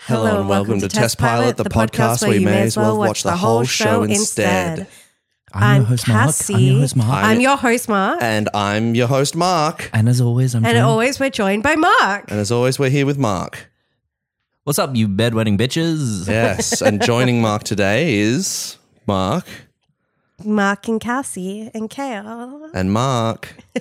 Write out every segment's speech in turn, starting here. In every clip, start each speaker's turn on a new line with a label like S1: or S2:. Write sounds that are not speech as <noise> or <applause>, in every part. S1: Hello, and welcome to Test Pilot, the podcast where you may as well watch the whole show instead.
S2: I'm
S3: I'm
S2: your host, Mark. I'm your host, Mark.
S1: I'm your host, Mark.
S3: And I'm your host, Mark.
S2: And as always, I'm
S1: And
S2: joined-
S1: always we're joined by Mark.
S3: And as always, we're here with Mark.
S2: What's up, you bedwetting bitches?
S3: Yes. and joining Mark today is Mark
S1: Mark and Cassie and Kale.
S3: and Mark.
S2: <laughs>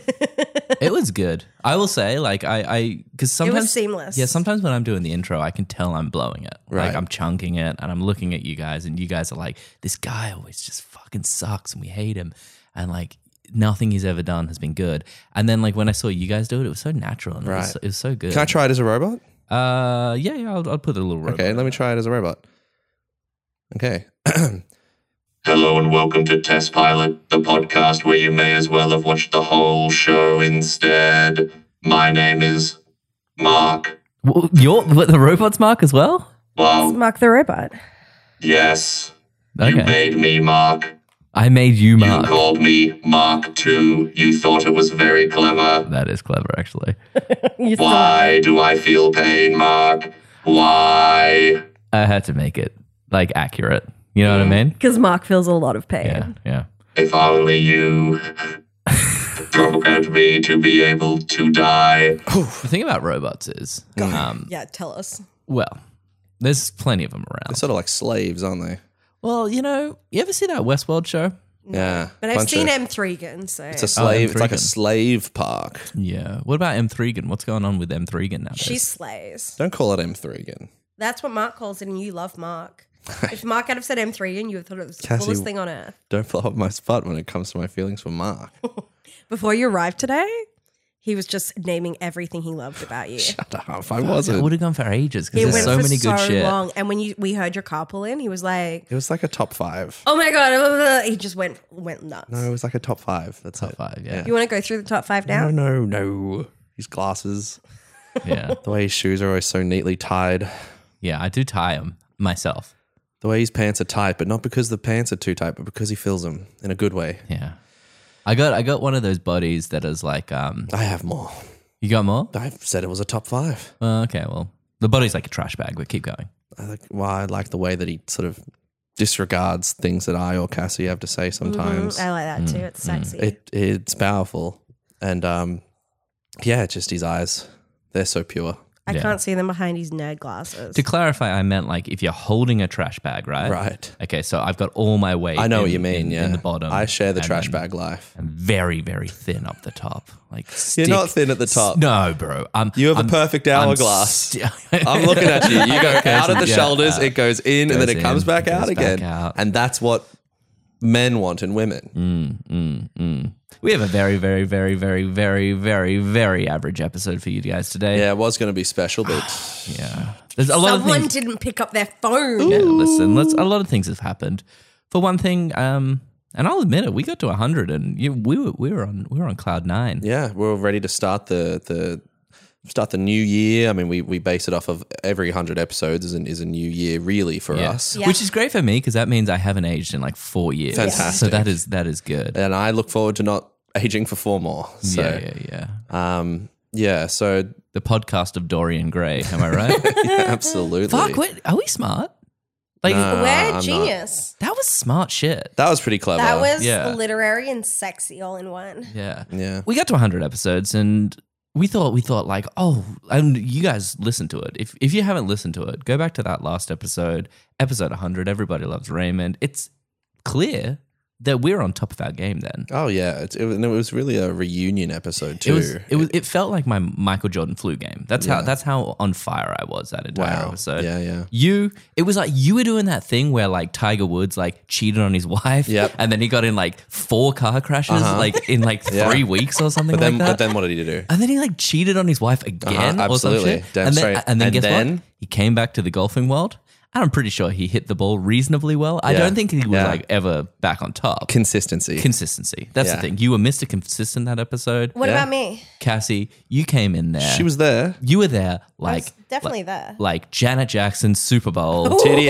S2: it was good. I will say, like, I, I, because
S1: It
S2: sometimes.
S1: was seamless.
S2: Yeah, sometimes when I'm doing the intro, I can tell I'm blowing it.
S3: Right.
S2: Like I'm chunking it and I'm looking at you guys, and you guys are like, this guy always just fucking sucks and we hate him. And like nothing he's ever done has been good. And then like when I saw you guys do it, it was so natural and it,
S3: Right.
S2: was so, it was so good.
S3: Can I try it as a robot?
S2: Uh, yeah, yeah, I'll, I'll put a little rope.
S3: Okay, let me try it as a robot. Okay.
S4: Hello and welcome to Test Pilot, the podcast where you may as well have watched the whole show instead. My name is Mark.
S2: Well, Your what, the robot's mark as well?
S4: Wow,
S1: Mark the robot.
S4: yes. You
S2: Okay,
S4: made me Mark.
S2: I made you
S4: You
S2: mark.
S4: called me Mark too. You thought it was very clever.
S2: That is clever, actually.
S1: You still-
S4: Why do I feel pain, Mark? Why?
S2: I had to make it like accurate. You know what I mean?
S5: Because Mark feels a lot of pain.
S2: Yeah, yeah.
S4: If
S2: <laughs>
S4: only you programmed me to be able to die.
S2: The thing about robots is, um,
S5: Yeah, tell us.
S2: well, there's plenty of them
S3: They're
S2: around.
S3: sort of like slaves, aren't they?
S2: Well, you know, you ever see that Westworld show?
S3: Yeah.
S1: But I've
S3: Bunch
S1: seen Oh,
S3: of-
S1: M three again, so
S3: It's a slave. it's like a
S2: Intriguing.
S3: slave park.
S2: Yeah. What about M3gan? What's going on with M3gan now?
S1: she slays.
S3: Don't call it M3 again.
S1: That's what Mark calls it, and you love <laughs> Mark. if Mark had have said M three, and you would have thought it was
S3: Cassie-
S1: the coolest thing on earth.
S3: Don't blow up my spot when it comes to my feelings for
S1: <laughs>
S3: Mark.
S1: Before you arrived today, he was just naming everything he loved about you. <laughs>
S3: Shut up. I
S2: I
S3: wasn't.
S2: would have gone for ages
S1: He
S2: because there's so many good shit.
S1: And when you we heard your car pull in, he was like,
S3: It was like a top five.
S1: "Oh my god!" <laughs> blah, blah, blah." He just went went nuts.
S3: No, it was like a top five. That's
S2: Top
S3: it.
S2: five, yeah.
S1: You want to go through the top five now?
S3: No, no, no. His glasses.
S2: Yeah.
S3: The way his shoes are always so neatly tied.
S2: Yeah, I do tie them myself.
S3: The way his pants are tight, but not because the pants are too tight, but because he feels them in a good way.
S2: Yeah. I got I got one of those bodies that is like um
S3: I have more.
S2: you got more?
S3: I said it was a top five.
S2: Well, okay, well. The body's like a trash bag, but keep going.
S3: I like. Well, I like the way that he sort of disregards things that I or Cassie have to say sometimes.
S1: Mhm, I like
S2: Mm,
S1: that too. It's sexy.
S3: Mm-hmm. It it's powerful, and um, yeah, just his eyes. They're so pure.
S1: I
S2: yeah.
S1: can't see them behind his nerd glasses.
S2: To clarify, I meant like if you're holding a trash bag, right?
S3: Right.
S2: Okay, so I've got all my weight.
S3: I know
S2: in-
S3: what you mean.
S2: in-
S3: yeah,
S2: in the bottom.
S3: I share the
S2: and
S3: trash
S2: then-
S3: bag life.
S2: And very, very thin up the top. Like
S3: You're
S2: stick-
S3: not thin at the top.
S2: No, bro. I'm,
S3: You have
S2: I'm-
S3: a perfect
S2: I'm
S3: hourglass. Uh,
S2: sti- <laughs>
S3: I'm looking at you. You go <laughs> out of the
S2: Yeah,
S3: shoulders,
S2: uh,
S3: it goes in, and then
S2: goes
S3: it comes
S2: in,
S3: back
S2: goes
S3: out
S2: back
S3: again.
S2: out. Mm.
S3: And that's what men want in women.
S2: we have a very, very, very, very, very, very, very average episode for you guys today.
S3: Yeah, it was going to be special,
S2: <sighs>
S3: but
S2: Yeah. There's a lot of
S1: Someone
S2: things.
S1: didn't pick up their phone.
S2: Yeah, listen, let's, a lot of things have happened. For one thing, um, and I'll admit it, we got to 100 and you, we, were, we were on we were on cloud nine.
S3: yeah, we're ready to start the the start the new year. I mean, we we base it off of every hundred episodes is an, is a new year really for
S2: Yeah.
S3: us.
S1: Yeah.
S2: Which is great for me because that means I haven't aged in like four years.
S3: Fantastic.
S2: So that is that is good.
S3: And I look forward to not aging for four more. So
S2: yeah, yeah, yeah.
S3: um, yeah, so
S2: The podcast of Dorian Gray. Am
S3: <laughs>
S2: I right?
S1: <laughs>
S3: yeah, absolutely.
S2: Fuck. Wait, are we smart? Like
S3: Nah, I'm
S1: We're
S3: not.
S1: genius.
S2: that was smart shit.
S3: That was pretty clever.
S1: That was
S2: yeah.
S1: literary and sexy all in one.
S2: Yeah.
S3: yeah.
S2: We got to 100 episodes and we thought we thought like oh and you guys listen to it if if you haven't listened to it go back to that last episode episode 100 everybody loves Raymond it's clear that we're on top of our game then
S3: Oh yeah, it, it, was- and it was really a reunion episode too.
S2: It was it was it felt like my Michael Jordan flu game. That's how
S3: Yeah.
S2: that's how on fire I was that entire
S3: Wow.
S2: episode.
S3: Yeah, yeah.
S2: You it was like you were doing that thing where like Tiger Woods like cheated on his <laughs> wife
S3: Yep.
S2: and then he got in like four car crashes
S3: Uh-huh.
S2: like in like
S3: <laughs> Yeah.
S2: three weeks or something
S3: But then,
S2: like that. Uh,
S3: but then what did he do?
S2: and then he like cheated on his wife again
S3: Uh-huh,
S2: or some
S3: absolutely.
S2: shit.
S3: Damn
S2: and, then,
S3: straight.
S2: and then
S3: And
S2: guess
S3: then-
S2: what? He came back to the golfing world. And I'm pretty sure he hit the ball reasonably well. I
S3: Yeah.
S2: don't think he was
S3: Yeah.
S2: like ever back on top.
S3: Consistency.
S2: Consistency. That's
S3: Yeah.
S2: the thing. You were Mr. Consistent that episode.
S1: What
S3: Yeah.
S1: about me?
S2: Cassie, you came in there.
S3: She was there.
S2: You were there,
S6: I
S2: like
S6: was definitely there.
S2: like Janet Jackson Super Bowl,
S3: <laughs> Titty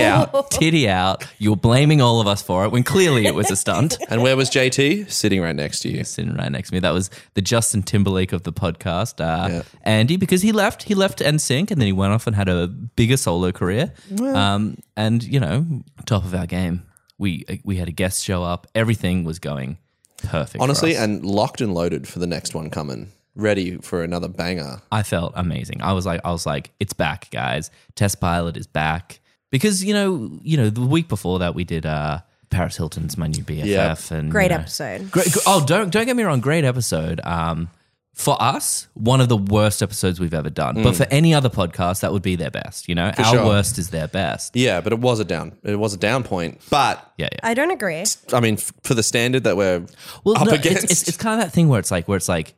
S6: <laughs>
S3: out.
S1: <laughs>
S2: titty out. You're blaming all of us for it when clearly it was
S6: <laughs>
S2: a stunt.
S3: And where was JT? Sitting right next to you.
S2: Sitting right next to me, that was the Justin Timberlake of the podcast, uh, Andy, because he left. He left NSYNC, and then he went off and had a bigger solo career. Um, and you know, top of our game. We uh, we had a guest show up. Everything was going perfect. for
S3: Honestly,
S2: us.
S3: and locked and loaded for the next one coming. Ready for another banger.
S2: I felt amazing. I was like, I was like, it's back, guys. Test pilot is back because you know, you know, the week before that we did uh, Paris Hilton's my new BFF and
S6: Great
S2: you know-
S6: episode.
S2: Great, oh, don't don't get me wrong. Great episode. Um, for us, one of the worst episodes we've ever done. But for any other podcast, that would be their best. You know, our
S3: sure.
S2: worst is their best.
S3: Yeah, but it was a down. It was a down point. But
S2: Yeah, yeah.
S6: I don't agree.
S3: I mean, f- for the standard that we're
S2: well,
S3: up
S2: no, it's-
S3: against,
S2: It's, it's, kind of that thing where it's like where it's like,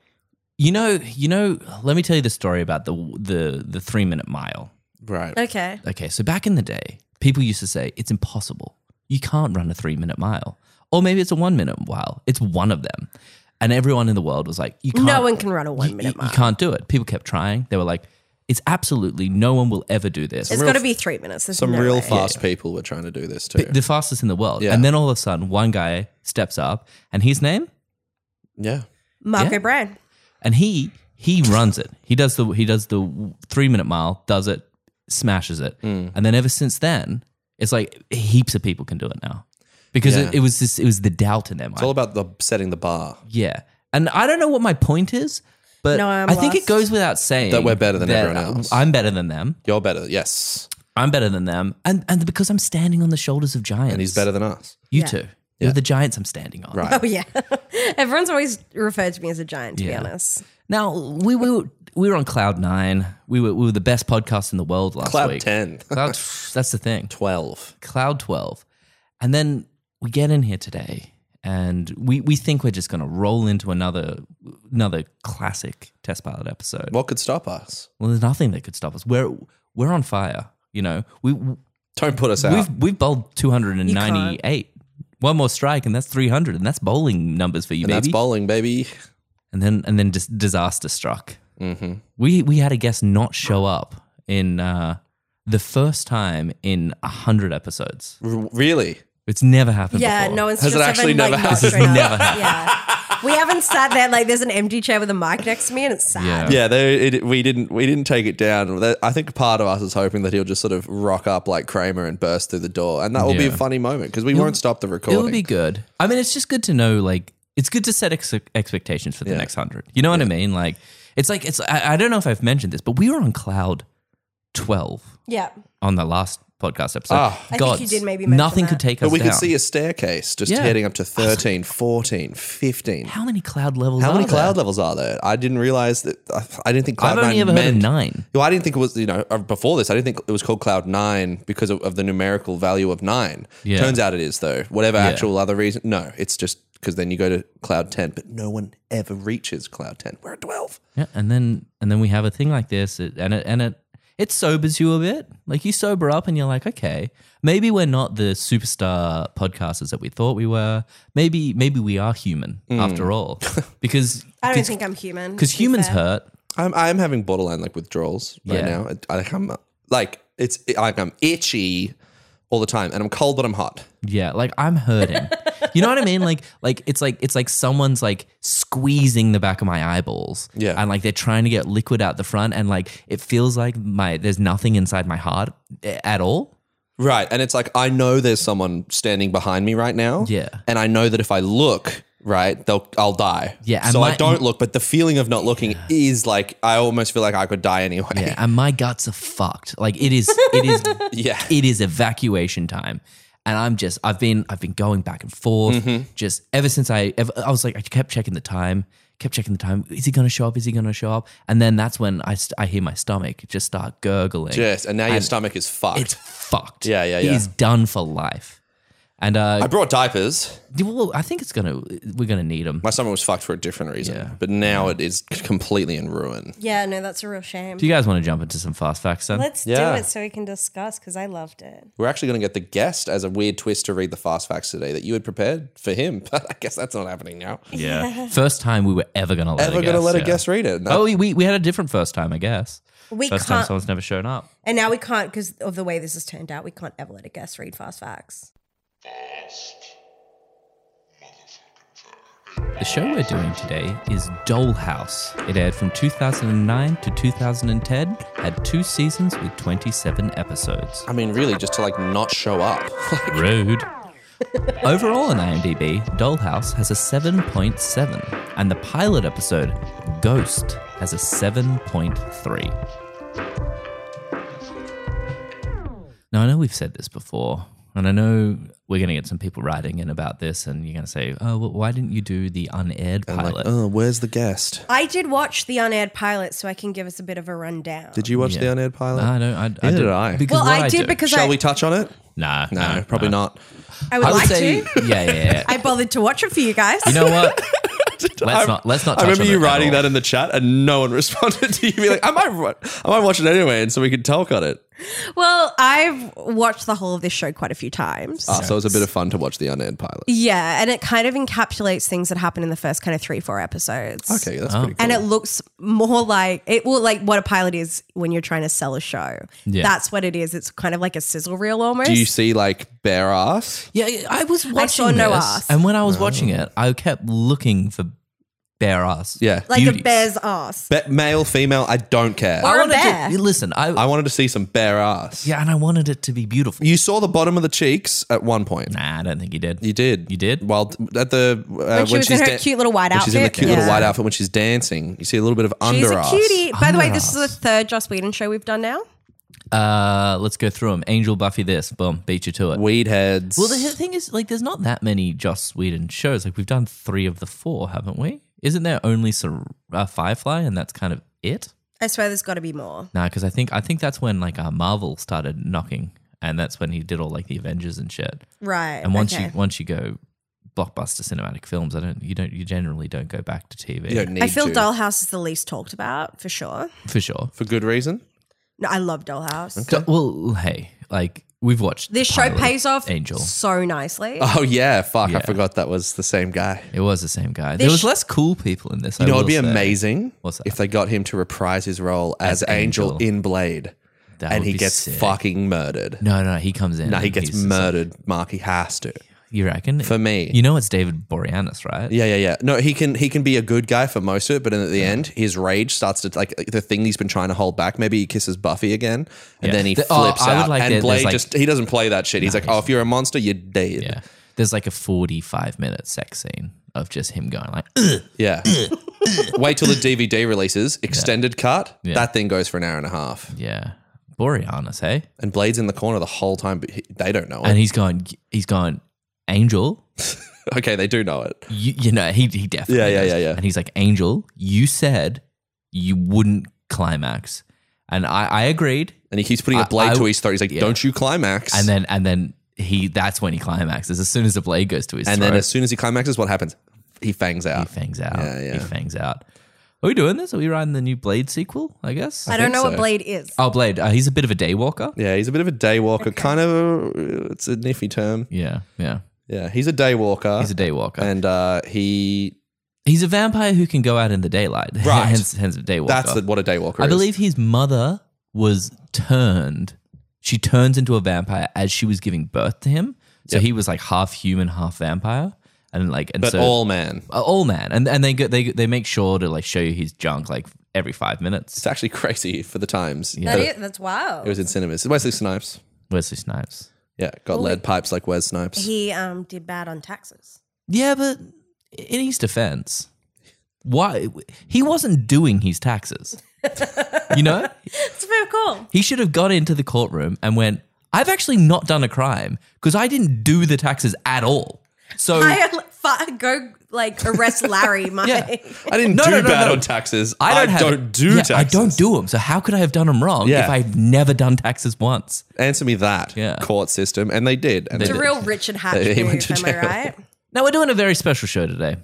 S2: you know, you know. Let me tell you the story about the the the three minute mile.
S3: right.
S6: Okay.
S2: Okay, so back in the day, people used to say it's impossible. You can't run a three minute mile, or maybe it's a one minute mile. It's one of them, and everyone in the world was like, you can't.
S6: No one can run a
S2: you-
S6: one
S2: you-
S6: minute
S2: you,
S6: mile.
S2: can't do it. People kept trying. They were like, it's absolutely no one will ever do this.
S6: It's got to be three minutes. There's
S3: Some
S6: no
S3: real
S6: way.
S3: fast people were trying to do this too.
S2: the fastest in the world.
S3: Yeah.
S2: And then all of a sudden, one guy steps up, and his name,
S3: yeah,
S6: Marco
S2: Yeah.
S6: Brown.
S2: and he he runs it. He does the he does the three minute mile, does it, smashes it,
S3: Hmm.
S2: and then ever since then, it's like heaps of people can do it now because it,
S3: Yeah.
S2: it was this it was the doubt in them.
S3: it's all about the setting the bar.
S2: yeah, and I don't know what my point is, but
S6: No,
S2: I
S6: I'm
S2: think it
S6: lost.
S2: goes without saying
S3: That we're better than everyone else.
S2: I'm better than them.
S3: You're better, yes,
S2: I'm better than them, and and because I'm standing on the shoulders of giants,
S3: and he's better than us.
S2: You
S6: Yeah.
S2: two, you're the giants I'm standing on. <laughs>
S3: Right.
S6: <laughs> Oh yeah. Everyone's always referred to me as a giant. To
S2: Yeah.
S6: be honest,
S2: Now we we were, we were on cloud nine. We were we were the best podcast in the world last
S3: Cloud
S2: week.
S3: ten. <laughs>
S2: Cloud, that's the thing.
S3: 12.
S2: Cloud 12. And then we get in here today and we, we think we're just going to roll into another another classic test pilot episode.
S3: What could stop us?
S2: Well, there's nothing that could stop us. We're we're on fire, you know. We we've
S3: Don't put us out.
S2: we've bowled 298. One more strike and that's 300 and that's bowling numbers for you,
S3: And that's
S2: baby.
S3: bowling, baby.
S2: and then and then dis- disaster struck.
S3: Mm-hmm.
S2: We we had a guest not show up in uh, the first time in 100 episodes.
S3: R- really?
S2: It's never happened
S6: yeah.
S2: before.
S6: No one's
S3: Has it
S6: just
S3: actually
S6: ever, like,
S3: never
S6: not
S3: happened?
S6: straight up.
S2: Never happened.
S6: Yeah. We haven't sat there like there's an empty chair with a mic next to me, and it's sad.
S2: Yeah.
S3: Yeah, they, it, we didn't we didn't take it down. That- I think part of us is hoping that he'll just sort of rock up like Kramer and burst through the door, and that will be a
S2: Yeah.
S3: funny moment because we won't stop the recording.
S2: It would be good. I mean, it's just good to know, like, it's good to set ex- expectations for the
S3: Yeah.
S2: next hundred. You know what I mean? Like, it's like, it's, I, I don't know if I've mentioned this, but we were on cloud 12
S6: Yeah.
S2: on the last podcast episode.
S3: Ah. I
S6: think
S2: Gods,
S6: you did maybe mention
S2: Nothing
S6: that.
S2: could take us
S3: but we
S2: down.
S3: could see a staircase just
S2: Yeah.
S3: heading up to 13, 14, 15.
S2: How many cloud levels
S3: How
S2: are
S3: many
S2: there?
S3: cloud levels are there? I didn't realize that. I didn't think
S2: I've
S3: cloud
S2: only
S3: nine
S2: ever heard
S3: meant.
S2: of nine.
S3: Well, I didn't think it was you know uh, before this. I didn't think it was called cloud nine because of, of the numerical value of nine.
S2: Yeah.
S3: Turns out it is though. Whatever actual other reason. No, it's just because then you go to cloud ten, but no one ever reaches cloud ten. We're at twelve.
S2: Yeah. And then, and then we have a thing like this it, and it, and it, it sobers you a bit. Like you sober up and you're like, okay, maybe we're not the superstar podcasters that we thought we were. Maybe maybe we are human after all. Because
S6: I don't think I'm human.
S2: because
S6: to be
S2: humans
S6: fair.
S2: hurt.
S3: I'm I'm having borderline like withdrawals right
S2: Yeah.
S3: now. I, I, I'm uh, like it's like I'm itchy all the time, and I'm cold but I'm hot.
S2: Yeah, like I'm hurting. you know what I mean? Like like it's like it's like someone's like squeezing the back of my eyeballs.
S3: Yeah.
S2: And like they're trying to get liquid out the front and like it feels like my there's nothing inside my heart eh, at all.
S3: Right. And it's like, I know there's someone standing behind me right now.
S2: Yeah.
S3: And I know that if I look, right, they'll I'll die.
S2: Yeah, and
S3: So
S2: my-
S3: I don't look, but the feeling of not looking is like I almost feel like I could die anyway. <laughs>
S2: Yeah, and <laughs> my guts are fucked. Like it is it is
S3: Yeah.
S2: it is evacuation time and i'm just i've been i've been going back and forth
S3: Mm-hmm.
S2: just ever since i ever, i was like i kept checking the time kept checking the time is he going to show up is he going to show up and then that's when i st- i hear my stomach just start gurgling
S3: Yes. And now your stomach is fucked.
S2: it's fucked
S3: Yeah, yeah,
S2: he
S3: yeah.
S2: is done for life And
S3: I
S2: uh,
S3: brought diapers.
S2: well, I think it's gonna we're gonna need them.
S3: My stomach was fucked for a different reason,
S2: Yeah.
S3: but now it is completely in ruin.
S6: Yeah, no, that's a real shame.
S2: Do you guys want to jump into some fast facts then?
S6: Let's
S3: Yeah.
S6: do it so we can discuss because I loved it.
S3: We're actually going to get the guest as a weird twist to read the fast facts today that you had prepared for him, <laughs> but I guess that's not happening now.
S2: yeah. First time we were ever gonna let
S3: Ever
S2: a
S3: going to
S2: guest,
S3: let
S2: yeah.
S3: a guest read it? No.
S2: Oh, we- we we had a different first time, I guess.
S6: We
S2: 1st time
S6: can't,
S2: someone's never shown up.
S6: and now we can't because of the way this has turned out. We can't ever let a guest read fast facts.
S2: The show we're doing today is Dollhouse. It aired from 2009 to 2010, had two seasons with 27 episodes.
S3: I mean, really, just to like not show up. <laughs>
S2: Rude. Overall on IMDb, Dollhouse has a 7.7, and the pilot episode, Ghost, has a 7.3. Now, I know we've said this before, and I know we're going to get some people writing in about this, and you're going to say, oh, well, why didn't you do the unaired
S3: I'm
S2: pilot?
S3: like, oh, where's the guest?
S6: I did watch the unaired pilot, so I can give us a bit of a rundown.
S3: Did you watch
S2: Yeah.
S3: the unaired pilot?
S2: I don't. I, I
S3: Neither
S2: do-
S3: did I.
S2: Because
S6: well,
S2: what
S6: I did
S2: do-
S6: because
S3: Shall
S6: I,
S3: we touch on it?
S2: Nah,
S3: No, probably not.
S6: I would
S2: I would
S6: like
S2: say,
S6: to.
S2: yeah, yeah, yeah.
S6: I bothered to watch it for you guys.
S2: You
S3: <laughs>
S2: know what? Let's not. Let's not.
S3: I
S2: Touch
S3: remember
S2: on
S3: you
S2: it at
S3: writing
S2: all.
S3: that in the chat, and no one <laughs> responded to you. Be like, I might, wa- I might watch it anyway, and so we could talk on it.
S6: well, I've watched the whole of this show quite a few times.
S3: Ah, so it was a bit of fun to watch the unaired pilot.
S6: Yeah, and it kind of encapsulates things that happen in the first kind of three, four episodes.
S3: Okay, that's pretty cool.
S6: And it looks more like it well, like what a pilot is when you're trying to sell a show.
S2: Yeah.
S6: That's what it is. It's kind of like a sizzle reel almost.
S3: Do you see like bare ass?
S2: Yeah, yeah, I was watching
S6: saw no
S2: this,
S6: ass.
S2: and when I was watching it, I kept looking for bare ass.
S3: Yeah,
S6: like
S2: beauties.
S6: a bear's ass.
S3: Be- male, female, I don't care.
S6: Or
S2: I
S6: a
S2: wanted
S6: bear.
S2: To, listen, I,
S3: I wanted to see some bare ass.
S2: yeah, and I wanted it to be beautiful.
S3: You saw the bottom of the cheeks at one point.
S2: nah, I don't think you did.
S3: You did.
S2: You did?
S3: Well, t- at the uh, when,
S6: she was in
S3: she's
S6: her cute little white
S3: when She's in the
S6: outfit.
S3: cute little
S6: Yeah.
S3: white outfit when she's dancing. You see a little bit of under
S6: She's a
S3: ass.
S6: cutie. By the way, this is
S2: Underass.
S6: the third Joss Whedon show we've done now.
S2: Uh, let's go through them. Angel, Buffy, this, boom, beat you to it.
S3: Weed heads.
S2: well, the hi- thing is, like, there's not that many Joss Whedon shows. Like, we've done three of the four, haven't we? Isn't there only Sor- uh, Firefly, and that's kind of it?
S6: I swear there's gotta be more.
S2: Nah, because I think I think that's when like uh, Marvel started knocking, and that's when he did all like the Avengers and shit.
S6: Right.
S2: And once
S6: okay.
S2: you once you go blockbuster cinematic films, I don't you don't you generally don't go back to TV
S3: you don't need
S6: I feel
S3: to.
S6: Dollhouse is the least talked about for sure.
S2: for sure.
S3: for good reason.
S6: No, I love Dollhouse.
S2: So- well, hey, like we've watched
S6: This
S2: the
S6: show
S2: pilot of
S6: pays off
S2: Angel.
S6: so nicely.
S3: Oh yeah, fuck!
S2: Yeah.
S3: I forgot that was the same guy.
S2: It was the same guy. There was
S6: sh-
S2: less cool people in this.
S3: You
S2: I
S3: know,
S2: will
S3: it'd be
S2: say.
S3: amazing
S2: What's that?
S3: if they got him to reprise his role as,
S2: As
S3: Angel.
S2: Angel.
S3: in Blade,
S2: That
S3: and
S2: would
S3: he
S2: be
S3: gets
S2: sick.
S3: fucking murdered.
S2: No, no, he comes in.
S3: No, he
S2: and
S3: gets
S2: he's just-
S3: murdered. Mark, he has to.
S2: You reckon?
S3: For me,
S2: you know, it's David Boreanaz, right?
S3: Yeah, yeah, yeah. No, he can he can be a good guy for most of it, but then at the end, his rage starts to like the thing he's been trying to hold back. Maybe he kisses Buffy again, and
S2: Yeah.
S3: then he
S2: The-
S3: flips
S2: oh, I would
S3: out.
S2: like that
S3: and
S2: there's,
S3: Blade
S2: like-
S3: just he doesn't play that shit. He's like, oh, if you're a monster, you're dead.
S2: Yeah. There's like a 45 minute sex scene of just him going like, <clears throat> Ugh.
S3: Yeah.
S2: <laughs>
S3: Wait till the DVD releases extended cut.
S2: Yeah.
S3: That thing goes for an hour and a half,
S2: yeah, Boreanaz, hey.
S3: and Blade's in the corner the whole time, but he, they don't know
S2: and
S3: it.
S2: he's going, he's going, Angel,
S3: <laughs> okay, they do know it.
S2: you, you know, he, he definitely,
S3: Yeah, yeah,
S2: knows.
S3: yeah, yeah.
S2: And he's like, Angel, you said you wouldn't climax, and I, I agreed.
S3: And he keeps putting a
S2: I-
S3: blade
S2: I-
S3: to his throat. He's like,
S2: yeah.
S3: don't you climax?
S2: And then, and then he, that's when he climaxes. As soon as the blade goes to his
S3: and
S2: throat,
S3: then as soon as he climaxes, what happens? He fangs out.
S2: he fangs out.
S3: Yeah, yeah.
S2: He fangs out. Are we doing this? Are we writing the new Blade sequel? I guess.
S6: I don't know
S3: so.
S6: what Blade is.
S2: oh, Blade. Uh, he's a bit of a daywalker.
S3: Yeah, he's a bit of a day walker. Kind of, a, it's a niffy term.
S2: Yeah, yeah.
S3: Yeah, he's a day walker.
S2: He's a daywalker.
S3: and uh, he.
S2: He's a vampire who can go out in the daylight. <laughs>
S3: Right.
S2: hence, hence a daywalker.
S3: That's the, what a day walker
S2: I
S3: is.
S2: believe his mother was turned. She turns into a vampire as she was giving birth to him. So he was like half human, half vampire, and like and
S3: but
S2: so
S3: all man.
S2: uh, all man. And and they go, they they make sure to like show you his junk like every five minutes.
S3: It's actually <laughs> crazy for the times.
S6: That
S3: But
S6: is, that's wow.
S3: It was in cinemas. Wesley Snipes.
S2: Wesley Snipes.
S3: Yeah, got lead pipes like Wes Snipes.
S6: He um did bad on taxes.
S2: Yeah, but in his defense, why he wasn't doing his taxes?
S3: <laughs>
S2: you know,
S6: It's very cool.
S2: He should have got into the courtroom and went, Oh. I've actually not done a crime because I didn't do the taxes at all. So
S6: I <laughs> fu- go like arrest
S2: <laughs>
S6: Larry, Mike. <laughs>
S2: Yeah.
S3: I didn't
S2: No,
S3: do
S2: no, no,
S3: bad
S2: no.
S3: on taxes.
S2: I don't, have,
S3: do
S2: yeah,
S3: taxes.
S2: I don't do them. So how could I have done them wrong
S3: Yeah.
S2: if I've never done taxes once?
S3: Answer me that.
S2: Yeah.
S3: Court system, and they did. And
S2: They
S3: they
S6: It's a
S2: did.
S6: real Richard Hatch
S3: He
S6: move,
S3: went to
S6: am I
S3: jail.
S2: <laughs>
S6: right?
S2: Now we're doing a very special show today,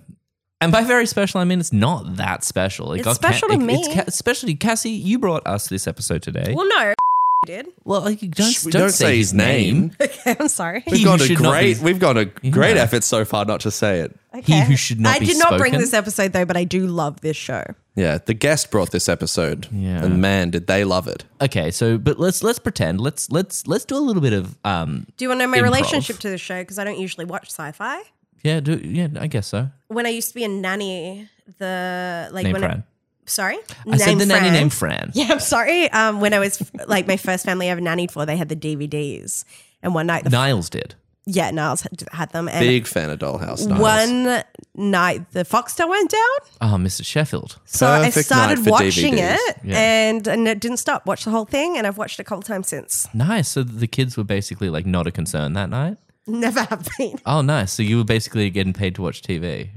S2: and by very special I mean it's not that special. It
S6: It's
S2: got
S6: special to
S2: it- It's
S6: me.
S2: ca- special to Cassie. You brought us this episode today.
S6: Well, no, <laughs> did.
S2: Well, like, don't,
S3: Shh, we
S2: don't, say his name.
S3: <laughs>
S6: Okay, I'm sorry.
S2: He
S3: We've gone
S2: who
S3: a
S2: should not
S3: great.
S2: be-
S3: We've gone a great
S2: Yeah.
S3: effort so far not to say it.
S2: He who should not
S6: I
S2: be
S6: did not bring
S2: spoken.
S6: this episode though, but I do love this show.
S3: Yeah, the guest brought this episode,
S2: Yeah.
S3: and man, did they love it.
S2: Okay, so but let's let's pretend. Let's let's let's do a little bit of um.
S6: Do you want to know my
S2: Improv.
S6: relationship to the show? Because I don't usually watch sci-fi.
S2: Yeah, do, yeah, I guess so.
S6: When I used to be a nanny, the like
S2: Name
S6: when
S2: Fran.
S6: I, sorry,
S2: I said the nanny
S6: Fran.
S2: named Fran.
S6: <laughs> Yeah, I'm sorry. Um, when I was like my first family I ever nannied for, they had the DVDs, and one night, the,
S2: Niles did.
S6: yeah, Niles had- had them, and
S3: Big fan of Dollhouse. Niles.
S6: one night the Foxtel went down,
S2: Ah, Mr. Sheffield.
S6: so I
S3: Perfect night
S6: started
S3: for
S6: watching
S3: DVDs.
S6: it,
S2: Yeah.
S6: and and it didn't stop. Watched the whole thing, and I've watched it a couple times since. <laughs>
S2: Nice. So the kids were basically like not a concern that night.
S6: Never have been.
S2: Oh, nice. So you were basically getting paid to watch TV.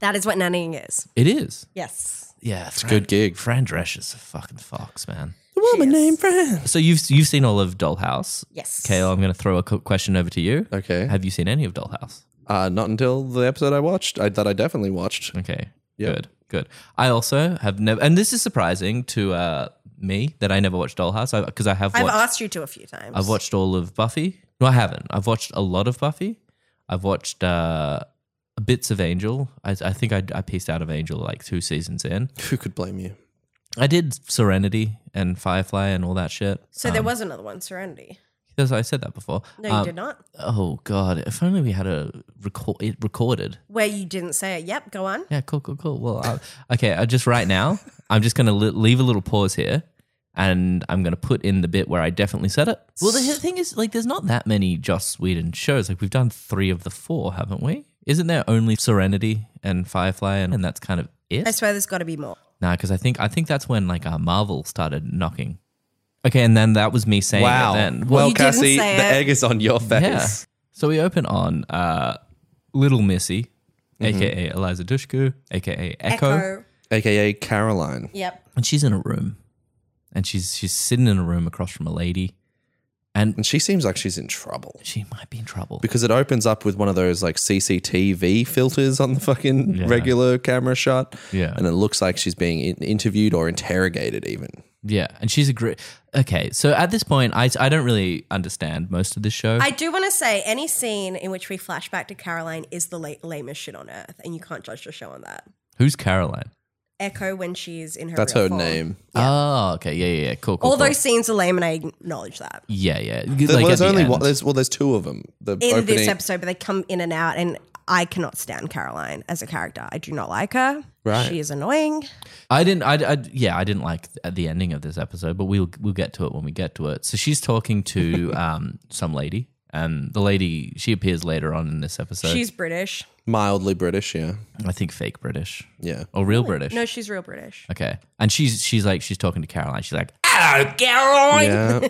S6: That is what nannying is.
S2: It is.
S6: Yes.
S2: Yeah, it's
S3: good gig.
S2: Fran Drescher's a fucking fox, man.
S3: The woman named Fran.
S2: So you've you've seen all of Dollhouse.
S6: Yes.
S2: Kayla, I'm going to throw a co- question over to you.
S3: Okay.
S2: Have you seen any of Dollhouse?
S3: Uh, not until the episode I watched. I that I definitely watched.
S2: Okay.
S3: Yeah.
S2: Good. Good. I also have never, and this is surprising to uh, me that I never watched Dollhouse because I, have
S6: I've
S2: watched.
S6: asked you to a few times.
S2: I've watched all of Buffy. No, I haven't. I've watched a lot of Buffy. I've watched uh, bits of Angel. I, I think I, I pieced out of Angel like two seasons in.
S3: Who could blame you?
S2: I did Serenity and Firefly and all that shit.
S6: So there was another one, Serenity.
S2: Because I said that before.
S6: No, you
S2: Um,
S6: did not.
S2: Oh god! If only we had a record it recorded.
S6: Where you didn't say it. Yep, go on.
S2: Yeah, cool, cool, cool. Well, I, okay. I just right now, <laughs> I'm just gonna li- leave a little pause here, and I'm gonna put in the bit where I definitely said it. Well, the hi- thing is, like, there's not that many Joss Whedon shows. Like, we've done three of the four, haven't we? Isn't there only Serenity and Firefly, and, and that's kind of it?
S6: I swear there's got to be more.
S2: Nah, because I think I think that's when like uh, Marvel started knocking. Okay, and then that was me saying it then.
S3: Well,
S6: you didn't
S3: Cassie, the
S6: say it.
S3: egg is on your face.
S2: Yeah. So we open on uh, Little Missy,
S3: Mm-hmm.
S2: aka Eliza Dushku, aka Echo,
S3: AKA Caroline.
S6: Yep.
S2: and she's in a room, and she's she's sitting in a room across from a lady, and
S3: And she seems like she's in trouble.
S2: she might be in trouble.
S3: Because it opens up with one of those like CCTV filters on the fucking
S2: Yeah.
S3: regular camera shot.
S2: Yeah.
S3: And it looks like she's being in- interviewed or interrogated, even.
S2: Yeah, and she's a great. Okay, so at this point, I I don't really understand most of this show.
S6: I do want to say any scene in which we flash back to Caroline is the late, lamest shit on earth, and you can't judge the show on that.
S2: Who's Caroline?
S6: Echo when she's in her.
S3: That's
S6: real
S3: her
S6: form.
S3: name.
S2: Oh, okay, yeah, yeah, yeah, cool, cool.
S6: All
S2: cool.
S6: those scenes are lame, and I acknowledge that
S2: yeah, yeah.
S3: There- well,
S2: at
S3: there's
S2: the
S3: only
S2: end.
S3: one. There's, well, there's two of them. The
S6: in
S3: opening,
S6: this episode, but they come in and out, and I cannot stand Caroline as a character. I do not like her.
S3: Right.
S6: She is annoying.
S2: I didn't. I, I yeah. I didn't like th- the ending of this episode, but we'll we'll get to it when we get to it. So she's talking to um some lady, and the lady she appears later on in this episode.
S6: She's British.
S3: mildly British. Yeah,
S2: I think fake British
S3: yeah.
S2: or real British.
S6: No, she's real British.
S2: okay, and she's she's like she's talking to Caroline. She's like, "Ah!"
S3: yeah.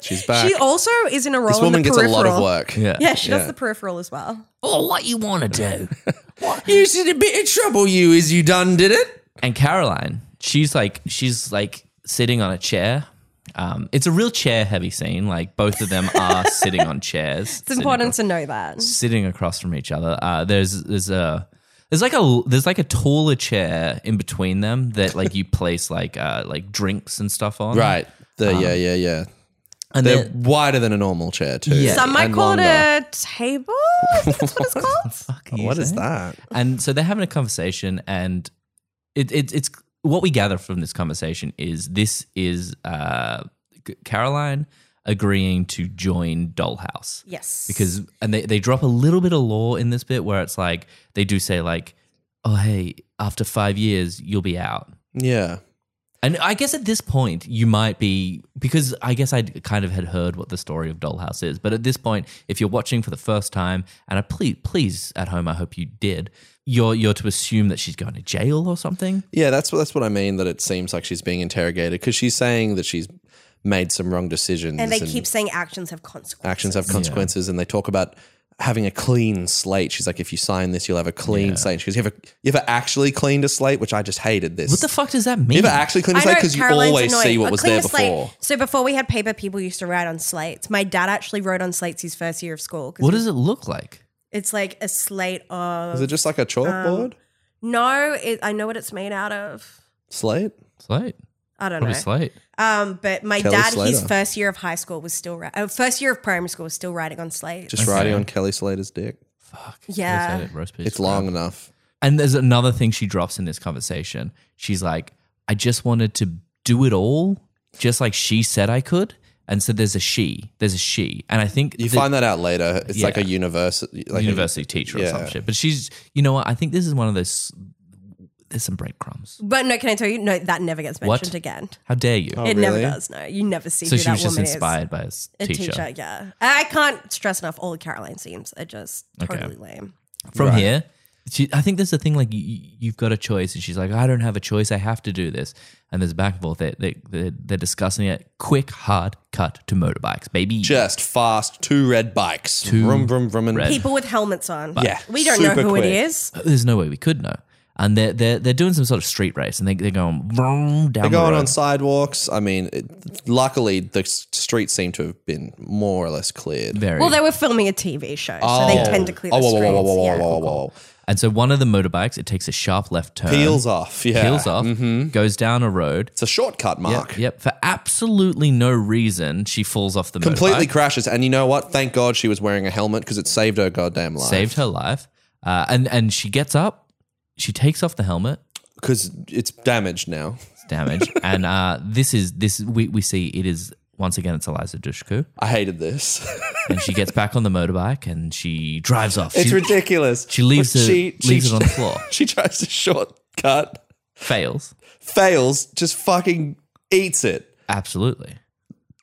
S3: She's back.
S6: She also is in a role.
S3: this
S6: in
S3: woman
S6: the
S3: gets a lot of
S6: peripheral.
S3: work.
S6: <laughs> Yeah, she
S3: Yeah.
S6: does the peripheral as well.
S2: oh, what you want to do?
S3: Is it a bit of trouble? You is you done did it?
S2: <laughs> and Caroline, she's like she's like sitting on a chair. Um, it's a real chair heavy scene. Like both of them are sitting on chairs.
S6: It's important to know that.
S2: sitting across from each other. Uh, there's there's a there's like a there's like a taller chair in between them that
S3: <laughs>
S2: like you place like uh like drinks and stuff on.
S3: Right. The, yeah, yeah, yeah.
S2: And
S3: They're
S2: then
S3: wider than a normal chair too.
S2: Yeah.
S6: Some might
S3: And
S6: call it
S3: longer.
S6: a table. I think that's what it's called.
S3: <laughs> What is that?
S2: and so they're having a conversation and it, it it's what we gather from this conversation is this is uh C- Caroline agreeing to join Dollhouse.
S6: Yes.
S2: because and they, they drop a little bit of law in this bit where it's like they do say like oh hey after five years you'll be out
S3: Yeah.
S2: and i guess at this point you might be because i guess i kind of had heard what the story of dollhouse is but at this point if you're watching for the first time and i please please at home i hope you did you're you're to assume that she's going to jail or something
S3: Yeah, that's what that's what I mean that it seems like she's being interrogated because she's saying that she's made some wrong decisions
S6: and they keep saying actions have consequences.
S3: actions have consequences and they talk about having a clean slate. She's like, if you sign this, you'll have a clean slate. And she goes, you ever, you ever actually cleaned a slate? Which I just hated this.
S2: What the fuck does that
S3: You
S2: mean?
S3: ever actually cleaned a
S7: I know
S3: slate? Because you
S7: Caroline's
S3: always
S7: annoying.
S3: see what
S7: I
S3: was
S7: clean
S3: there
S7: the slate.
S3: before.
S7: So before we had paper, people used to write on slates. My dad actually wrote on slates his first year of school. 'cause
S2: what does it look like?
S7: It's like a slate
S3: Is
S7: of
S3: it just like a
S7: um,
S3: chalkboard
S7: no. It, I know what it's made out of.
S3: slate?
S2: Slate.
S7: I don't
S2: Probably
S7: know.
S2: slate.
S7: Um, but my
S3: Kelly
S7: dad, his
S3: Slater.
S7: first year of high school was still ri- uh, first year of primary school was still writing on slates.
S3: Just
S2: Okay.
S3: riding on Kelly Slater's dick.
S2: Fuck.
S7: Yeah.
S2: Roast it, roast piece.
S3: It's long enough.
S2: And there's another thing she drops in this conversation. She's like, I just wanted to do it all, just like she said I could. And so there's a she. There's a she. And I think
S3: You
S2: the-
S3: find that out later. It's like a
S2: Yeah.
S3: university. Like a-
S2: university teacher or some
S3: yeah.
S2: shit. But she's, you know what? I think this is one of those. There's some breadcrumbs.
S7: But no, can I tell you? No, that never gets
S2: What?
S7: mentioned again.
S2: How dare you?
S3: Oh,
S7: it never
S3: really?
S7: does. No, you never see
S2: so
S7: who
S2: she was
S7: that
S2: just
S7: woman
S2: inspired
S7: is.
S2: by his
S7: A
S2: teacher.
S7: teacher. yeah. I can't stress enough. All Caroline scenes are just
S2: Okay.
S7: totally lame.
S2: From
S3: Right.
S2: here, she, I think there's a thing like you, you've got a choice, and she's like, I don't have a choice. I have to do this. And there's back and forth. They, they, they're, they're discussing it. Quick, hard cut to motorbikes, baby.
S3: Just fast, two red bikes. Two vroom, vroom, vroom. And
S2: red.
S7: People with helmets on.
S3: Yeah,
S7: we don't
S3: super
S7: know who
S3: quick.
S7: it is.
S2: there's no way we could know. And they're, they're, they're doing some sort of street race and they, they're going vroom, down
S3: They're
S2: the
S3: going on
S2: road.
S3: sidewalks. I mean, it, luckily, the s- streets seem to have been more or less cleared.
S2: Very.
S7: Well, they were filming a TV show, so they tend to clear the
S3: Oh, whoa, whoa,
S7: streets.
S3: whoa, whoa, whoa,
S7: yeah.
S3: whoa, whoa, whoa.
S2: and so one of the motorbikes, it takes a sharp left turn.
S3: Peels off. Yeah. Mm-hmm.
S2: peels off, goes down a road.
S3: It's a shortcut, Mark.
S2: Yep, for absolutely no reason, she falls off the
S3: Completely
S2: motorbike,
S3: crashes. And you know what? Thank God she was wearing a helmet because it saved her goddamn life.
S2: saved her life, uh, and and she gets up, she takes off the helmet,
S3: Because it's damaged now.
S2: it's
S3: <laughs>
S2: damaged, and uh, this is this we we see it is once again it's Eliza Dushku,
S3: I hated
S2: <laughs>
S3: this.
S2: and she gets back on the motorbike and she drives off.
S3: it's
S2: she,
S3: ridiculous.
S2: She leaves
S3: But
S2: the
S3: <laughs>
S2: leaves it on the floor,
S3: she tries to shortcut,
S2: fails
S3: fails, just fucking eats it.
S2: absolutely.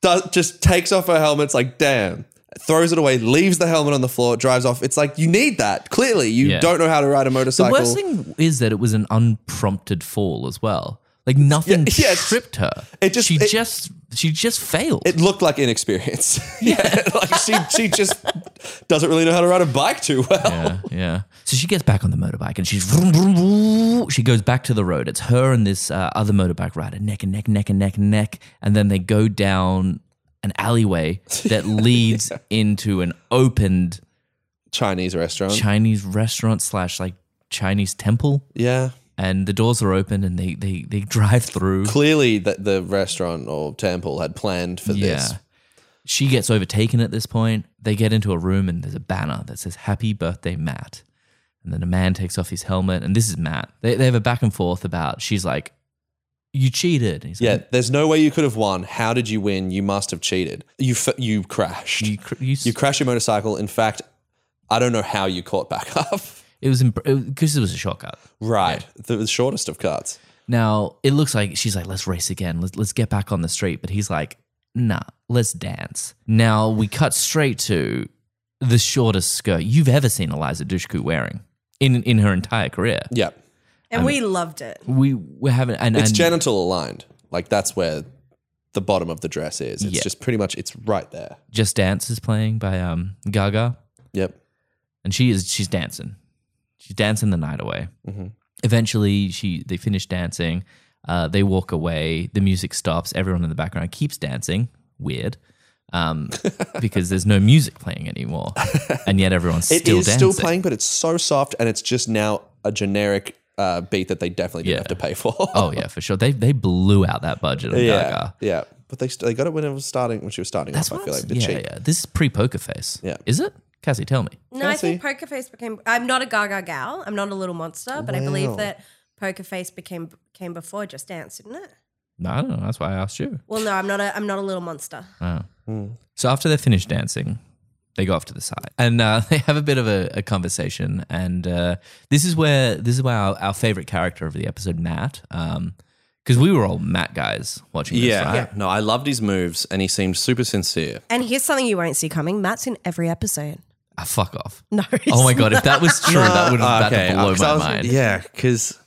S3: does, just takes off her helmet. It's like, damn. Throws it away, leaves the helmet on the floor, drives off. It's like, you need that. Clearly, you
S2: Yeah.
S3: don't know how to ride a
S2: The
S3: motorcycle.
S2: worst thing is that it was an unprompted fall as well. Like nothing
S3: Yeah, <laughs> yes.
S2: tripped her.
S3: It just-
S2: she
S3: it-
S2: just she just failed.
S3: it looked like inexperience. <laughs> yeah. like she, she just doesn't really know how to ride a bike too well.
S2: Yeah, yeah. So she gets back on the motorbike and she's vroom, vroom, vroom. she goes back to the road. It's her and this uh, other motorbike rider neck and neck, neck and neck and neck, and then they go down an alleyway <laughs> that leads into an opened
S3: Chinese restaurant.
S2: Chinese restaurant slash like Chinese temple,
S3: yeah.
S2: and the doors are open and they they they drive through.
S3: Clearly, the, the restaurant or temple had planned for this.
S2: She gets overtaken at this point. They get into a room and there's a banner that says Happy Birthday, Matt. And then a man takes off his helmet, and this is Matt. They, they have a back and forth about, she's like, You cheated. And he's
S3: Yeah,
S2: like,
S3: there's no way you could have won. How did you win? You must have cheated. You f- you crashed.
S2: you, cr- you, s-
S3: You crashed your motorcycle. In fact, I don't know how you caught back <laughs> up.
S2: It was because it was a shortcut.
S3: right, the, the shortest of cuts.
S2: Now, it looks like she's like, Let's race again. Let's, let's get back on the street. But he's like, Nah, let's dance. Now, we cut straight to the shortest skirt you've ever seen Eliza Dushku wearing in, in her entire career.
S3: Yeah,
S7: And we
S3: Um,
S7: loved it.
S2: we we're having and,
S3: it's
S2: and
S3: genital aligned. Like that's where the bottom of the dress is. It's
S2: Yeah.
S3: just pretty much it's right there.
S2: Just Dance is playing by um Gaga,
S3: Yep.
S2: and she is she's dancing, she's dancing the night away.
S3: Mhm.
S2: Eventually, she they finish dancing, uh, they walk away. The music stops. Everyone in the background keeps dancing. Weird,
S3: <laughs>
S2: um, because there's no music playing anymore, and yet everyone's
S3: It is
S2: still dancing.
S3: still playing, but it's so soft, and it's just now a generic uh, beat that they definitely didn't
S2: Yeah.
S3: have to pay for. <laughs>
S2: Oh yeah, for sure. They they blew out that budget on
S3: yeah,
S2: Gaga.
S3: yeah. But they, st- they got it when it was starting when she was starting
S2: That's
S3: off.
S2: what
S3: I feel
S2: I'm-
S3: like the
S2: yeah,
S3: cheap.
S2: yeah. This is pre Poker Face.
S3: Yeah.
S2: is it? Cassie, tell me.
S7: No, I think Poker Face became. I'm not a Gaga gal. I'm not a little monster, but I believe that Poker Face became came before Just Dance, didn't it?
S2: No, I don't know. That's why I asked you.
S7: Well, no, I'm not a. I'm not a little monster.
S2: So after they're finished dancing, they go off to the side and uh, <laughs> they have a bit of a, a conversation. And uh, this is where this is where our, our favorite character of the episode, Matt, because we were all Matt guys watching. This,
S3: Yeah.
S2: right?
S3: No, I loved his moves and he seemed super sincere.
S7: And here's something you won't see coming. Matt's in every episode. <laughs>
S2: Ah, fuck off.
S7: No.
S2: Oh my god, if
S3: <laughs>
S2: that was true,
S3: Uh,
S2: that would have that would blow my mind.
S3: Yeah, because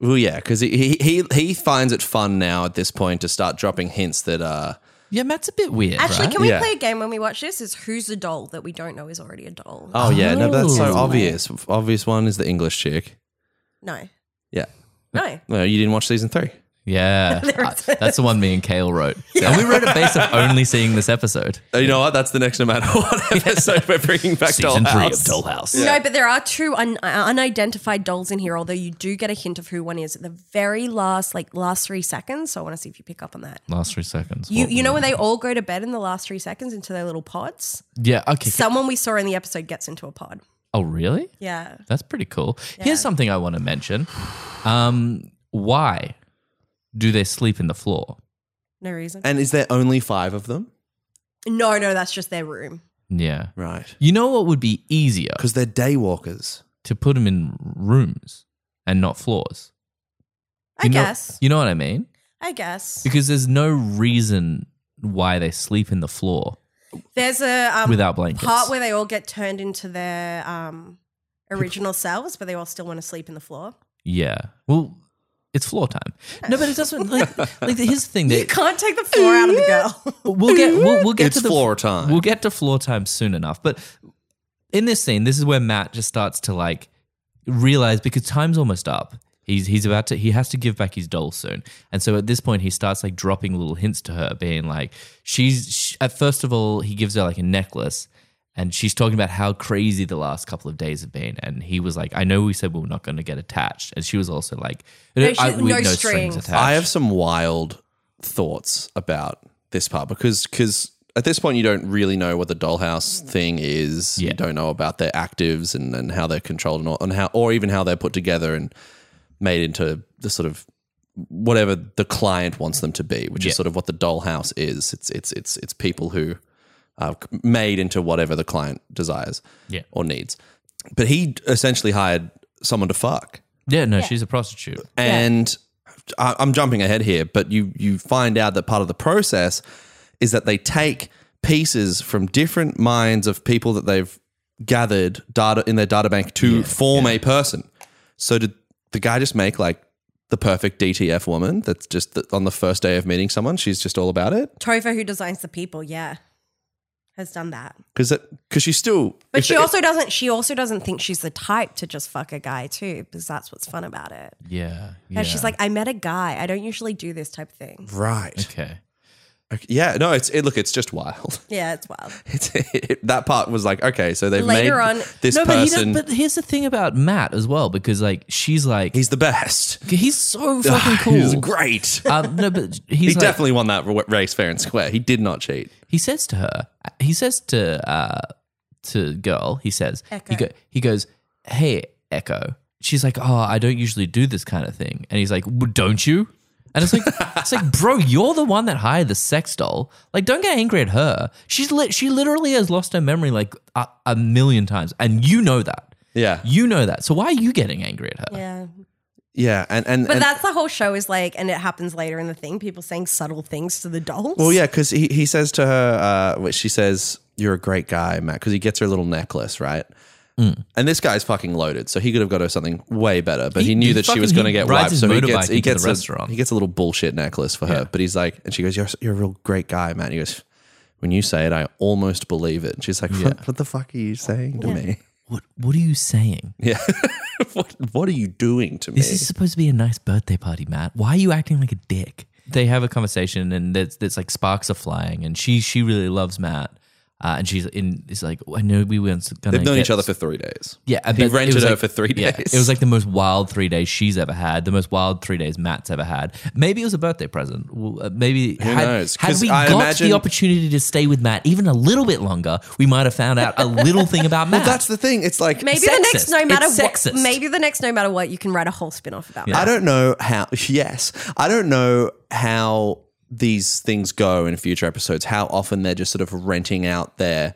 S3: well, yeah, because he, he he finds it fun now at this point to start dropping hints that uh
S2: Yeah, Matt's a bit weird.
S6: Actually,
S2: right?
S6: can we
S3: Yeah.
S6: play a game when we watch this? Is who's a doll that we don't know is already a doll?
S3: Oh yeah, no, but that's so
S2: Oh.
S3: obvious. Obvious one is the English chick.
S2: <laughs>
S6: No.
S3: Yeah.
S6: No.
S3: No, you didn't watch season three.
S2: Yeah,
S6: <laughs> There
S2: I-
S6: it is.
S2: that's the one me and
S6: <laughs>
S2: Kale wrote, and we wrote it based on only seeing this episode.
S3: Uh, You know what? That's the next no matter <laughs> what episode we're bringing back
S2: Season three of
S3: Dollhouse.
S2: Dollhouse.
S6: No, but there are two un- uh, unidentified dolls in here, although you do get a hint of who one is at the very last, like last three seconds. So I want to see if you pick up on that.
S2: Last three seconds.
S6: You,
S2: What
S6: you know
S2: were-
S6: when they all go to bed in the last three seconds into their little pods?
S2: Yeah. Okay.
S6: Someone we saw in the episode gets into a pod.
S2: oh, really?
S6: Yeah.
S2: That's pretty cool. Here's something I want to mention. Um, why do they sleep in the floor?
S6: No reason.
S3: And is there only five of them?
S6: No, no, that's just their room.
S2: Yeah.
S3: Right.
S2: You know what would be easier
S3: Because they're daywalkers.
S2: to put them in rooms and not floors.
S6: I
S2: You know-
S6: guess.
S2: You know what I mean?
S6: I guess.
S2: Because there's no reason why they sleep in the floor
S6: There's a um,
S2: without blankets.
S6: part where they all get turned into their um, original selves, but they all still want to sleep in the floor.
S2: yeah. Well, it's floor time. No, but it doesn't.
S6: <laughs>
S2: Like, like here's the thing.
S6: You
S2: That
S6: can't take the floor out of the girl.
S2: we'll get we'll, we'll get
S3: It's
S2: to the
S3: floor time.
S2: We'll get to floor time soon enough. But in this scene, this is where Matt just starts to like realize because time's almost up. He's he's about to he has to give back his doll soon, and so at this point he starts like dropping little hints to her, being like she's sh at first of all he gives her like a necklace. And she's talking about how crazy the last couple of days have been. And he was like, I know we said we were not going to get attached. And she was also like,
S6: No,
S2: I,
S6: she-
S2: we-
S6: no
S2: no
S6: strings.
S2: strings attached.
S3: I have some wild thoughts about this part because because at this point you don't really know what the dollhouse thing is.
S2: Yeah.
S3: You don't know about their actives and, and how they're controlled and, all, and how or even how they're put together and made into the sort of whatever the client wants them to be, which
S2: Yeah.
S3: is sort of what the dollhouse is. It's it's it's it's people who are made into whatever the client desires
S2: Yeah.
S3: or needs. But he essentially hired someone to fuck
S2: Yeah, no, she's a prostitute.
S3: and I, I'm jumping ahead here, but you you find out that part of the process is that they take pieces from different minds of people that they've gathered data in their data bank to form a person. So did the guy just make like the perfect DTF woman that's just the, on the first day of meeting someone? She's just all about it
S6: Topher, who designs the people, yeah, has done that.
S3: because because she's still
S6: But
S3: if
S6: she
S3: the-
S6: also doesn't. She also doesn't think she's the type to just fuck a guy too, because that's what's fun about it.
S2: Yeah. yeah.
S6: And she's like, I met a guy. I don't usually do this type of thing. <laughs>
S3: right.
S2: okay.
S3: Okay. Yeah, no, it's it, look, it's just wild. <laughs>
S6: Yeah, it's wild.
S3: It's, that part was like okay, so they've
S6: Later
S3: made
S6: on-
S3: this
S2: no, but, he
S3: person.
S2: does, but here's the thing about Matt as well, because like she's like he's,
S3: he's the best. <laughs>
S2: so fucking cool.
S3: He's <laughs> great.
S2: Um, no, but he's
S3: he
S2: like-
S3: definitely won that w- race fair and square. He did not cheat.
S2: he says to her, he says to uh to girl, he says he go, he goes, hey Echo. She's like, oh, I don't usually do this kind of thing, and he's like, well, don't you? And it's like,
S3: <laughs>
S2: it's like, bro, you're the one that hired the sex doll. Like, don't get angry at her. She's lit. She literally has lost her memory like a, a million times, and you know that.
S3: Yeah.
S2: You know that. So why are you getting angry at her?
S6: Yeah,
S3: Yeah, and and,
S6: but
S3: and
S6: that's the whole show is like, and it happens later in the thing. People saying subtle things to the dolls.
S3: well, yeah, because he he says to her, uh, which she says, "You're a great guy, Matt," because he gets her a little necklace, right? And this guy's fucking loaded, so he could have got her something way better. But he,
S2: He-
S3: knew
S2: he
S3: that she
S2: fucking-
S3: was going to
S2: he
S3: get
S2: rides
S3: wiped,
S2: his
S3: so he
S2: motorbike
S3: gets he
S2: into
S3: gets
S2: the
S3: a,
S2: restaurant.
S3: he gets a little bullshit necklace for her. But he's like, and she goes, "You're you're a real great guy, Matt." He goes, "When you say it, I almost believe it." And she's like, "What, what the fuck are you saying to me?" <laughs>
S2: What What are you saying?
S3: Yeah, <laughs> what what are you doing to me?
S2: This is supposed to be a nice birthday party, Matt. Why are you acting like a dick? They have a conversation, and there's, there's like sparks are flying, and she she really loves Matt, uh, and she's in. It's like I know we weren't gonna.
S3: They've known
S2: get-
S3: each other for three days.
S2: Yeah, uh, but
S3: he
S2: it
S3: rented
S2: was
S3: her
S2: like-
S3: for three
S2: yeah,
S3: days.
S2: it was like
S3: <laughs>
S2: the most wild three days she's ever had. The most wild three days Matt's ever had. Maybe it was a birthday present. Well, uh, Maybe had,
S3: knows?
S2: had
S3: 'Cause
S2: we
S3: I
S2: got
S3: imagine-
S2: the opportunity to stay with Matt even a little bit longer, we might have found out a little
S3: <laughs>
S2: thing about Matt.
S3: Well, that's the thing. It's like
S6: Maybe the
S2: Sexist.
S6: next, no matter
S2: It's
S6: what,
S2: sexist.
S6: maybe the next, no matter what, you can write a whole spin off about
S3: I don't know how. <laughs> Yes, I don't know how these things go in future episodes. How often they're just sort of renting out their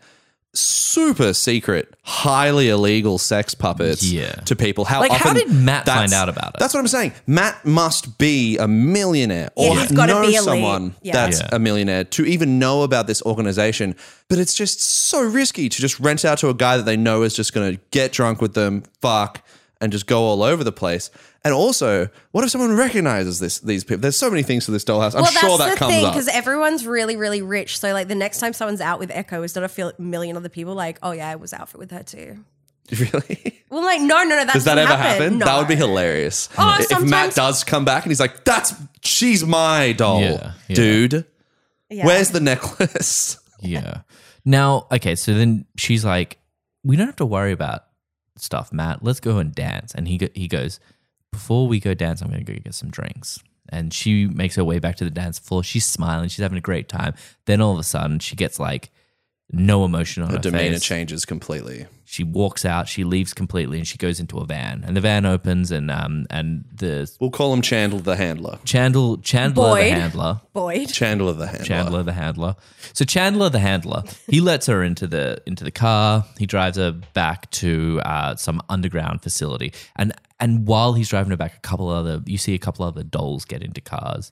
S3: super secret, highly illegal sex puppets
S2: Yeah.
S3: to people. How
S2: Like, how
S3: often
S2: did Matt
S3: that's-
S2: find out about it?
S3: That's what I'm saying. Matt must be a millionaire or
S6: Yeah, he's gotta
S3: know
S6: be elite.
S3: someone
S6: Yeah.
S3: that's
S2: Yeah.
S3: a millionaire to even know about this organization. But it's just so risky to just rent out to a guy that they know is just going to get drunk with them, fuck, and just go all over the place. And also, what if someone recognizes this these people? There's so many things to this dollhouse. I'm
S7: well,
S3: sure
S7: that's
S3: that
S7: the
S3: comes
S7: thing
S3: up. <laughs>
S7: because everyone's really, really rich. So like the next time someone's out with Echo, is not a fil- million other people like, oh yeah, I was out with her too.
S3: Really?
S7: Well, like no, no, no. That
S3: Does that
S7: doesn't
S3: ever happen?
S7: No.
S3: That would be hilarious.
S7: Oh,
S3: if Matt
S7: sometimes-
S3: does come back and he's like, "That's she's my doll,
S2: Yeah, yeah.
S3: dude.
S7: Yeah.
S3: Where's the necklace?"
S2: Yeah. Now, okay, so then she's like, "We don't have to worry about stuff, Matt. Let's go and dance." And he go, he goes, "Before we go dance, I'm going to go get some drinks." And she makes her way back to the dance floor. She's smiling. She's having a great time. Then all of a sudden, she gets like no emotion on her,
S3: Her demeanor
S2: face.
S3: changes completely.
S2: She walks out. She leaves completely, and she goes into a van. And the van opens, and um, and the
S3: We'll call him Chandler the Handler.
S2: Chandler Chandler
S7: Boyd.
S2: the handler
S7: Boyd.
S3: Chandler the Handler.
S2: Chandler the handler. So Chandler the handler, he lets her into the into the car. He drives her back to uh, some underground facility, and and while he's driving her back, a couple other you see a couple other dolls get into cars.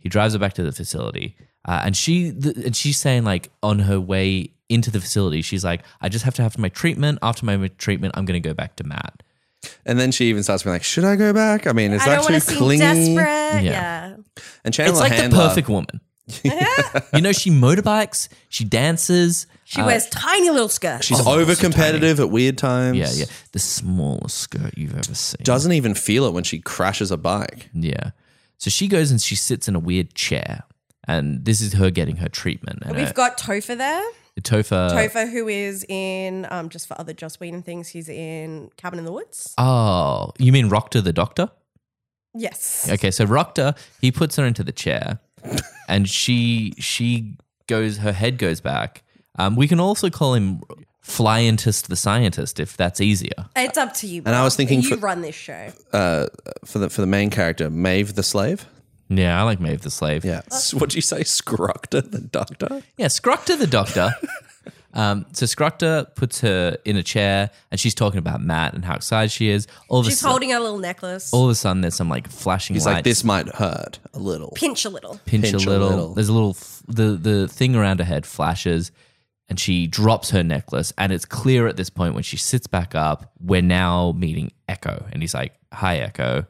S2: He drives her back to the facility, uh, and she th- and she's saying like on her way into the facility, she's like, I just have to have my treatment. After my treatment, I'm going to go back to Matt.
S3: And then she even starts being like, "Should I go back? I mean, is
S7: I
S3: that
S7: don't
S3: too
S7: want to seem
S3: clingy?"
S7: desperate.
S2: Yeah.
S7: Yeah.
S3: And Chandler
S2: it's like
S3: Handler,
S2: the
S7: <laughs>
S2: perfect woman. you know, she motorbikes, she dances.
S7: She wears tiny little skirts.
S3: Uh, She's over competitive at weird times.
S2: Yeah, yeah. The smallest skirt you've ever seen.
S3: Doesn't even feel it when she crashes a bike.
S2: yeah. So she goes and she sits in a weird chair. And this is her getting her treatment. And
S7: We've got Topher there.
S3: Uh,
S2: Tofa.
S7: Topher, who is in, um, just for other Joss Whedon things, he's in Cabin in the Woods.
S2: Oh, you mean Rockta the doctor?
S7: Yes.
S2: Okay, so Rockta, he puts her into the chair and she she goes her head goes back. Um, we can also call him Flyentist the scientist if that's easier.
S7: It's up to you.
S3: And I was
S7: Mark.
S3: thinking
S7: you
S3: for-
S7: run this show.
S3: For the for the main character, Maeve the slave.
S2: Yeah, I like Maeve the slave.
S3: Yeah.
S7: Uh.
S3: S- <laughs> What'd you say, Scructa the doctor?
S2: Yeah, Scructa the doctor. <laughs> um, so Scructa puts her in a chair and she's talking about Matt and how excited she is. All of, a,
S7: She's
S2: sudden,
S7: holding her little necklace.
S2: all of a sudden, there's some like flashing
S3: He's
S2: lights.
S3: like, "This might hurt a little."
S7: Pinch a little.
S2: pinch,
S3: pinch
S2: a,
S3: a
S2: little.
S3: little.
S2: There's a little, f- the, the thing around her head flashes and she drops her necklace. And it's clear at this point when she sits back up, we're now meeting Echo. And he's like, Hi, Echo.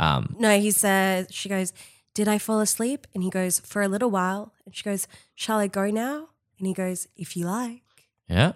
S7: No, he says, she goes, Did I fall asleep? And he goes, For a little while. And she goes, Shall I go now? And he goes, If you like.
S2: Yeah.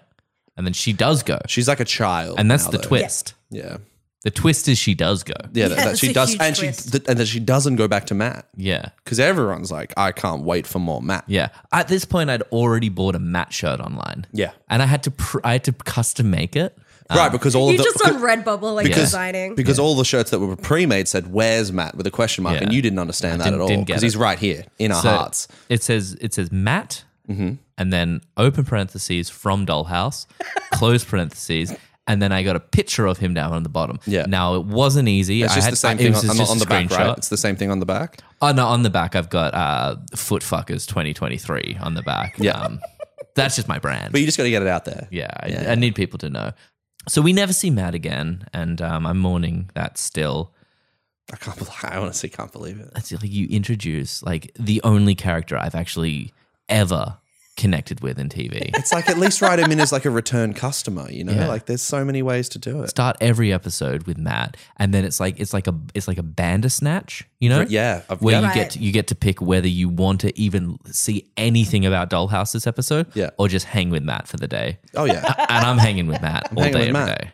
S2: And then she does go.
S3: She's like a child,
S2: And that's
S3: now,
S2: the
S3: though.
S2: twist.
S3: Yeah,
S2: The twist is she does go.
S3: yeah. that, that
S7: that's
S3: she
S7: a
S3: does,
S7: huge
S3: and she
S7: twist.
S3: th- and that she doesn't go back to Matt
S2: Yeah.
S3: because everyone's like, "I can't wait for more Matt."
S2: Yeah. At this point, I'd already bought a Matt shirt online.
S3: Yeah.
S2: And I had to pr- I had to custom make it.
S3: right. Because all
S7: You
S3: of the
S7: just on Redbubble, like
S3: because-
S7: designing.
S3: because all the shirts that were pre-made said "Where's Matt?" with a question mark,
S2: Yeah.
S3: and you didn't understand that
S2: didn't-
S3: at all
S2: didn't get
S3: because
S2: it.
S3: he's right here in our
S2: So
S3: hearts. Mm-hmm.
S2: It says it says Matt, and then open parentheses from
S3: <laughs>
S2: Dollhouse, close parentheses. And then I got a picture of him down on the bottom.
S3: Yeah.
S2: Now it wasn't easy.
S3: It's
S2: I
S3: just
S2: had-
S3: the same
S2: I-
S3: thing
S2: was
S3: on,
S2: just
S3: on
S2: a
S3: the back, right?
S2: screenshot.
S3: It's the same thing on the back.
S2: Oh no, on the back I've got uh, foot fuckers twenty twenty three on the back.
S3: Yeah.
S2: Um, that's just my brand.
S3: But you just got to get it out there.
S2: Yeah, I,
S3: Yeah.
S2: I need people to know. So we never see Matt again, and um, I'm mourning that still.
S3: I can't. bel- I honestly can't believe it.
S2: That's like you introduce like the only character I've actually ever connected with in
S3: <laughs>
S2: TV.
S3: It's like at least write him in as like a return customer. You know,
S2: Yeah.
S3: like there's so many ways to do it.
S2: Start every episode with Matt, and then it's like it's like a it's like a bandersnatch, you know?
S3: Yeah, I've-
S2: where
S3: yeah.
S2: you get
S7: Right.
S2: you get to pick whether you want to even see anything about Dollhouse this episode,
S3: Yeah.
S2: or just hang with Matt for the day.
S3: Oh yeah.
S2: and I'm hanging
S3: <laughs>
S2: with Matt all
S3: hanging
S2: day
S3: with
S2: every day.
S3: Matt.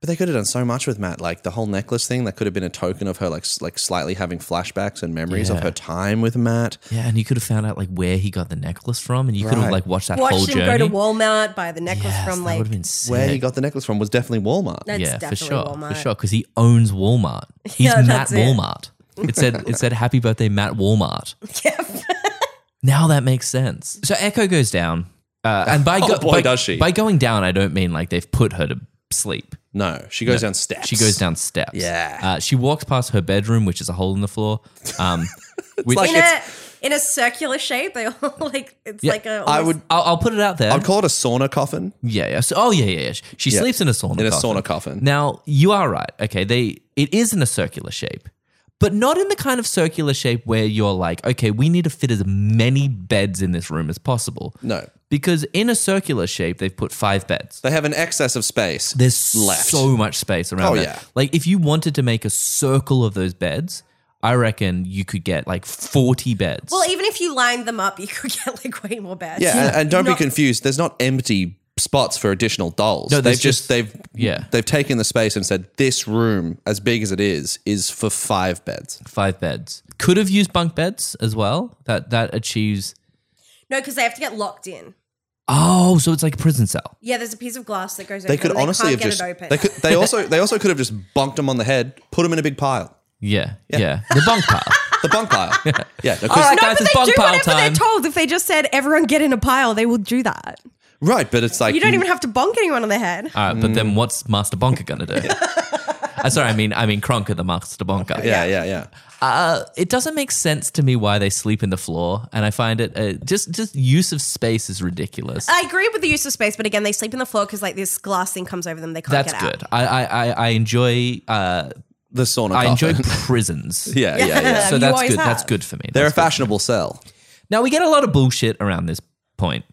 S3: But they could have done so much with Matt, like the whole necklace thing. That could have been a token of her, like s- like slightly having flashbacks and memories of
S2: Yeah.
S3: her time with Matt.
S2: Yeah, and you could have found out like where he got the necklace from, and you could have
S3: Right.
S2: like watched that whole
S7: Watched him
S2: journey.
S7: go to Walmart, buy the necklace
S2: Yes,
S7: from
S2: that
S7: like
S2: would've been sick.
S3: Where he got the necklace from was definitely Walmart.
S7: That's
S2: yeah, for
S7: definitely
S2: sure, for
S7: Walmart.
S2: sure, because he
S7: <laughs>
S2: owns Walmart. He's
S7: Yeah,
S2: Matt
S7: that's it.
S2: Walmart. It said it said Happy Birthday Matt Walmart.
S6: <laughs>
S2: now that makes sense. So Echo goes down, uh,
S3: <laughs>
S2: and by, go-
S3: Oh, boy,
S2: by-
S3: does she.
S2: by going down, I don't mean like they've put her to sleep.
S3: No, she goes down steps.
S2: She goes down steps.
S3: Yeah.
S2: uh, she walks past her bedroom, which is a hole in the floor.
S3: <laughs>
S2: Um, which,
S3: like
S7: in a in a circular shape. They
S6: <laughs>
S7: all like it's like a.
S3: I would.
S2: I'll, I'll put it out there.
S3: I'd call it a sauna coffin.
S2: Yeah, yeah. So, oh, yeah, yeah, yeah. She
S3: Yeah.
S2: sleeps in a sauna
S3: In a
S2: coffin.
S3: sauna coffin.
S2: Now, you are right. Okay, they it is in a circular shape, but not in the kind of circular shape where you're like, okay, we need to fit as many beds in this room as possible.
S3: No.
S2: Because in a circular shape, they've put five beds.
S3: They have an excess of space.
S2: There's
S3: left.
S2: so much space around
S3: Oh,
S2: that.
S3: yeah.
S2: Like if you wanted to make a circle of those beds, I reckon you could get like 40 beds.
S6: Well, even if you lined them up, you could <laughs> get like way more beds.
S3: yeah, and, and don't
S6: Not-
S3: be confused. There's not empty spots for additional dolls.
S2: No,
S3: they've
S2: there's
S3: just,
S2: just-
S3: they've
S2: yeah.
S3: they've taken the space and said this room, as big as it is, is for five beds.
S2: five beds. Could have used bunk beds as well. That that achieves
S6: No, because they have to get locked in.
S2: Oh, so it's like a prison cell.
S6: Yeah, there's a piece of glass that goes.
S3: They
S6: over
S3: could
S6: them.
S3: honestly
S6: can't get
S3: have just
S6: it open.
S3: they could they also they also could have just bunked them on the head, put them in a big pile,
S2: Yeah. Yeah. The
S3: <laughs>
S2: bunk pile.
S3: the bunk
S2: <laughs>
S3: pile. yeah, no, 'cause-
S2: All right,
S6: No,
S2: guys,
S6: but
S2: it's
S6: they
S2: bunk
S6: do
S2: pile
S6: whatever they're
S2: time.
S6: told. If they just said everyone get in a pile, they will do that.
S3: right, but it's like
S6: You don't even have to bonk anyone on the head.
S2: All right, Uh, but then what's Master Bonker gonna do? Uh, sorry, I mean I mean Kronker the Master Bonker.
S3: yeah, yeah, yeah.
S2: Uh, it doesn't make sense to me why they sleep in the floor, and I find it uh, just just use of space is ridiculous.
S6: I agree with the use of space, but again, they sleep in the floor because like this glass thing comes over them. They can't
S2: That's
S6: get out.
S2: good. I I, I, I enjoy uh,
S3: The sauna.
S2: I
S3: <laughs>
S2: enjoy
S3: coffin.
S2: <laughs> prisons.
S3: yeah, yeah, <laughs> yeah.
S2: so
S6: You
S2: that's
S6: always
S2: good. That's
S6: have.
S2: good for me.
S3: They're a
S2: That's good.
S3: fashionable cell.
S2: Now we get a lot of bullshit around this point.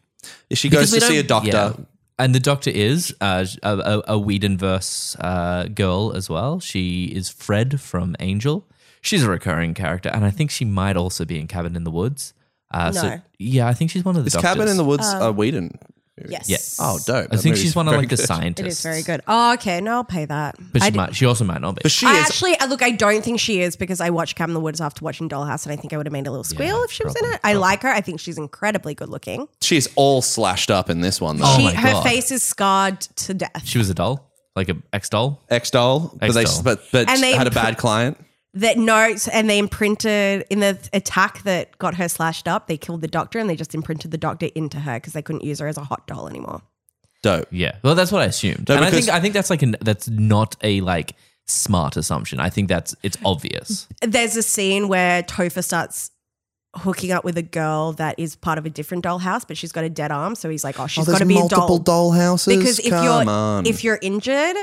S3: If she
S2: Because
S3: goes
S2: we
S3: to see a
S2: don't-
S3: doctor,
S2: yeah. And the doctor is uh, a, a, a Whedonverse uh, girl as well. She is Fred from Angel. She's a recurring character, and I think she might also be in Cabin in the Woods. Uh, So,
S6: No.
S2: yeah, I think she's one of the
S3: is
S2: doctors.
S3: Cabin in the Woods
S6: Um,
S3: uh, Whedon?
S6: Yes.
S2: Yes.
S3: Oh, dope.
S2: I
S3: That
S2: think
S3: movie's
S2: she's one of
S3: very
S2: like the
S3: good.
S2: scientists.
S6: It is very good. Oh, okay. No, I'll pay that.
S2: But
S6: I
S2: she,
S6: d-
S2: might, she also might not be.
S3: But she
S6: I
S3: is
S6: actually, I- look, I don't think she is because I watched Cabin in the Woods after watching Dollhouse, and I think I would have made a little squeal if she was in
S2: probably,
S6: it. I like her. I think she's incredibly good looking.
S3: she's all slashed up in this one though.
S2: Oh
S6: she,
S2: my
S6: her
S2: God.
S6: face is scarred to death.
S2: she was a doll, like an ex doll.
S3: Ex doll, but they
S2: Ex-doll.
S3: but but
S6: And they
S3: had a
S6: impl- <laughs>
S3: bad client.
S6: that notes and they imprinted in the th- attack that got her slashed up they killed the doctor and they just imprinted the doctor into her because they couldn't use her as a hot doll anymore
S3: Dope.
S2: Yeah. Well, that's what I assumed.
S3: No,
S2: and I
S3: because-
S2: think I think that's like an, that's not a like smart assumption. I think that's it's obvious.
S6: there's a scene where Topher starts hooking up with a girl that is part of a different dollhouse but she's got a dead arm so he's like oh she's got to be a doll
S3: dollhouses.
S6: because if
S3: Come
S6: you're
S3: on.
S6: if you're injured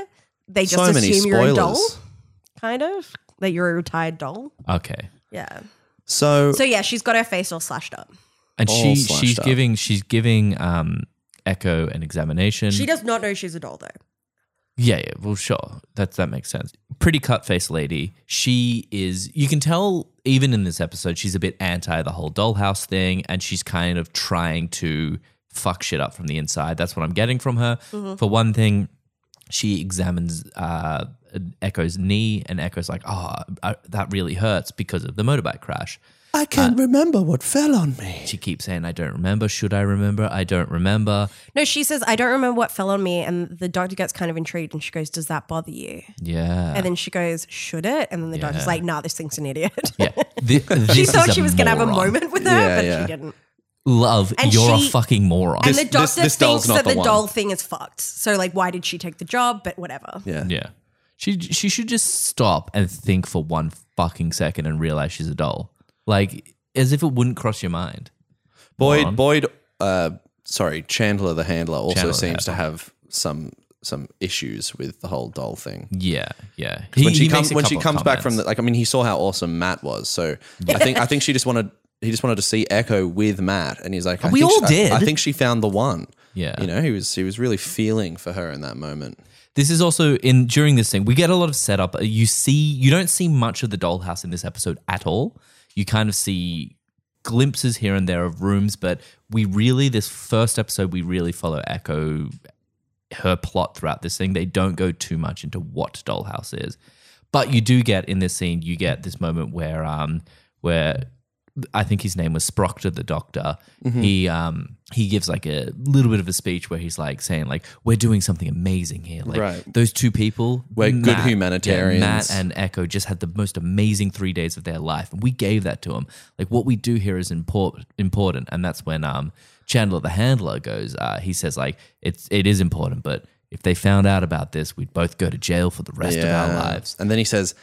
S6: they just
S3: so many
S6: assume you're a
S3: spoilers.
S6: doll kind of that you're a retired doll
S2: Okay.
S6: yeah
S3: So,
S6: so yeah she's got her face all slashed up
S2: And
S3: All
S2: she
S3: slashed
S2: she's
S3: up.
S2: giving she's giving um Echo an examination.
S6: she does not know she's a doll though
S2: Yeah, yeah. Well, sure. That that makes sense. Pretty cut face lady. She is. You can tell even in this episode, she's a bit anti the whole dollhouse thing, and she's kind of trying to fuck shit up from the inside. That's what I'm getting from her.
S6: Mm-hmm.
S2: For one thing, she examines uh, Echo's knee, and Echo's like, "Oh, I, that really hurts because of the motorbike crash."
S3: I can't remember what fell on me.
S2: She keeps saying, "I don't remember. Should I remember? I don't remember."
S6: No, she says, I don't remember what fell on me. And the doctor gets kind of intrigued and she goes, Does that bother you?
S2: Yeah.
S6: And then she goes, Should it? And then the doctor's
S2: Yeah.
S6: like, Nah, this thing's an idiot.
S2: yeah. Th-
S6: <laughs> she
S2: this
S6: thought
S2: is a
S6: she was going to have a
S2: moron.
S6: moment with her,
S3: Yeah,
S6: but
S3: yeah.
S6: she didn't.
S2: Love,
S6: And
S2: you're
S6: she-
S2: a fucking moron.
S6: And
S3: This-
S6: the
S3: this-
S6: doctor
S3: this doll's
S6: thinks
S3: not
S6: that
S3: the
S6: the,
S3: one.
S6: doll thing is fucked. So, like, why did she take the job? But whatever.
S3: Yeah.
S2: Yeah. She she should just stop and think for one fucking second and realize she's a doll. Like as if it wouldn't cross your mind.
S3: Boyd
S2: Moron.
S3: Boyd uh sorry, Chandler the handler also
S2: Chandler the
S3: seems to have some some issues with the whole doll thing.
S2: Yeah, yeah.
S3: when
S2: He-
S3: she
S2: he
S3: comes
S2: makes a
S3: when she
S2: couple of
S3: comes back from the
S2: comments.
S3: like I mean he saw how awesome Matt was so I think I think she just wanted he just wanted to see Echo with Matt and he's like I
S2: We
S3: think
S2: all
S3: she- I-
S2: did.
S3: I, think she found the one
S2: Yeah.
S3: you know he was he was really feeling for her in that moment
S2: This is also in during this thing. We get a lot of setup. You see you don't see much of the dollhouse in this episode at all. You kind of see glimpses here and there of rooms, but we really this first episode we really follow Echo her plot throughout this thing. They don't go too much into what Dollhouse is, but you do get in this scene. You get this moment where, um, where I think his name was Sproctor the Doctor.
S3: Mm-hmm.
S2: He um he gives like a little bit of a speech where he's like saying like we're doing something amazing here. Like
S3: Right.
S2: those two people,
S3: We're good
S2: yeah,
S3: humanitarians.
S2: Matt and Echo just had the most amazing three days of their life, and we gave that to them. Like what we do here is important, important, and that's when um Chandler the handler goes. Uh, he says like it's it is important, but if they found out about this, we'd both go to jail for the rest of our lives.
S3: and then he says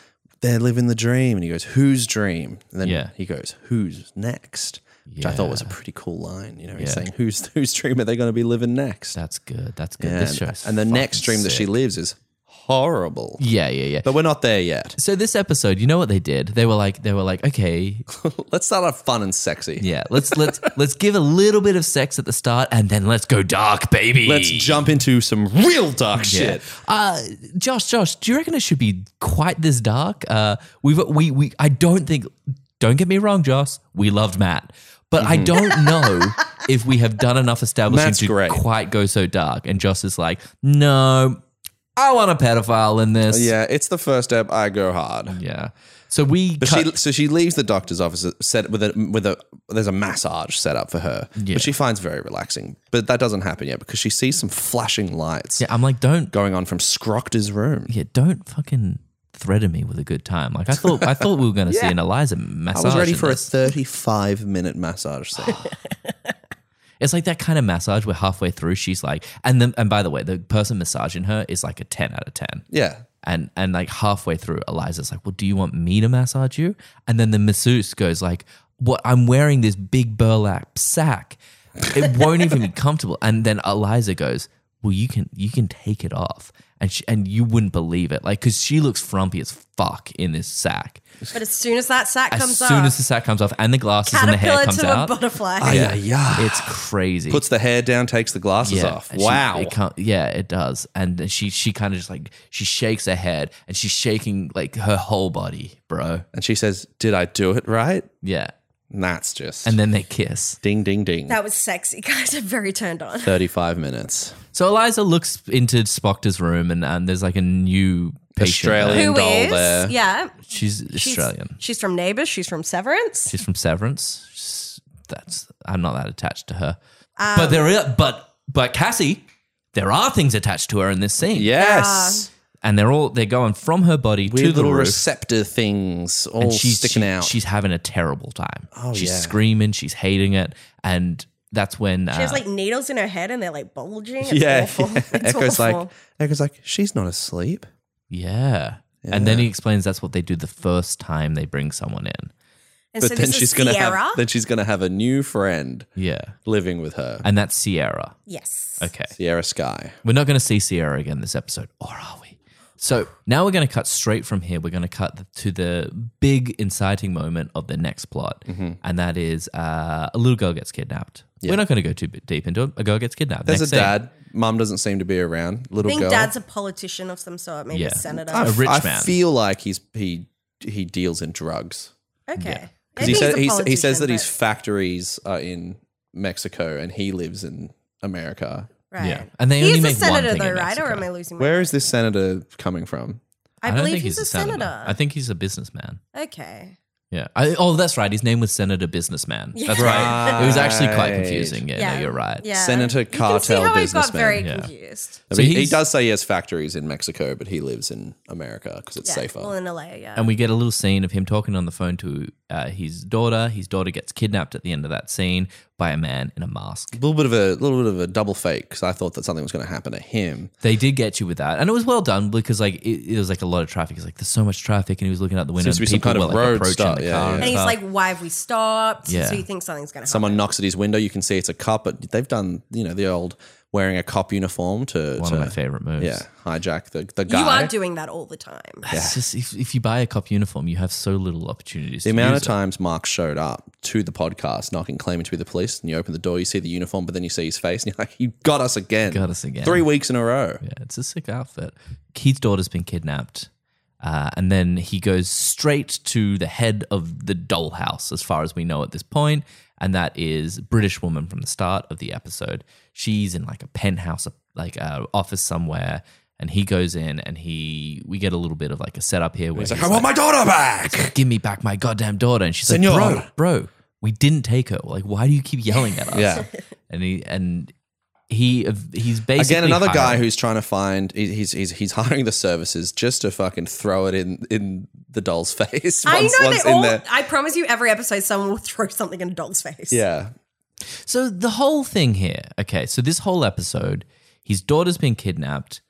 S3: they're living the dream and he goes whose dream and then
S2: Yeah.
S3: he goes who's next which I thought was a pretty cool line you know he's
S2: Yeah.
S3: saying whose whose dream are they going to be living next
S2: That's good. That's good.
S3: and,
S2: this show is
S3: and the next
S2: fucking
S3: dream that she
S2: sick.
S3: lives is horrible.
S2: Yeah, yeah, yeah.
S3: But we're not there yet. <laughs>
S2: So this episode, you know what they did? They were like, they were like, okay,
S3: Let's start off fun and sexy.
S2: yeah, let's let's <laughs> let's give a little bit of sex at the start, and then let's go dark, baby.
S3: Let's jump into some real dark shit.
S2: Uh, Josh, Josh, do you reckon it should be quite this dark? Uh, we've we we I don't think. Don't get me wrong, Josh. We loved Matt, but I don't know <laughs> if we have done enough establishing
S3: Mm-hmm. Matt's
S2: to
S3: great.
S2: quite go so dark. And Josh is like, no, I want a pedophile in this.
S3: Yeah, it's the first step. I go hard.
S2: yeah. So we
S3: But
S2: cut-
S3: she, so she leaves the doctor's office uh, set with a with a there's a massage set up for her,
S2: Yeah.
S3: which she finds very relaxing. But that doesn't happen yet because she sees some flashing lights
S2: yeah, I'm like, don't
S3: going on from Scroctor's room.
S2: yeah, don't fucking threaten me with a good time. Like I thought, I thought we
S3: <laughs>
S2: were going to see an Eliza
S3: I
S2: massage.
S3: was ready
S2: in
S3: for a
S2: this.
S3: 35 minute massage
S2: <laughs>
S3: set.
S2: It's like that kind of massage where halfway through she's like, and then and by the way, the person massaging her is like a ten out of ten.
S3: yeah,
S2: And and like halfway through, Eliza's like, "Well, do you want me to massage you?" And then the masseuse goes like, "What? I'm wearing this big burlap sack. It won't even be comfortable." And then Eliza goes, "Well, you can you can take it off." And she, and you wouldn't believe it, like because she looks frumpy as fuck in this sack.
S6: But as soon as that sack
S2: As
S6: comes
S2: soon
S6: off,
S2: as the sack comes off and the glasses and the hair
S6: caterpillar
S2: comes
S6: to a
S2: out,
S6: butterfly.
S3: yeah, yeah.
S2: it's crazy.
S3: Puts the hair down, takes the glasses off.
S2: and she-
S3: Wow.
S2: it can't- yeah, it does. And she she kind of just like she shakes her head and she's shaking like her whole body, bro.
S3: and she says, "Did I do it right?"
S2: Yeah.
S3: And that's just
S2: And then they kiss.
S3: ding, ding, ding.
S7: That was
S6: <laughs>
S7: sexy, guys. I'm very turned on.
S3: 35 minutes.
S2: So Eliza looks into Spoctor's room and, and there's like a new patient. there.
S3: Australian
S6: Who
S3: doll
S6: is?
S3: there.
S6: Yeah.
S2: She's
S6: She's-
S2: Australian.
S6: She's from Neighbours. She's from Severance.
S2: She's from Severance. She's- that's I'm not that attached to her. but there are but but Cassie, there are things attached to her in this scene.
S3: Yes.
S2: And they're all they're going from her body
S3: Weird
S2: to the
S3: little
S2: roof.
S3: receptor things all
S2: and she's
S3: Oh, sticking
S2: she-
S3: out.
S2: She's having a terrible time.
S3: Oh,
S2: she's
S3: yeah.
S2: screaming. She's hating it, and that's when
S6: She has
S2: uh,
S6: like needles in her head and they're like bulging. It's
S3: yeah.
S6: awful.
S3: yeah.
S6: It's
S3: Echo's
S6: awful.
S3: like, Echo's like, she's not asleep.
S2: yeah. And then he explains that's what they do the first time they bring someone in.
S7: And
S3: But
S7: so
S3: then
S7: this
S3: she's
S7: is
S3: gonna
S7: Sierra.
S3: have then she's gonna have a new friend
S2: Yeah,
S3: living with her.
S2: and that's Sierra.
S7: yes.
S2: Okay,
S3: Sierra Sky.
S2: we're not going to see Sierra again this episode, or are we? So now we're going to cut straight from here. We're going to cut to the big inciting moment of the next plot,
S3: Mm-hmm.
S2: and that is uh, a little girl gets kidnapped. We're not going to go too deep into it. A girl gets kidnapped.
S3: There's
S2: Next
S3: a
S2: thing-
S3: dad. Mum doesn't seem to be around.
S6: I
S3: Little
S6: think
S3: girl. Oh,
S6: dad's a politician of some sort, maybe
S2: Yeah.
S6: a senator.
S2: a rich
S3: I
S2: man.
S3: feel like he's he he deals in drugs.
S6: okay. I
S3: Because he,
S6: think
S3: said,
S6: he's
S3: he's,
S6: a
S3: he says that
S6: politician,
S3: his factories are in Mexico and he lives in America.
S6: but- right.
S2: Yeah, and they only
S6: He's a
S2: make one
S6: senator
S2: thing
S6: though,
S2: in
S6: right? Or
S2: Mexico.
S6: am I losing my
S3: Where is this senator coming from?
S6: I,
S2: don't
S6: believe
S2: think
S6: he's, a senator.
S2: I think he's a businessman.
S6: okay.
S2: Yeah. I, oh, that's right. His name was Senator Businessman. That's right. It was actually quite confusing. Yeah,
S6: Yeah.
S2: No, you're right.
S6: Yeah.
S3: Senator
S7: You can see
S3: Cartel
S7: how I got
S3: businessman.
S7: very
S2: Yeah.
S7: confused.
S3: I
S2: So
S3: mean, he
S2: he's-
S3: does say he has factories in Mexico, but he lives in America because it's
S7: Yeah.
S3: safer.
S7: Well, in LA, yeah.
S2: And we get a little scene of him talking on the phone to uh, his daughter. His daughter gets kidnapped at the end of that scene by a man in a mask.
S3: a little bit of a little bit of a double fake because I thought that something was going to happen to him.
S2: They did get you with that, and it was well done because like it, it was like a lot of traffic. It's like there's so much traffic, and he was looking out the window.
S3: Seems to
S2: and
S3: be some
S2: people
S3: kind of
S2: were, like,
S3: road
S2: approaching
S3: stop,
S2: the
S3: yeah,
S2: car
S3: yeah.
S6: And he's
S2: stuff.
S6: like, why have we stopped?
S2: Yeah.
S6: So you think something's going to happen.
S3: Someone knocks at his window. You can see it's a cop, but they've done you know the old wearing a cop uniform to,
S2: one
S3: to
S2: of my favorite moves.
S3: yeah hijack the the
S6: you
S3: guy.
S6: are doing that all the time.
S2: It's just if, if you buy a cop uniform, you have so little opportunities.
S3: The
S2: to
S3: amount
S2: use
S3: of times Mark showed up to the podcast, knocking, claiming to be the police, and you open the door, you see the uniform, but then you see his face, and you're like, "You got us again!
S2: Got us again.
S3: Three weeks in a row."
S2: Yeah, it's a sick outfit. Keith's daughter's been kidnapped. Uh, and then he goes straight to the head of the dollhouse, as far as we know at this point, and that is British woman from the start of the episode. She's in like a penthouse, like uh, office somewhere, and he goes in, and he we get a little bit of like a setup here where
S3: He's
S2: he's
S3: like, "I want my daughter back."
S2: "Give me back my goddamn daughter," and she's like,
S3: Senora.
S2: "Bro, bro, we didn't take her. Like, why do you keep yelling at us?"
S3: Yeah.
S2: and he and he he's basically
S3: Again, another guy
S2: hiring-
S3: who's trying to find he- he's he's he's hiring the services just to fucking throw it in in the doll's <laughs> face. Once,
S6: I know
S3: once
S6: they
S3: in
S6: all. <laughs>
S3: there.
S6: I promise you, every episode, someone will <laughs> throw something in a doll's face.
S3: Yeah,
S2: So the whole thing here, okay, so this whole episode, his daughter's been kidnapped,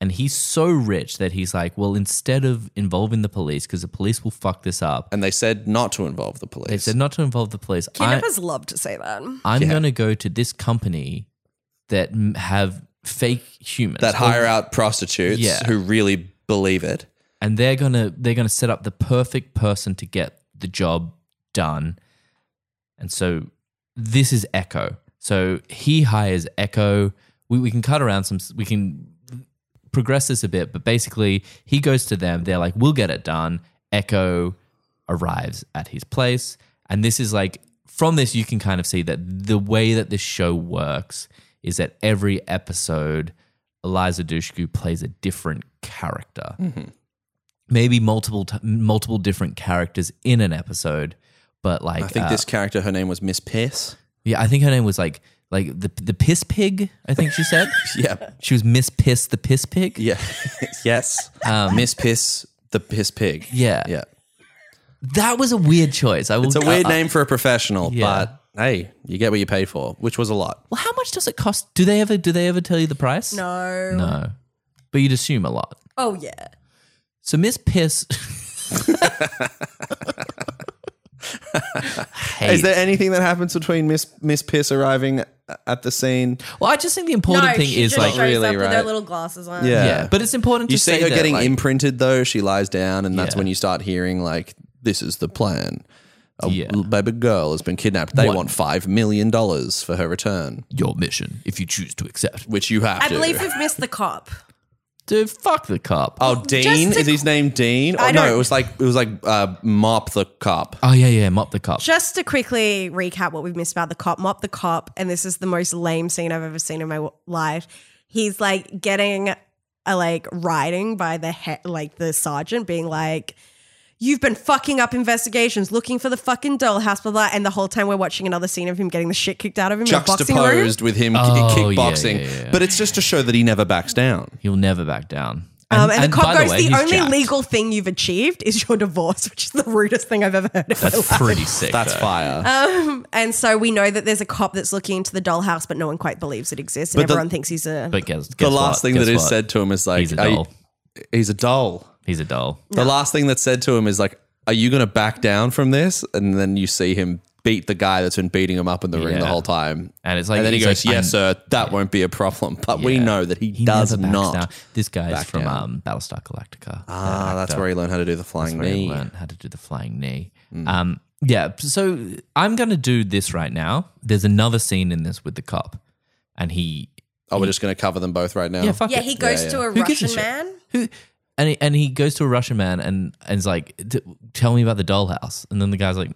S2: and he's so rich that he's like, well, instead of involving the police, because the police will fuck this up,
S3: and they said not to involve the
S2: they
S3: police.
S2: said not to involve the police. I,
S6: Kidnappers love to say that.
S2: I'm
S3: Yeah.
S2: going to go to this company that m- have fake humans
S3: that
S2: or-
S3: hire out prostitutes
S2: Yeah.
S3: who really believe it.
S2: and they're gonna they're gonna set up the perfect person to get the job done and so this is echo so he hires echo we, we can cut around some we can progress this a bit but basically he goes to them they're like we'll get it done echo arrives at his place and this is like from this you can kind of see that the way that this show works is that every episode eliza dushku plays a different character
S3: Mm-hmm.
S2: maybe multiple t- multiple different characters in an episode but like
S3: I think
S2: uh,
S3: this character, her name was Miss Pierce.
S2: yeah i think her name was like like the the piss pig i think she said
S3: <laughs> Yeah.
S2: she was miss piss the piss pig
S3: Yeah. <laughs> yes. Miss Piss, the Piss Pig.
S2: Um, Yeah.
S3: Yeah.
S2: that was a weird choice i will
S3: It's a weird name for a professional,
S2: Uh, Yeah.
S3: but hey, you get what you pay for, which was a lot.
S2: well how much does it cost do they ever do they ever tell you the price
S5: No.
S2: no but you'd assume a lot
S5: Oh yeah.
S2: so miss piss <laughs> Hate.
S3: Is there anything that happens between Miss Miss Piss arriving at the scene?
S2: well i just think the important thing
S5: she
S2: is
S5: just
S2: like
S5: shows
S3: really,
S5: up with her
S3: right?
S5: little glasses on.
S3: Yeah.
S2: yeah but it's important
S3: You
S2: to
S3: see
S2: say
S3: her
S2: that,
S3: getting
S2: like,
S3: imprinted though. She lies down, and that's
S2: Yeah.
S3: when you start hearing like, "This is the plan." A
S2: Yeah.
S3: l- baby girl has been kidnapped. They
S2: What?
S3: want five million dollars for her return,
S2: your mission if you choose to accept
S3: which you have
S5: I
S3: to.
S5: believe we've missed the cop.
S2: Dude, fuck the cop.
S3: oh, Dean
S5: to-
S3: is his name. Dean?
S5: I
S3: Oh, no,
S5: don't-
S3: it was like it was like uh, Mop the cop.
S2: Oh yeah, yeah, mop the cop.
S6: Just to quickly recap what we've missed about the cop, mop the cop, and this is the most lame scene I've ever seen in my w- life. He's like getting a like riding by the he- like the sergeant, being like, "You've been fucking up investigations, looking for the fucking dollhouse, blah blah." And the whole time we're watching another scene of him getting the shit kicked out of him in a boxing room.
S3: Juxtaposed with him ki-
S2: Oh,
S3: kickboxing,
S2: yeah, yeah, yeah.
S3: but it's just to show that he never backs down.
S2: He'll never back down.
S6: Um, and, the
S2: by
S6: cop goes,
S2: way,
S6: "The
S2: he's
S6: only
S2: jacked."
S6: legal thing you've achieved is your divorce," <laughs> which is the rudest thing I've ever heard.
S3: <laughs>
S6: Of my
S2: That's pretty sick.
S3: That's
S2: though.
S3: fire.
S5: Uh,
S6: And so we know that there's a cop that's looking into the dollhouse, but no one quite believes it exists, and
S3: But the-
S6: everyone thinks he's a.
S2: But guess,
S3: the
S2: guess
S3: last
S2: what?
S3: thing
S2: Guess
S3: that is
S2: what?
S3: said to him is like,
S2: he's a
S3: "Are you-
S2: doll.
S3: he's a doll.
S2: He's a doll.
S3: The last thing that's said to him is like, "Are you going to back down from this?" And then you see him beat the guy that's been beating him up in the ring the
S2: Yeah.
S3: whole time.
S2: And it's like-
S3: and then he
S2: he's
S3: goes,
S2: like,
S3: "Yes, sir, that won't be a problem." But we
S2: Yeah.
S3: know that he,
S2: He
S3: does
S2: never backs
S3: not.
S2: down. This guy's
S3: back
S2: from
S3: down.
S2: um, Battlestar Galactica.
S3: Ah, that's where he learned how to do the flying
S2: where he
S3: knee.
S2: learned how to do the flying knee.
S3: Mm.
S2: Um, yeah. So I'm gonna do this right now. There's another scene in this with the cop, and he
S3: Oh, we're just going to cover them both right now.
S2: yeah fuck
S5: Yeah,
S2: it.
S5: he goes
S3: yeah.
S5: to a
S2: Who gives a
S5: Russian
S2: shit?
S5: man.
S2: who and he, and he goes to a Russian man and and is like, "D- tell me about the dollhouse. And then the guy's like,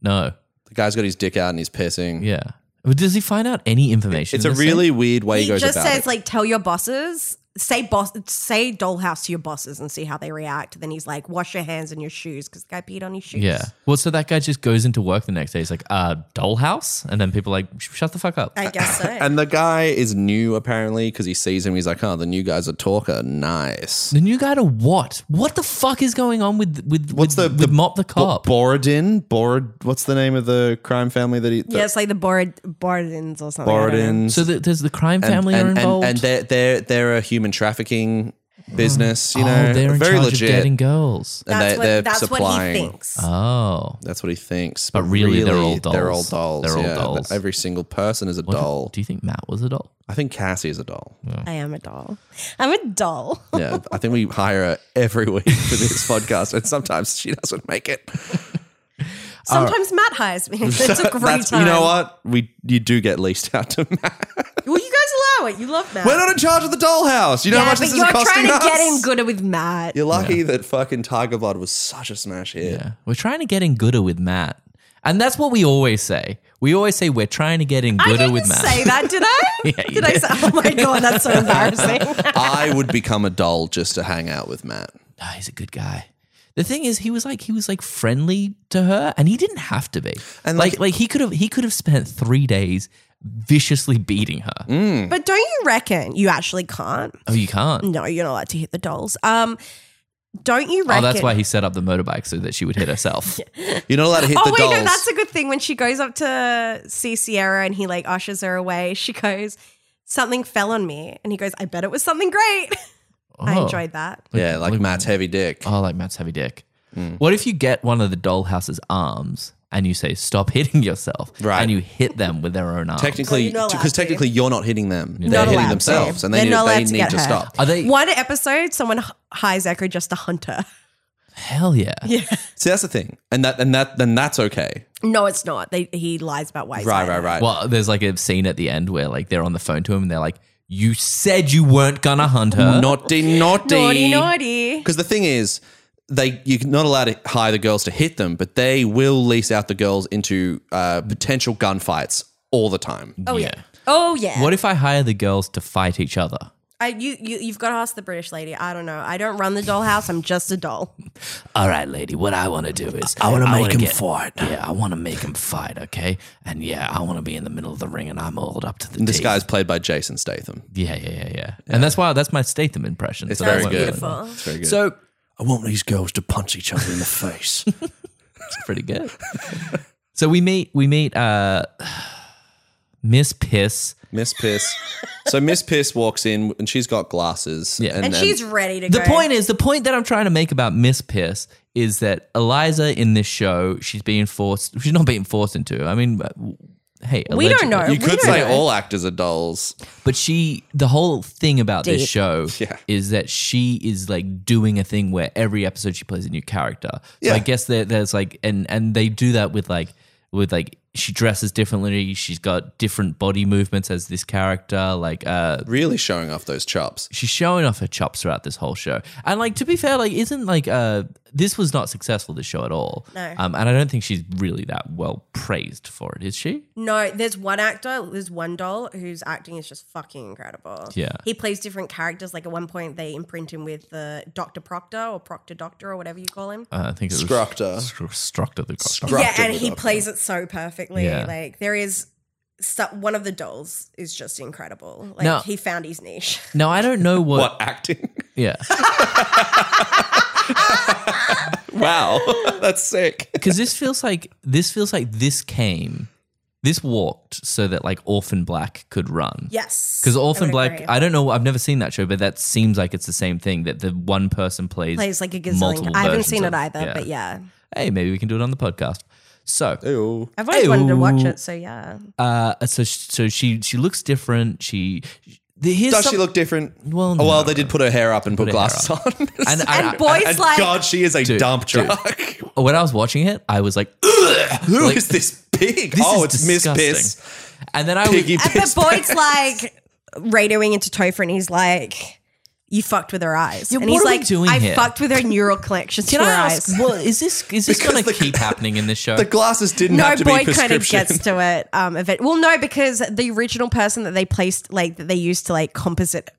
S2: no,
S3: the guy's got his dick out and he's pissing.
S2: yeah. But does he find out any information?
S3: It's
S2: in
S3: a
S2: this thing?
S3: really weird way he
S6: He
S3: goes
S6: just
S3: about
S6: says,
S3: it.
S6: like, tell your bosses, say boss, say dollhouse to your bosses and see how they react. Then he's like, wash your hands and your shoes because the guy peed on his shoes.
S2: yeah. Well, so that guy just goes into work the next day. He's like, uh, dollhouse, and then people are like, "Sh- shut the fuck up.
S5: I guess so.
S3: and the guy is new apparently because he sees him. He's like, "Oh, the new guy's a talker. Nice."
S2: the new guy to what? What the fuck is going on with with
S3: What's
S2: with,
S3: the-
S2: with
S3: the-
S2: mop the cop?
S3: Bo- Borodin, Borod. What's the name of the crime family that he? that-
S6: Yeah, it's like the Borod- Borodins or something. I don't know.
S3: Borodin.
S2: so the, there's the crime
S3: and,
S2: family
S3: and,
S2: are involved.
S3: And, and they're they're they're a human trafficking business. You
S2: oh,
S3: know,
S2: they're in
S3: very
S2: charge
S3: legit.
S2: of getting girls.
S3: and
S5: that's
S3: they,
S5: what,
S3: they're
S5: that's
S3: supplying.
S5: what he thinks.
S2: Oh,
S3: That's what he thinks.
S2: But really, they're all
S3: They're all
S2: dolls.
S3: dolls.
S2: They're all
S3: yeah.
S2: dolls.
S3: Every single person is a
S2: What the-
S3: doll.
S2: do you think Matt was a doll?
S3: I think Cassie is a doll.
S5: I am a doll. I'm a doll.
S3: yeah, I think we hire her every week for this <laughs> podcast, and sometimes she doesn't make it.
S6: Sometimes Matt hires
S3: <laughs>
S6: me. It's a great
S3: That's,
S6: time.
S3: you know what? We you do get leased out to
S2: <laughs>
S3: Matt.
S6: Well, you guys allow it. You love Matt.
S3: We're not in charge of the dollhouse. You know how
S6: yeah,
S3: much
S6: but
S3: this is
S6: you're trying
S3: costing
S6: to
S3: us?
S6: get in gooder with Matt.
S3: You're lucky that fucking Tiger Blood was such a smash hit.
S2: Yeah. We're trying to get in gooder with Matt. And that's what we always say. We always say we're trying to get in
S6: I
S2: gooder
S6: didn't
S2: with Matt.
S6: say that, did
S2: <laughs>
S6: I?
S2: you
S6: did, I say? Oh my god, that's
S2: <laughs>
S6: so embarrassing.
S3: I would become a doll just to hang out with Matt.
S2: No, "Ah, he's a good guy. The thing is, he was like he was like friendly to her, and he didn't have to be.
S3: And,
S2: And like,
S3: like-
S2: like, he could have he could have spent three days viciously beating her.
S3: Mm.
S6: But don't you reckon you actually can't?
S2: Oh, you can't.
S6: No, you're not allowed to hit the dolls. Um, don't you
S2: Oh,
S6: reckon?
S2: that's why he set up the motorbike so that she would hit herself.
S3: You're not allowed to hit
S6: Oh
S3: the
S6: wait,
S3: dolls.
S6: no, that's a good thing. When she goes up to see Sierra and he like ushers her away, she goes, "Something fell on me," and he goes, "I bet it was something great." <laughs> I
S2: Oh.
S6: enjoyed that.
S3: yeah, like Matt's heavy dick. Mm.
S2: Oh, like Matt's heavy dick. What if you get one of the dollhouse's arms and you say, stop hitting yourself.
S3: Right.
S2: and you hit them with their own arm.
S3: Technically,
S6: you're not allowed
S3: because
S6: to.
S3: technically you're not hitting them. They're
S6: Not
S3: hitting
S6: allowed to.
S3: themselves and they
S6: They're
S3: need,
S6: not
S3: they
S6: allowed to
S3: need
S6: get
S3: to
S6: hurt.
S3: stop.
S2: Are they?
S6: One episode, someone h- hires Echo just to hunt her.
S2: Hell yeah.
S3: See, that's the thing. And that and that then that's okay.
S6: No, it's not. They, he lies about why. He's
S3: Right,
S6: hiding
S3: right,
S6: it.
S3: right.
S2: Well, there's like a scene at the end where like they're on the phone to him and they're like, you said you weren't gonna hunt
S6: uh,
S2: her.
S3: naughty, naughty.
S6: Naughty, naughty.
S3: Because the thing is, they you're not allowed to hire the girls to hit them, but they will lease out the girls into uh, potential gunfights all the time.
S2: Oh, yeah.
S6: Oh yeah.
S2: What if I hire the girls to fight each other?
S6: I, you, you, you've got to ask the British lady. I don't know. I don't run the dollhouse. I'm just a doll.
S2: All right, lady, what I want to do is
S1: I wanna make
S2: wanna
S1: him
S2: get-
S1: fight.
S2: Yeah, I want to make him fight, okay? And yeah, I want to be in the middle of the ring and I'm oiled up to the
S3: This
S2: teeth.
S3: guy's played by Jason Statham.
S2: Yeah, yeah, yeah, yeah, And that's why that's my Statham impression.
S3: It's
S2: so
S3: very
S2: that's
S3: good.
S6: Beautiful.
S3: It's very good.
S2: So
S1: I want these girls to punch each other in the face.
S2: it's pretty good. <laughs> so we meet we meet uh <sighs> Miss Piss.
S3: Miss Piss. so Miss Piss walks in and she's got glasses.
S2: Yeah.
S6: And, she's ready to
S2: The
S6: go.
S2: point is, the point that I'm trying to make about Miss Piss is that Eliza in this show, she's being forced. She's not being forced into. I mean, uh, w- hey,
S6: We don't
S2: allegedly.
S6: know.
S3: you
S6: We
S3: could
S6: don't
S3: say
S6: know.
S3: all actors are dolls.
S2: But she, the whole thing about this show
S3: Yeah.
S2: is that she is like doing a thing where every episode she plays a new character. So
S3: Yeah.
S2: I guess there, there's like, and and they do that with like, with like, she dresses differently. She's got different body movements as this character. Like, uh,
S3: Really showing off those chops.
S2: she's showing off her chops throughout this whole show. And like to be fair, like isn't like uh this was not successful this show at all.
S6: No.
S2: Um, and I don't think she's really that well praised for it, is she?
S6: No, there's one actor, there's one doll whose acting is just fucking incredible.
S2: Yeah.
S6: He plays different characters. Like at one point, they imprint him with the Dr. Proctor or Proctor Doctor or whatever you call him.
S2: Uh, I think it was
S3: Scroctor.
S2: Stru- Structor the Croc-
S3: Proctor
S6: yeah, and
S3: the
S6: he
S3: Doctor.
S6: plays it so perfectly.
S2: Yeah.
S6: Like there is so- one of the dolls is just incredible. Like
S2: No.
S6: he found his niche. <laughs>
S2: Now I don't know what,
S3: What acting? <laughs>
S2: yeah.
S3: wow. <laughs> That's sick.
S2: Cuz this feels like this feels like this came this walked so that like Orphan Black could run.
S6: Yes.
S2: Cuz Orphan
S6: would
S2: Black
S6: agree.
S2: I don't know I've never seen that show but that seems like it's the same thing that the one person plays
S6: plays like a
S2: multiple
S6: gazillion. I haven't
S2: versions
S6: seen
S2: of-
S6: it either,
S2: yeah.
S6: but yeah.
S2: Hey, maybe we can do it on the podcast. So,
S3: Ew.
S6: I've always wanted to watch
S2: Ew.
S6: it, so yeah.
S2: Uh, so so she she looks different. She the, here's
S3: Does she
S2: some-
S3: look different?
S2: Well,
S3: Oh, well,
S2: no.
S3: they did put her hair up and put,
S2: her hair
S3: glasses on. <laughs>
S2: And,
S6: And
S2: I,
S6: boys
S3: and
S6: like
S3: God, she is a
S2: Dude,
S3: dump
S2: dude. <laughs>
S3: truck.
S2: when I was watching it, I was like, "Ugh!"
S3: Who is
S2: Like,
S3: this pig?
S2: this
S3: oh,
S2: is
S3: it's Miss
S2: disgusting."
S3: Piss.
S2: and then I
S3: Piggy
S2: was,
S6: And
S2: <laughs>
S3: Piss.
S6: but Boyd's like radioing into Topher and he's like, You fucked with her eyes.
S2: Yeah,
S6: and
S2: what
S6: he's
S2: are we
S6: like,
S2: doing
S6: I
S2: here?"
S6: fucked with her neural connections
S2: can
S6: to
S2: I
S6: her
S2: ask,
S6: eyes.
S2: what is this? Is this
S3: Because
S2: going to
S3: the- <laughs>
S2: keep happening in this show?
S3: The glasses didn't
S6: No,
S3: have to
S6: Boyd
S3: be
S6: kind of
S3: prescription.
S6: gets to it. Um, event- well, no, because the original person that they placed, like that they used to like composite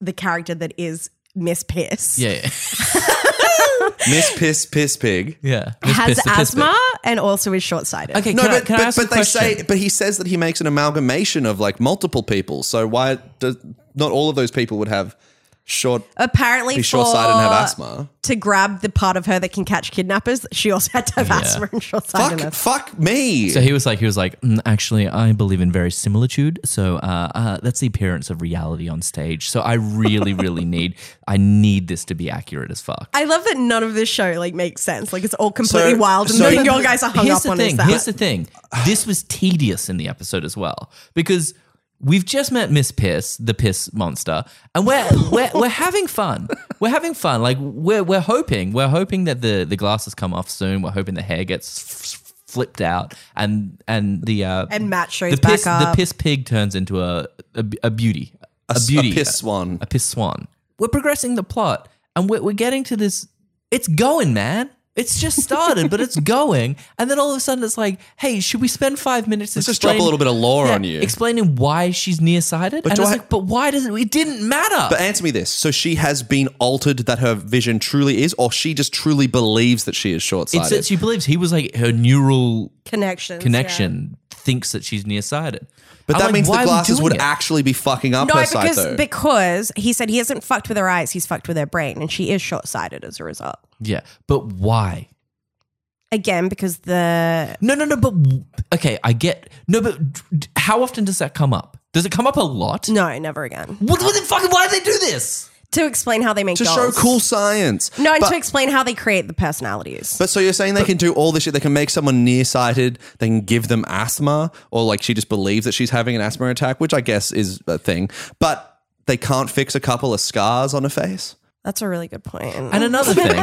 S6: the character that is Miss Pierce,
S2: yeah, yeah,
S3: <laughs> Miss Piss Piss Pig.
S2: yeah. Miss
S6: has
S2: Piss the Piss
S6: asthma and also is short sighted.
S2: Pig. Okay,
S3: No,
S2: can,
S3: but
S2: I, can I
S3: but,
S2: ask a
S3: but they say
S2: question?
S3: but he says that he makes an amalgamation of like multiple people. So why does not all of those people would have short
S6: Apparently,
S3: be
S6: for
S3: short sighted and have asthma?
S6: to grab the part of her that can catch kidnappers, she also had to have
S2: Yeah.
S6: asthma and short
S3: Fuck
S6: sightedness.
S3: fuck me.
S2: So he was like, he was like, "Mm, actually, I believe in verisimilitude. So uh, uh, that's the appearance of reality on stage. So I really, really need, I need this to be accurate as fuck.
S6: I love that none of this show like makes sense. Like it's all completely
S3: So-
S6: wild, and
S3: so-
S6: then your guys are hung
S2: here's
S6: up
S2: the
S6: on
S2: thing.
S6: is that.
S2: Here's the thing. This was tedious in the episode as well because we've just met Miss Piss, the piss monster, and we're we're, we're having fun. We're having fun. Like we're we're hoping we're hoping that the the glasses come off soon. We're hoping the hair gets f- f- flipped out and and the uh,
S6: and Matt shows
S2: the
S6: back
S2: piss
S6: up.
S2: the piss pig turns into a a, a beauty a,
S3: s- a
S2: beauty
S3: piss swan.
S2: a piss swan. We're progressing the plot and we're, we're getting to this. It's going, man. It's just started, but it's going. And then all of a sudden it's like, hey, should we spend five minutes
S3: Let's just drop a little bit of lore on you.
S2: Explaining why she's nearsighted. and
S3: do
S2: it's
S3: I-
S2: like, but why does it? It didn't matter.
S3: But answer me this. So she has been altered that her vision truly is, or she just truly believes that she is short
S2: it's that
S3: sighted.
S2: she believes he was like her neural
S6: connections.
S2: connection thinks that she's nearsighted.
S3: But
S2: I'm
S3: that
S2: like,
S3: means
S2: why
S3: the
S2: are we
S3: glasses
S2: doing
S3: would
S2: it?
S3: actually be fucking up
S6: Yeah. No,
S3: her sight
S6: because
S3: though.
S6: because he said he hasn't fucked with her eyes. He's fucked with her brain, and she is short sighted as a result.
S2: Yeah. But why?
S6: Again, because the
S2: No, no, no. But w- okay, I get. No, but d- d- how often does that come up? Does it come up a lot?
S6: no, never again.
S2: What, what the fuck? Why do they do this?
S6: to explain how they make
S3: to
S6: dolls.
S3: show cool science.
S6: No, and
S3: but,
S6: to explain how they create the personalities.
S3: but so you're saying they can do all this shit? They can make someone nearsighted. They can give them asthma, or like she just believes that she's having an asthma attack, which I guess is a thing. But they can't fix a couple of scars on her face.
S6: That's a really good point.
S2: And another <laughs> thing,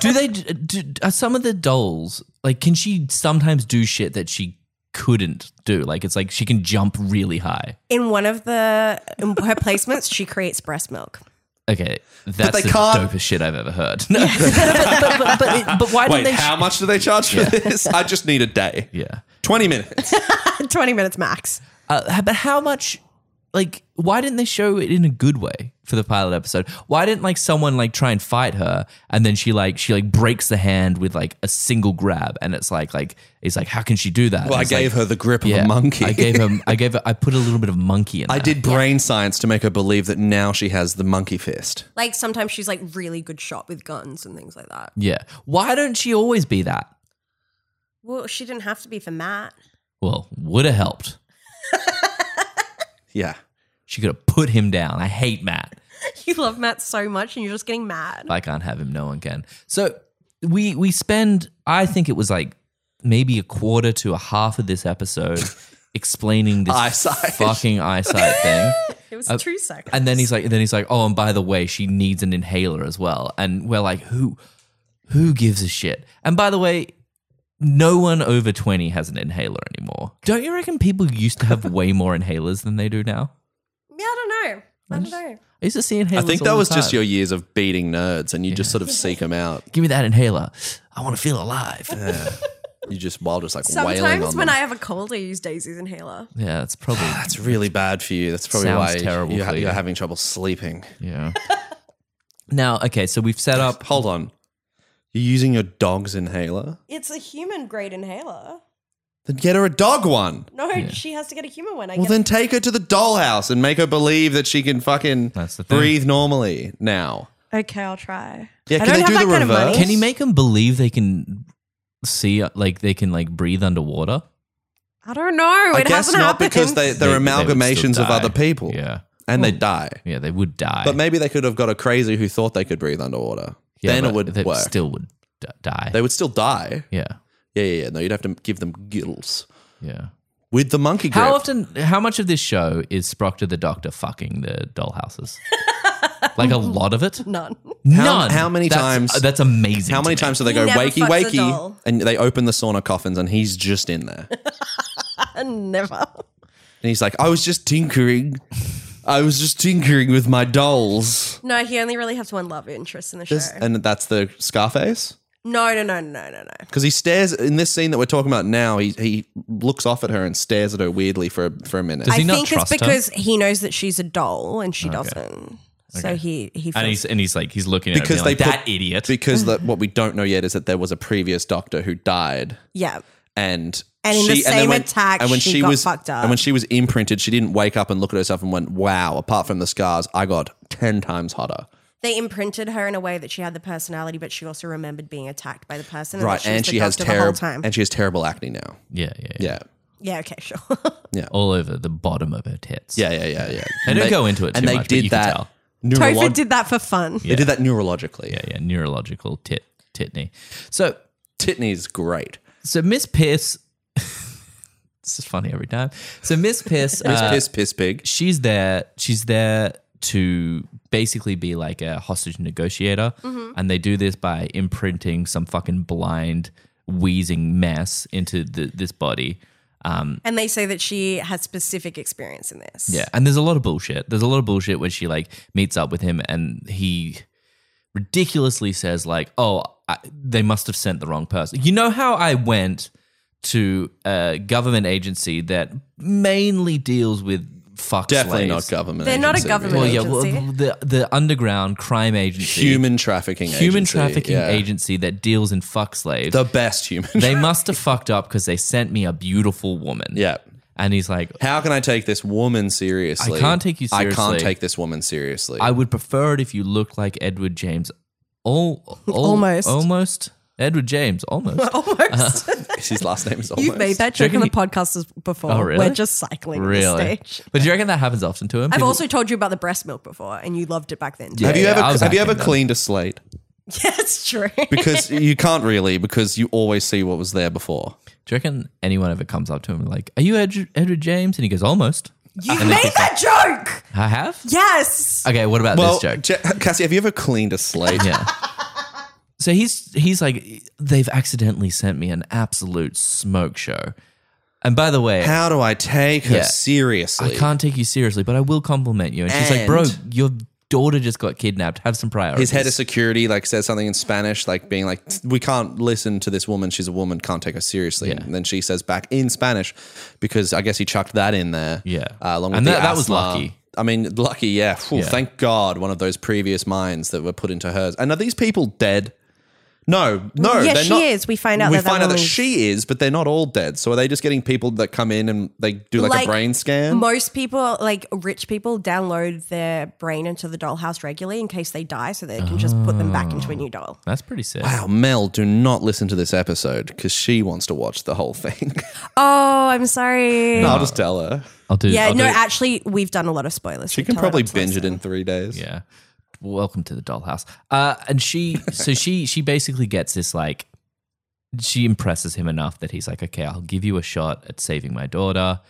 S2: do they do, are some of the dolls like? Can she sometimes do shit that she couldn't do? Like it's like she can jump really high.
S6: in one of the in her placements, she creates breast milk.
S2: Okay, that's
S3: they
S2: the
S3: can't-
S2: dopest shit I've ever heard. No, <laughs> but, but, but, but, but why
S3: Wait,
S2: do they?
S3: how much do they charge for this? I just need a day.
S2: <laughs> yeah,
S3: Twenty minutes.
S6: <laughs> Twenty minutes max.
S2: uh, h- but how much? Like, why didn't they show it in a good way for the pilot episode? Why didn't like someone like try and fight her, and then she like she like breaks the hand with like a single grab, and it's like like it's like how can she do that?
S3: Well,
S2: And
S3: I
S2: it's like,
S3: gave her the grip of
S2: yeah,
S3: a monkey.
S2: I gave her. I gave her. I put a little bit of monkey in.
S3: <laughs> I
S2: that.
S3: did brain science to make her believe that now she has the monkey fist.
S6: Like sometimes she's like really good shot with guns and things like that.
S2: Yeah. Why don't she always be that?
S6: Well, she didn't have to be for Matt. <laughs>
S2: Well, would have helped.
S3: Yeah.
S2: She could have put him down. I hate Matt.
S6: You love Matt so much, and you're just getting mad.
S2: If I can't have him, no one can. So we we spend I think it was like maybe a quarter to a half of this episode <laughs> explaining this
S3: Eyesight.
S2: fucking eyesight
S3: <laughs>
S2: thing.
S6: It
S3: Uh,
S6: was two seconds.
S2: And then he's like then he's like, "Oh, and by the way, she needs an inhaler as well." And we're like, "Who who gives a shit?" And by the way, no one over 20 has an inhaler anymore. Don't you reckon people used to have way more inhalers than they do now?
S6: yeah, I don't know. I don't know.
S2: I used to see inhalers.
S3: I think
S2: all
S3: that
S2: the
S3: was just
S2: time.
S3: your years of beating nerds and you just sort of seek them out.
S2: Give me that inhaler. I want to feel alive. Yeah,
S3: You just while just like wailing
S6: Sometimes
S3: on
S6: when
S3: them.
S6: I have a cold, I use Daisy's inhaler.
S2: that's
S3: <laughs>
S2: probably.
S3: That's really bad for you. That's probably
S2: Sounds
S3: why
S2: terrible
S3: you
S2: for you.
S3: you're having trouble sleeping. uh,
S2: Yeah. now, okay, so we've set up.
S3: Hold on. You're using your dog's inhaler?
S6: It's a human grade inhaler.
S3: Then get her a dog one.
S6: No, she has to get a human one. I
S3: Well,
S6: get
S3: then take her to the dollhouse and make her believe that she can fucking
S2: That's the thing.
S3: breathe normally now.
S6: Okay, I'll try. I
S3: Yeah, can
S6: don't
S3: they
S6: have
S3: do
S6: that
S3: the
S6: kind of
S3: reverse?
S6: money.
S2: Can you make them believe they can see, uh, like they can like breathe underwater?
S6: I don't know.
S3: I
S6: it
S3: guess
S6: hasn't
S3: not
S6: happened.
S3: because they,
S2: They-
S3: they're
S2: they would still
S3: amalgamations of
S2: die.
S3: other people.
S2: Yeah, Hmm.
S3: And they die.
S2: yeah, they would die.
S3: But maybe they could have got a crazy who thought they could breathe underwater.
S2: yeah,
S3: then it
S2: but
S3: would
S2: they
S3: work.
S2: Still would d- die.
S3: they would still die.
S2: yeah,
S3: Yeah, yeah, yeah. No, you'd have to give them gills
S2: yeah.
S3: with the monkey grip.
S2: How often? How much of this show is Proctor the Doctor fucking the dollhouses? like a lot of
S6: <laughs>
S2: it.
S6: None.
S2: None.
S3: how many
S2: That's-
S3: times-
S2: uh, That's amazing.
S3: How
S2: to
S3: many
S2: me.
S3: times do they
S6: He
S3: go
S6: never
S3: wakey
S6: fucks a
S3: wakey
S6: doll.
S3: and they open the sauna coffins and he's just in there and
S6: Never.
S3: he's like, I was just tinkering, I was just tinkering with my dolls,
S6: No, he only really has one love interest in the show.
S3: This- and that's the Scarface
S6: no, no, no, no, no, no.
S3: because he stares in this scene that we're talking about now. He he looks off at her and stares at her weirdly for for a minute.
S2: Does
S6: I
S2: he not
S6: think it's
S2: trust her?
S6: because he knows that she's a doll and she doesn't. So he he
S2: And
S6: feels
S2: he's and he's like he's looking at
S3: Because
S2: because like,
S3: they put-
S2: that idiot.
S6: <laughs>
S3: because that what we don't know yet is that there was a previous doctor who died
S6: yeah.
S3: and
S6: And in the same attack, she got
S3: was
S6: fucked up.
S3: and when she was imprinted, she didn't wake up and look at herself and went, "Wow!" Apart from the scars, I got ten times hotter.
S6: They imprinted her in a way that she had the personality, but she also remembered being attacked by the person. And that
S3: right,
S6: was
S3: and
S6: the
S3: she has
S6: doctor the whole
S3: terrible
S6: time.
S3: and she has terrible acne now.
S2: yeah, yeah, yeah,
S3: Yeah,
S6: yeah. Okay.
S2: <laughs>
S6: Sure.
S2: All over the bottom of her tits.
S3: yeah, yeah, yeah, yeah.
S2: They don't go into it
S3: and
S2: too
S3: they
S2: much, but
S3: did
S2: you can
S3: that.
S2: tell.
S3: neurolo-
S6: Topher did that for fun.
S3: They did that neurologically.
S2: yeah, yeah, neurological tit titney. So
S3: Titney's great.
S2: so Miss Pierce. <laughs> this is funny every time. So Miss Pierce,
S3: Piss,
S2: uh,
S3: piss, piss, pig.
S2: she's there. She's there to basically be like a hostage negotiator, and they do this by imprinting some fucking blind, wheezing mess into the, this body.
S6: And they say that she has specific experience in this.
S2: Yeah, and there's a lot of bullshit. There's a lot of bullshit where she like meets up with him and he ridiculously says like, "Oh, I, they must have sent the wrong person." You know how I went to a government agency that mainly deals with fuck
S3: Definitely
S2: slaves.
S3: not government.
S6: They're not a
S3: agency,
S6: government
S2: Well,
S3: really.
S2: yeah, well,
S6: Agency.
S2: the the underground crime agency,
S3: Human trafficking.
S2: human
S3: agency,
S2: trafficking
S3: yeah.
S2: agency that deals in fuck slaves.
S3: The best human.
S2: they must have fucked up because they sent me a beautiful woman.
S3: yeah.
S2: and he's like,
S3: How can I take this woman seriously?
S2: I can't take you
S3: I can't
S2: seriously.
S3: take this woman seriously.
S6: <laughs>
S2: I would prefer it if you looked like Edward James. All, all
S6: Almost.
S2: almost. Edward
S6: <laughs>
S2: James,
S6: <laughs>
S2: almost. <laughs>
S6: Almost.
S3: <laughs> His last name is
S6: <laughs>
S3: almost.
S6: You've made that
S2: Do you
S6: joke on the
S2: reckon
S6: podcast as- before.
S2: Oh, really?
S6: We're just cycling at this
S2: Really? <laughs>
S6: stage.
S2: But do you reckon that happens often to him?
S6: I've
S2: People-
S6: also told you about the breast milk before, and you loved it back then. <laughs> too.
S3: have you
S2: Yeah,
S3: ever
S2: I was
S3: have you
S2: acting
S3: ever
S2: then.
S3: cleaned a slate?
S6: Yeah, it's
S2: <laughs>
S6: true. <laughs>
S3: Because you can't really, because you always see what was there before.
S2: Do you reckon anyone ever comes up to him and like, "Are you Ed- Edward James?" And he goes, "Almost."
S6: You made that joke.
S2: I have.
S6: Yes.
S2: Okay, what about
S3: Well,
S2: this joke?
S3: Ja- Cassie, have you ever cleaned a slate?
S2: yeah. So he's he's like, they've accidentally sent me an absolute smoke show. And by the way,
S3: How do I take her
S2: Yeah. I
S3: seriously?
S2: can't take you seriously, but I will compliment you. And, she's like, "Bro,
S3: And-
S2: your daughter just got kidnapped. Have some priorities."
S3: His head of security like says something in Spanish, like being like, "We can't listen to this woman. She's a woman. Can't take her seriously."
S2: Yeah.
S3: And then she says back in Spanish, because I guess he chucked that in there.
S2: Yeah.
S3: uh, along with
S2: And
S3: the
S2: that- that was
S3: asthma.
S2: lucky.
S3: I mean, lucky. Yeah. Phew,
S2: Yeah.
S3: Thank God, one of those previous minds that were put into hers. And are these people dead? No, no.
S6: Yeah,
S3: they're
S6: she
S3: not-
S6: is. We find out
S3: we
S6: that that
S3: find out that
S6: woman's-
S3: she is, but they're not all dead. So are they just getting people that come in and they do like, a brain scan?
S6: Most people, like rich people, download their brain into the dollhouse regularly in case they die, so they can just put them back into a new doll.
S2: That's pretty sick.
S3: Wow, Mel, do not listen to this episode because she wants to watch the whole thing. <laughs>
S6: Oh, I'm sorry.
S3: I'll just tell her.
S2: I'll do.
S6: Yeah,
S2: I'll
S6: no,
S2: do-
S6: actually, we've done a lot of spoilers.
S3: She can probably binge it in three days.
S2: Yeah. Welcome to the dollhouse. Uh,
S3: <laughs>
S2: and she, so she, she basically gets this like, she impresses him enough that he's like, okay, I'll give you a shot at saving my daughter.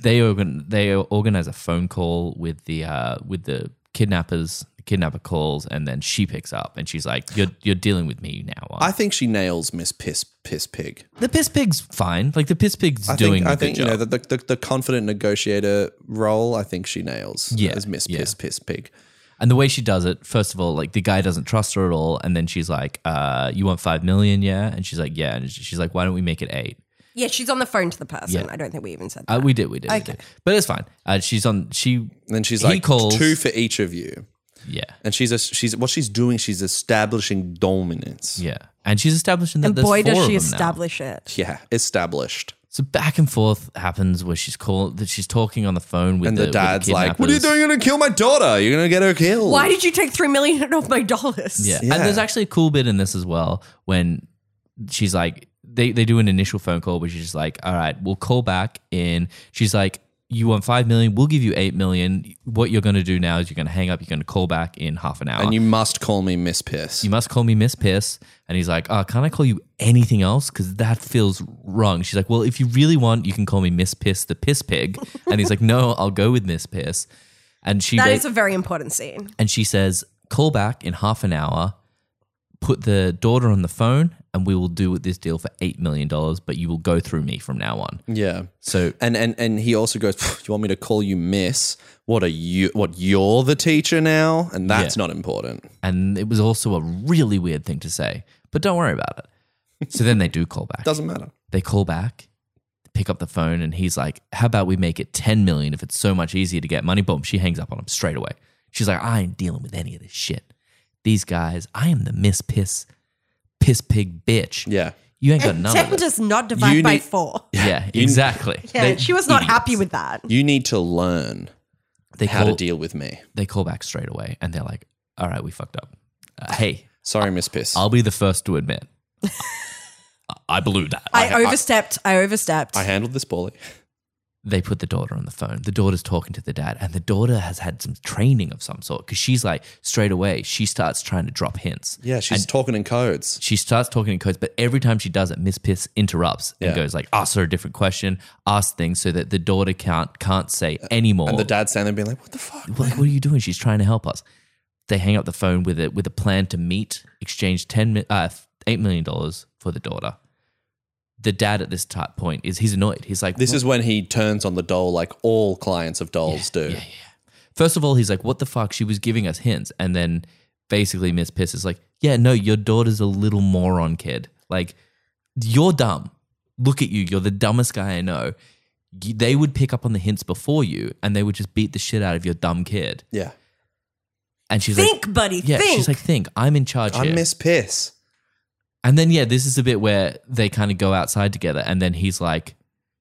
S2: They organ, they organize a phone call with the uh, with the kidnappers. The kidnapper calls, and then she picks up, and she's like, "You're you're dealing with me now." aren't
S3: I
S2: you?"
S3: think she nails Miss Piss Piss Pig.
S2: the piss pig's fine. Like the piss pig's
S3: I
S2: doing
S3: think, I
S2: a good
S3: think you know
S2: job.
S3: the, the, the, the confident negotiator role. I think she nails.
S2: Yeah,
S3: as Miss
S2: yeah.
S3: Piss Piss Pig.
S2: And the way she does it, first of all, like the guy doesn't trust her at all. And then she's like, uh, you want five million, yeah? And she's like, yeah. And sh- she's like, why don't we make it eight?
S6: Yeah, she's on the phone to the person.
S2: Yeah.
S6: I don't think we even said that.
S2: Uh, we did, we did, we did. But it's fine. Uh, she's on, she,
S3: And then she's
S2: He
S3: like
S2: calls-
S3: two for each of you.
S2: yeah,
S3: And she's a, she's what she's doing. She's establishing dominance.
S2: yeah. And she's establishing that
S6: and
S2: there's
S6: boy,
S2: four
S6: does
S2: of
S6: she
S2: them now.
S6: establish it.
S3: Yeah, established.
S2: So back and forth happens where she's call that she's talking on the phone with
S3: And
S2: the,
S3: the,
S2: with
S3: dad's like, "What are you
S2: kidnappers."
S3: doing? You're gonna kill my daughter. You're gonna get her killed."
S6: Why did you take three million <laughs> of my dollars?
S2: Yeah.
S3: Yeah.
S2: And there's actually a cool bit in this as well when she's like, they, they do an initial phone call where she's just like, all right, we'll call back in. She's like, you want five million, we'll give you eight million. What you're going to do now is you're going to hang up, you're going to call back in half an hour.
S3: And you must call me Miss Piss.
S2: you must call me Miss Piss. And he's like, oh, can I call you anything else? Because that feels wrong. She's like, well, if you really want, you can call me Miss Piss the Piss Pig. And he's like, no, I'll go with Miss Piss. And she
S6: That
S2: ba-
S6: is a very important scene.
S2: and she says, "Call back in half an hour. Put the daughter on the phone, and we will do this deal for eight million dollars. But you will go through me from now on."
S3: yeah.
S2: So
S3: And and and he also goes, "You want me to call you Miss? What are you? What you're the teacher now? And that's
S2: Yeah.
S3: not important.
S2: and it was also a really weird thing to say, but don't worry about it. So then they do call back.
S3: Doesn't matter.
S2: they call back, pick up the phone, and he's like, "How about we make it ten million? If it's so much easier to get money." Boom, she hangs up on him straight away. She's like, "I ain't dealing with any of this shit. These guys, I am the Miss Piss, Piss Pig bitch.
S3: Yeah.
S2: You ain't got none of
S6: Ten
S2: it.
S6: does not divide
S3: You
S6: by
S3: need-
S6: four.
S2: Yeah, <laughs> exactly.
S6: Yeah,
S2: They-
S6: she was not
S2: idiots.
S6: happy with that.
S3: You need to learn
S2: they
S3: how to
S2: call,
S3: deal with me.
S2: They call back straight away, and they're like, "All right, we fucked up. Uh, hey,
S3: Sorry, Miss Piss.
S2: I'll be the first to admit, I, I blew that."
S6: I, overstepped. I, overstepped.
S3: I handled this poorly.
S2: they put the daughter on the phone. The daughter's talking to the dad, and the daughter has had some training of some sort because she's like straight away she starts trying to drop hints.
S3: Yeah, she's talking in codes.
S2: She starts talking in codes, but every time she does it, Miss Piss interrupts and
S3: Yeah.
S2: goes like, "Ask her a different question, ask things so that the daughter can't can't say anymore."
S3: And the dad's standing there being like, "What the fuck?"
S2: like, what are you doing? She's trying to help us. They hang up the phone with it with a plan to meet, exchange ten mi- uh, eight million dollars for the daughter. The dad at this ti- point is he's annoyed. He's like,
S3: This is when he turns on the doll, like all clients of dolls do.
S2: first of all, he's like, what the fuck? She was giving us hints, and then basically Miss Piss is like, yeah, no, your daughter's a little moron, kid. Like, you're dumb. Look at you. You're the dumbest guy I know. You- They would pick up on the hints before you, and they would just beat the shit out of your dumb kid.
S3: Yeah,
S2: And she's like,
S6: think, buddy.
S2: yeah,
S6: think.
S2: she's like, think. I'm in charge.
S3: I'm
S2: here.
S3: Miss Piss.
S2: And then yeah, this is the bit where they kind of go outside together, and then he's like,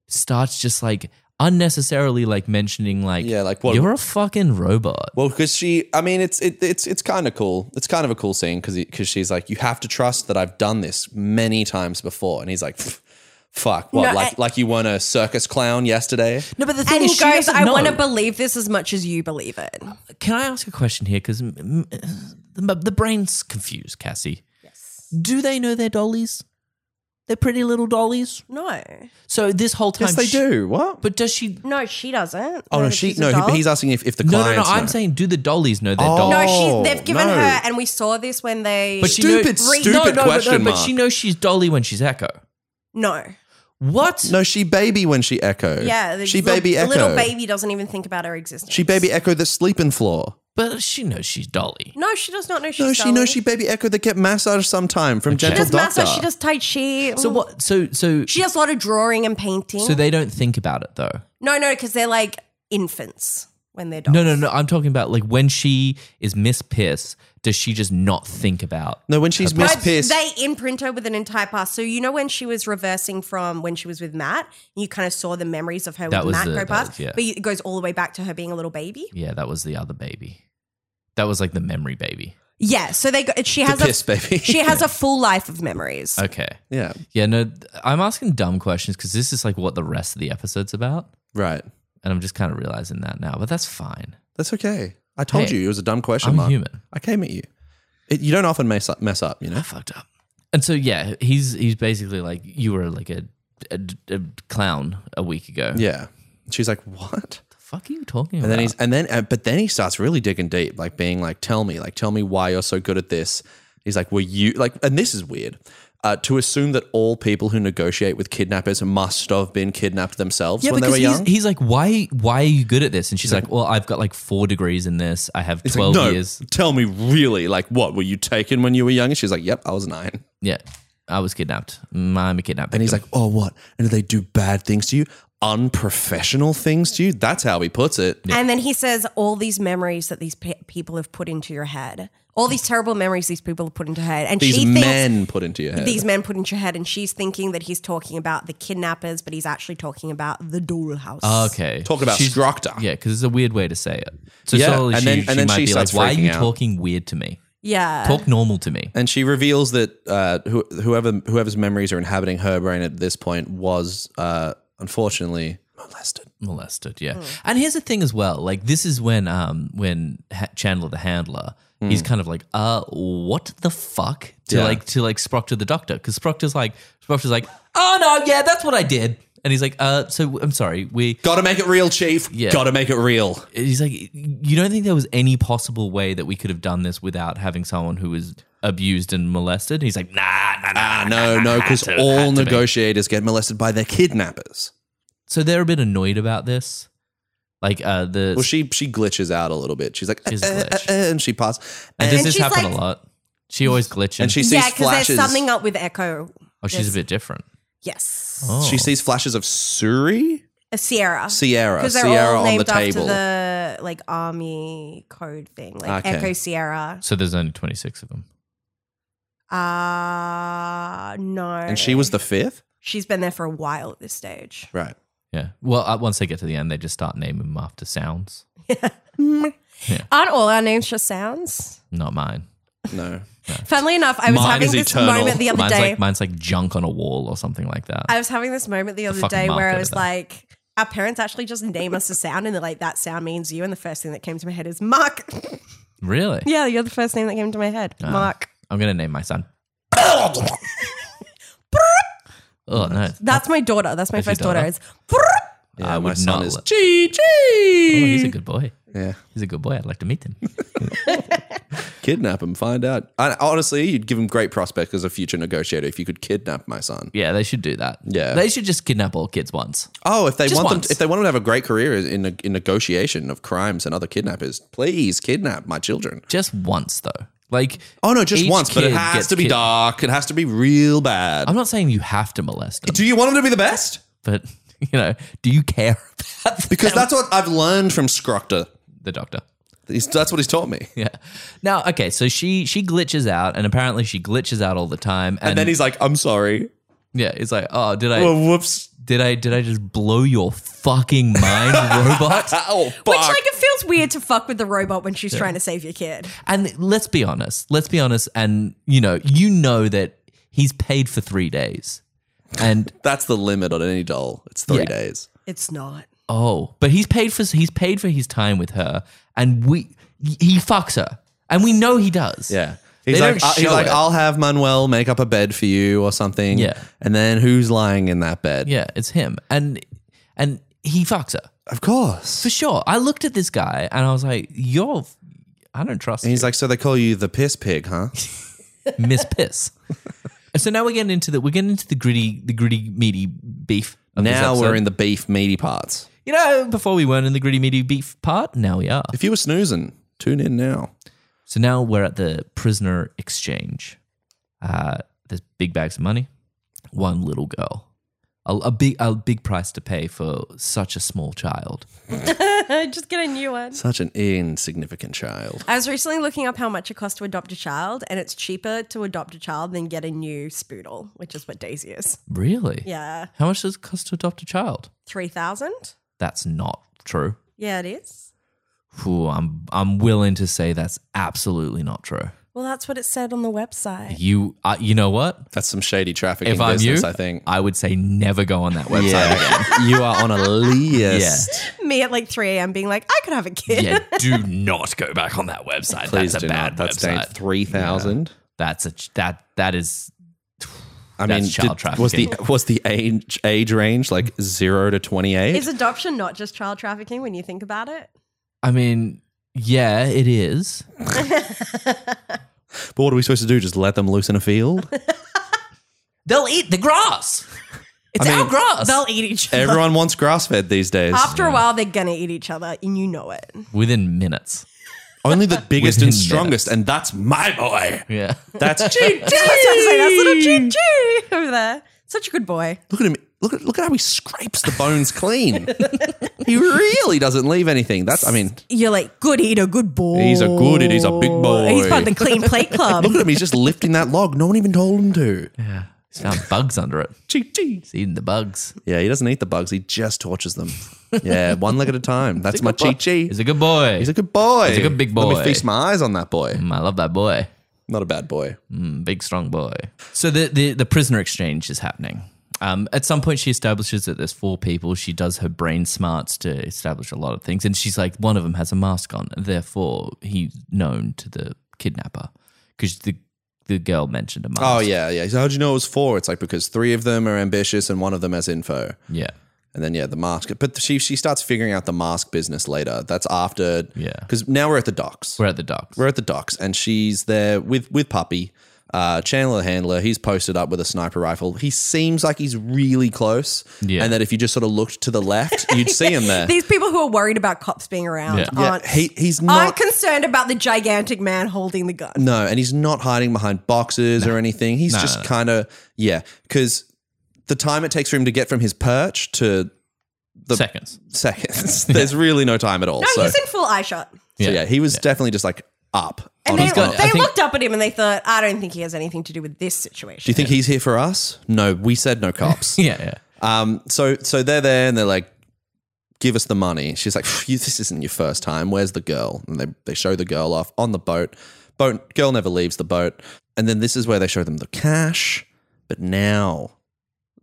S2: starts just like, unnecessarily like mentioning like
S3: Yeah, like what-
S2: you're a fucking robot.
S3: Well, because she, I mean, it's it, it's it's kind of cool. It's kind of a cool scene because because she's like, you have to trust that I've done this many times before, and he's like, "Pff, fuck, what?
S6: No, eh
S3: like
S6: I-
S3: like you weren't a circus clown yesterday?
S2: no, but the
S6: And he goes, I want to
S2: believe.
S6: believe this as much as you believe it.
S2: Can I ask a question here? Because the, the brain's confused, Cassie. Yes. Do they know their dollies? They're pretty little dollies.
S6: No.
S2: So this whole time,
S3: Yes, they
S2: she-
S3: do. What?
S2: But does she?
S6: No, she doesn't.
S3: oh no,
S6: that
S3: she
S6: she's a
S3: no. he-
S6: doll.
S3: But he's asking if if the
S2: No, no, no.
S3: clients.
S2: I'm
S3: know.
S2: saying, do the dollies know their
S3: Oh.
S6: No,
S2: dollies?
S3: Oh,
S6: she, they've given
S3: no.
S6: her, and we saw this when they.
S2: But she know-
S3: Stupid,
S2: Re-
S3: stupid
S2: no, no,
S3: question
S2: but, no,
S3: mark.
S2: But she knows she's Dolly when she's Echo.
S6: no.
S2: What?
S3: No, she baby when she echo.
S6: Yeah. the
S3: she
S6: little-
S3: baby
S6: the
S3: echo.
S6: Little baby doesn't even think about her existence.
S3: She baby echo the sleeping floor.
S2: But she knows she's Dolly.
S6: No, she does not know she's
S3: No, she
S6: Dolly.
S3: knows she baby echo that get massage sometime from
S2: Okay.
S6: She
S3: gentle
S6: does
S3: doctor.
S6: massage. She does Tai Chi.
S2: So what? So so
S6: She does a lot of drawing and painting.
S2: so they don't think about it though.
S6: no, no, because they're like infants when they're dogs.
S2: No, no, no. I'm talking about like when she is Miss Piss. Does she just not think about?
S3: No, when she's Miss
S6: But
S3: Pierce.
S6: They imprint her with an entire past. So you know when she was reversing from when she was with Matt, you kind of saw the memories of her
S2: That
S6: with
S2: was
S6: Matt
S2: the-
S6: go
S2: that
S6: past,
S2: was- yeah.
S6: but it goes all the way back to her being a little baby.
S2: Yeah, that was the other baby. That was like the memory baby.
S6: Yeah. So they go, she has
S3: piss
S6: a <laughs>
S3: baby.
S2: <laughs>
S6: she has a full life of memories.
S2: Okay.
S3: <laughs> yeah,
S2: Yeah, no, th- I'm asking dumb questions because this is like what the rest of the episode's about.
S3: right.
S2: And I'm just kind of realizing that now, but that's fine.
S3: That's okay. I told
S2: Hey,
S3: you it was a dumb question.
S2: I'm
S3: Mark.
S2: human.
S3: I came at you. It, you don't often mess up, mess up, you
S2: I
S3: know.
S2: fucked up. And so, yeah, he's he's basically like, you were like a, a, a clown a week ago.
S3: Yeah. She's like,
S2: <laughs>
S3: "What?"
S2: The fuck are you talking
S3: And
S2: about?
S3: then he's and then uh, but then he starts really digging deep, like being like, "Tell me, like, tell me why you're so good at this." He's like, "Were you like?" And this is weird. Uh, to assume that all people who negotiate with kidnappers must have been kidnapped themselves
S2: yeah,
S3: when they
S2: because
S3: were
S2: he's,
S3: young.
S2: he's like, why why are you good at this? And she's like, well, I've got like four degrees in this. I have
S3: He's
S2: 12
S3: like, no,
S2: years.
S3: tell me really, like, what were you taken when you were young? And she's like, "Yep, I was nine.
S2: Yeah, I was kidnapped. Mm, I'm a kidnapped.
S3: And he's
S2: victim.
S3: like, "Oh, what? And do they do bad things to you? Unprofessional things to you?" That's how he puts it.
S6: And then he says all these memories that these pe- people have put into your head, all these terrible memories these people have put into her head, and
S3: These
S6: she thinks
S3: men put into your head.
S6: these men put into her head, and she's thinking that he's talking about the kidnappers, but he's actually talking about the dollhouse.
S2: Oh, okay.
S3: Talk about
S2: She's-
S3: Strokta.
S2: Yeah, because it's a weird way to say it. So
S3: Yeah,
S2: slowly
S3: and
S2: she,
S3: then-
S2: she
S3: and then
S2: might
S3: she
S2: be like,
S3: starts
S2: "Why are you
S3: freaking out."
S2: talking weird to me?
S6: Yeah.
S2: Talk normal to me."
S3: And she reveals that uh, who, whoever whoever's memories are inhabiting her brain at this point was uh, unfortunately molested.
S2: Molested,
S6: Hmm.
S2: yeah. And here's the thing as well. Like this is when um when ha- Chandler the Handler he's kind of like, "Uh, what the fuck?" to
S3: Hmm. Yeah.
S2: like to like Sproctor the doctor because Sproctor's like Sproctor's like, "Oh no, yeah, that's what I did." And he's like, "Uh, so I'm sorry. We
S3: Got to make it real, Chief.
S2: Yeah.
S3: Got to make it real.
S2: he's like, you don't think there was any possible way that we could have done this without having someone who was abused and molested? And he's like, nah, nah, nah,
S3: Ah, no, no, because
S2: had to-
S3: all
S2: had to be.
S3: negotiators get molested by their kidnappers.
S2: So they're a bit annoyed about this. Like uh the
S3: Well, she she glitches out a little bit. She's like,
S2: She's
S3: "Eh,
S2: a
S3: eh,
S2: glitch.
S3: eh, eh," and she passes,
S2: and
S3: and,
S2: does
S6: and
S2: this
S6: she's
S2: happen a
S6: like-
S2: lot? She always glitches.
S3: and she sees
S6: yeah, because
S3: flashes.
S6: there's something up with Echo.
S2: oh, she's a bit different.
S6: Yes.
S2: Oh.
S3: She sees flashes of Suri,
S6: A Sierra.
S3: Sierra,
S6: Because Uh, they're
S3: Sierra
S6: all
S3: on
S6: named
S3: the table.
S6: after the like army code thing, like
S3: Okay.
S6: Echo Sierra.
S2: So there's only twenty six of them.
S6: Uh no.
S3: and she was the fifth,
S6: She's been there for a while at this stage.
S3: right?
S2: Yeah. Well, uh, once they get to the end, they just start naming them after sounds.
S6: <laughs> Aren't all our names just sounds?
S2: Not mine. <laughs>
S3: No,
S6: Funnily enough, I was
S3: Mine
S6: having
S3: is
S6: this
S3: eternal.
S6: moment the other
S2: mine's
S6: day.
S2: like mine's like junk on a wall or something like that.
S6: I was having this moment the other
S2: fucking
S6: day where I
S2: marker
S6: was
S2: there.
S6: like, our parents actually just name us a sound and they're like, that sound means you. And the first thing that came to my head is Mark. <laughs>
S2: really?
S6: yeah, you're the first name that came to my head.
S3: Ah.
S6: Mark.
S2: I'm gonna name
S6: <laughs>
S2: my son. oh no!
S6: That's my daughter. That's my
S2: That's your
S6: first daughter.
S2: daughter?
S6: It's
S3: yeah,
S2: I
S3: my
S2: would
S3: son
S2: not
S3: is
S2: let- Oh,
S3: GG.
S2: he's a good boy.
S3: Yeah.
S2: He's a good boy. I'd like to
S3: <laughs>
S2: meet him.
S3: kidnap him, find out. And honestly, you'd give him great prospect as a future negotiator if you could kidnap my son.
S2: yeah, they should do that.
S3: Yeah.
S2: they should just kidnap all kids once.
S3: Oh, if they
S2: Just
S3: want them,
S2: once.
S3: if they want him to have a great career in in negotiation of crimes and other kidnappers, please kidnap my children.
S2: Just once though. Like
S3: Oh no, just
S2: each
S3: once, but it
S2: kid
S3: has
S2: gets
S3: to be
S2: kid-
S3: dark. It has to be real bad.
S2: I'm not saying you have to molest them,
S3: Do you want him to be the best?
S2: but <laughs> you know, do you care <laughs> about them?
S3: Because that's what I've learned from Scroctor.
S2: the doctor?
S3: He's, that's what he's taught me.
S2: Yeah. Now, okay, so she she glitches out, and apparently she glitches out all the time, and,
S3: And then he's like, "I'm sorry."
S2: Yeah, it's like, oh, did I
S3: Well, whoops.
S2: did I did I just blow your fucking
S3: <laughs>
S2: mind, robot?
S3: Oh, fuck.
S6: Which like it feels weird to fuck with the robot when she's trying to save your kid.
S2: And let's be honest. Let's be honest. And you know, you know that he's paid for three days, and
S3: That's the limit on any doll. It's three
S2: Yeah.
S3: days.
S6: It's <laughs> not.
S2: oh, but he's paid for he's paid for his time with her, and we he fucks her, and we know he does.
S3: Yeah. He's
S2: They
S3: like,
S2: don't
S3: uh, he's
S2: show
S3: like,
S2: it.
S3: I'll have Manuel make up a bed for you or something.
S2: Yeah.
S3: And then who's lying in that bed?
S2: yeah, it's him, and and he fucks her
S3: Of course.
S2: for sure. I looked at this guy and I was like, you're, I don't trust.
S3: And
S2: you.
S3: he's like, so they call you the piss pig, huh?
S2: <laughs> Miss
S3: <laughs>
S2: Piss. And so now we're getting into the we're getting into the gritty the gritty meaty beef. Of this
S3: now we're
S2: episode.
S3: in the beef meaty parts.
S2: you know before we weren't in the gritty meaty beef part. Now we are.
S3: If you were snoozing, tune in now.
S2: So now we're at the prisoner exchange. Uh, there's big bags of money, one little girl, a, a big a big price to pay for such a small child.
S6: Just get a new one.
S3: Such an insignificant child.
S6: I was recently looking up how much it costs to adopt a child, and it's cheaper to adopt a child than get a new spoodle, which is what Daisy is.
S2: Really?
S6: Yeah,
S2: How much does it cost to adopt a child?
S6: three thousand.
S2: That's not true.
S6: Yeah, it is.
S2: Ooh, I'm I'm willing to say that's absolutely not true.
S7: Well, that's what it said on the website.
S2: You uh, you know what?
S3: That's some shady trafficking
S2: if I'm
S3: business,
S2: you,
S3: I think.
S2: I would say never go on that website
S3: <laughs>
S2: again.
S3: you are on a list.
S6: <laughs> Me at like three a.m. being like, I could have a kid.
S2: Yeah, do not go back on that website.
S3: Please
S2: That's
S3: do
S2: a bad
S3: not. That's down
S2: website.
S3: 3,000.
S2: That's a ch- that that is
S3: I
S2: That's
S3: mean,
S2: child
S3: did- was the was the age age range like zero to twenty
S6: <laughs>
S3: eight?
S6: Is adoption not just child trafficking when you think about it?
S2: I mean, yeah, it is.
S3: But what are we supposed to do? Just let them loose in a field?
S2: They'll eat the grass.
S3: <laughs>
S2: It's
S3: I mean,
S2: our grass.
S6: They'll eat each other.
S3: Everyone wants grass fed these days.
S6: After a while, they're gonna eat each other, and you know it.
S2: Within minutes.
S3: Only the biggest
S2: Within
S3: and strongest, and that's my boy.
S2: Yeah.
S3: That's Gee,
S6: Like, that's little choo choo over there. Such a good boy.
S3: <laughs> Look at him. Look at look at how he scrapes the bones clean. <laughs> he really doesn't leave anything. That's I mean,
S6: You're like good eater, good boy.
S3: he's a good. He's a big boy.
S6: He's part of the clean
S3: <laughs>
S6: plate club.
S3: Look at him. He's just lifting that log. No one even told him to.
S2: Yeah. He's found bugs under it. He's eating the bugs.
S3: Yeah, he doesn't eat the bugs. He just tortures them. Yeah, one leg at a time. That's my chi chi.
S2: He's a good boy.
S3: He's a good boy.
S2: He's a good big
S3: Let
S2: boy.
S3: me feast my eyes on that boy.
S2: Mm, I love that boy.
S3: Not a bad boy.
S2: Mm, big strong boy. So the, the the prisoner exchange is happening. Um, at some point, she establishes that there's four people. She does her brain smarts to establish a lot of things, and she's like, one of them has a mask on, and therefore he's known to the kidnapper because the the girl mentioned a mask.
S3: Oh yeah, yeah. So how'd you know it was four? It's like because three of them are ambitious and one of them has info.
S2: yeah,
S3: And then yeah, the mask. But she she starts figuring out the mask business later. That's after
S2: Yeah.
S3: Because now we're at the docks.
S2: we're at the docks.
S3: We're at the docks, and she's there with with puppy. Uh, Chandler the handler, he's posted up with a sniper rifle. He seems like he's really close,
S2: Yeah.
S3: and that if you just sort of looked to the left, you'd see
S2: <laughs>
S3: him there.
S6: These people who are worried about cops being around
S2: Yeah.
S3: yeah,
S6: aren't.
S3: he, he's
S6: I'm
S3: not.
S6: concerned about the gigantic man holding the gun.
S3: No, and he's not hiding behind boxes or anything. He's
S2: No,
S3: just
S2: no, no.
S3: kind of yeah, because the time it takes for him to get from his perch to the
S2: Seconds.
S3: seconds, there's really no time at all.
S6: No,
S3: so,
S6: he's in full eye shot.
S3: so yeah, he was definitely just like up.
S6: And
S3: on-
S6: they,
S3: on-
S2: got- I
S6: they
S2: think-
S6: looked up at him and they thought, I don't think he has anything to do with this
S3: do you
S6: situation.
S3: think he's here for us? No, we said no cops.
S2: Yeah, yeah.
S3: um, so so they're there and they're like, give us the money. She's like, "Phew, this isn't your first time. Where's the girl? And they they show the girl off on the boat. Boat girl never leaves the boat. And then this is where they show them the cash. But now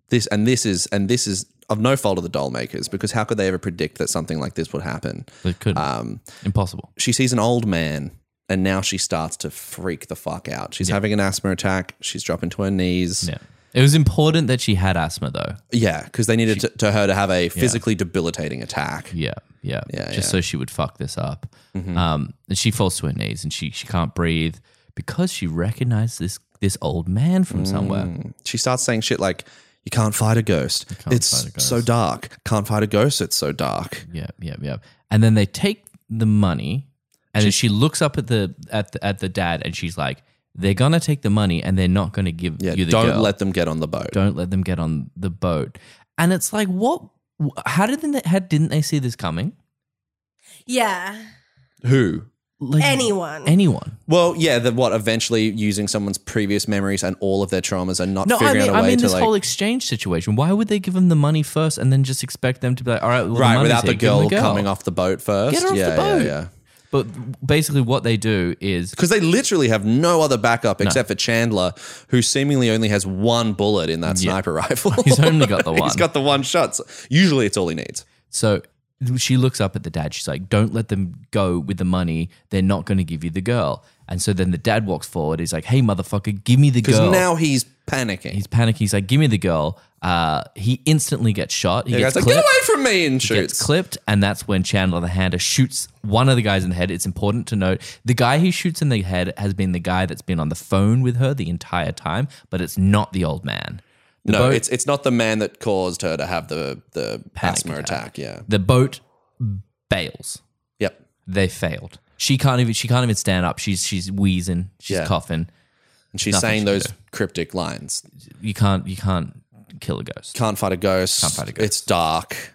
S3: this and this is and this is of no fault of the doll makers because how could they ever predict that something like this would happen?
S2: It couldn't.
S3: Um,
S2: Impossible.
S3: she sees an old man and now she starts to freak the fuck out. She's having an asthma attack. She's dropping to her knees.
S2: Yeah. It was important that she had asthma, though.
S3: Yeah, because they needed to, to her to have a physically debilitating attack.
S2: Yeah, yeah,
S3: Yeah, Mm-hmm.
S2: Just
S3: yeah.
S2: so she would fuck this up. Um, and she falls to her knees and she she can't breathe because she recognized this this old man from somewhere.
S3: Hmm. She starts saying shit like, "You can't fight a ghost. It's
S2: fight a ghost.
S3: so dark. Can't fight a ghost. It's so dark."
S2: Yeah, yeah, yeah. And then they take the money, and then she looks up at the at the, at the dad and she's like, "They're gonna take the money and they're not gonna give
S3: Yeah,
S2: you the
S3: don't
S2: girl.
S3: let them get on the boat.
S2: don't let them get on the boat." And it's like, what? How did they? How didn't they see this coming?
S6: yeah.
S3: Who?
S2: like
S6: Anyone.
S2: anyone.
S3: Well, yeah, that what eventually using someone's previous memories and all of their traumas and not
S2: No, I
S3: figuring
S2: mean,
S3: out a
S2: I
S3: way
S2: mean
S3: to
S2: this
S3: like
S2: whole exchange situation. Why would they give them the money first and then just expect them to be like, all right, well,
S3: right
S2: the money's
S3: without
S2: here,
S3: the
S2: give them
S3: girl, coming off the boat first.
S2: Get her off the
S3: yeah,
S2: boat.
S3: yeah, yeah.
S2: But basically, what they do is <laughs>
S3: Because they literally have no other backup except for Chandler, who seemingly only has one bullet in that sniper rifle.
S2: <laughs>
S3: <laughs>
S2: He's only got the one.
S3: He's got the one shot. So usually, it's all he needs.
S2: So she looks up at the dad. She's like, "Don't let them go with the money. They're not going to give you the girl." And so then the dad walks forward. He's like, "Hey, motherfucker, give me the
S3: Because
S2: girl."
S3: now he's panicking.
S2: he's panicking. He's like, "Give me the girl." Uh, he instantly gets shot. He
S3: the
S2: gets
S3: guy's like, "Get
S2: clipped.
S3: away from me!" and
S2: gets
S3: shoots.
S2: clipped, and that's when Chandler the Hander shoots one of the guys in the head. It's important to note the guy he shoots in the head has been the guy that's been on the phone with her the entire time, but it's not the old man. The
S3: No,
S2: boat-
S3: it's it's not the man that caused her to have the the asthma attack. Yeah.
S2: the boat bails.
S3: Yep.
S2: they failed. She can't even she can't even stand up. She's she's wheezing. She's
S3: Yeah.
S2: coughing.
S3: And she's
S2: Nothing
S3: saying
S2: she
S3: those
S2: can
S3: cryptic lines.
S2: You can't you can't kill a ghost.
S3: Can't fight a ghost.
S2: Can't fight a ghost.
S3: It's dark.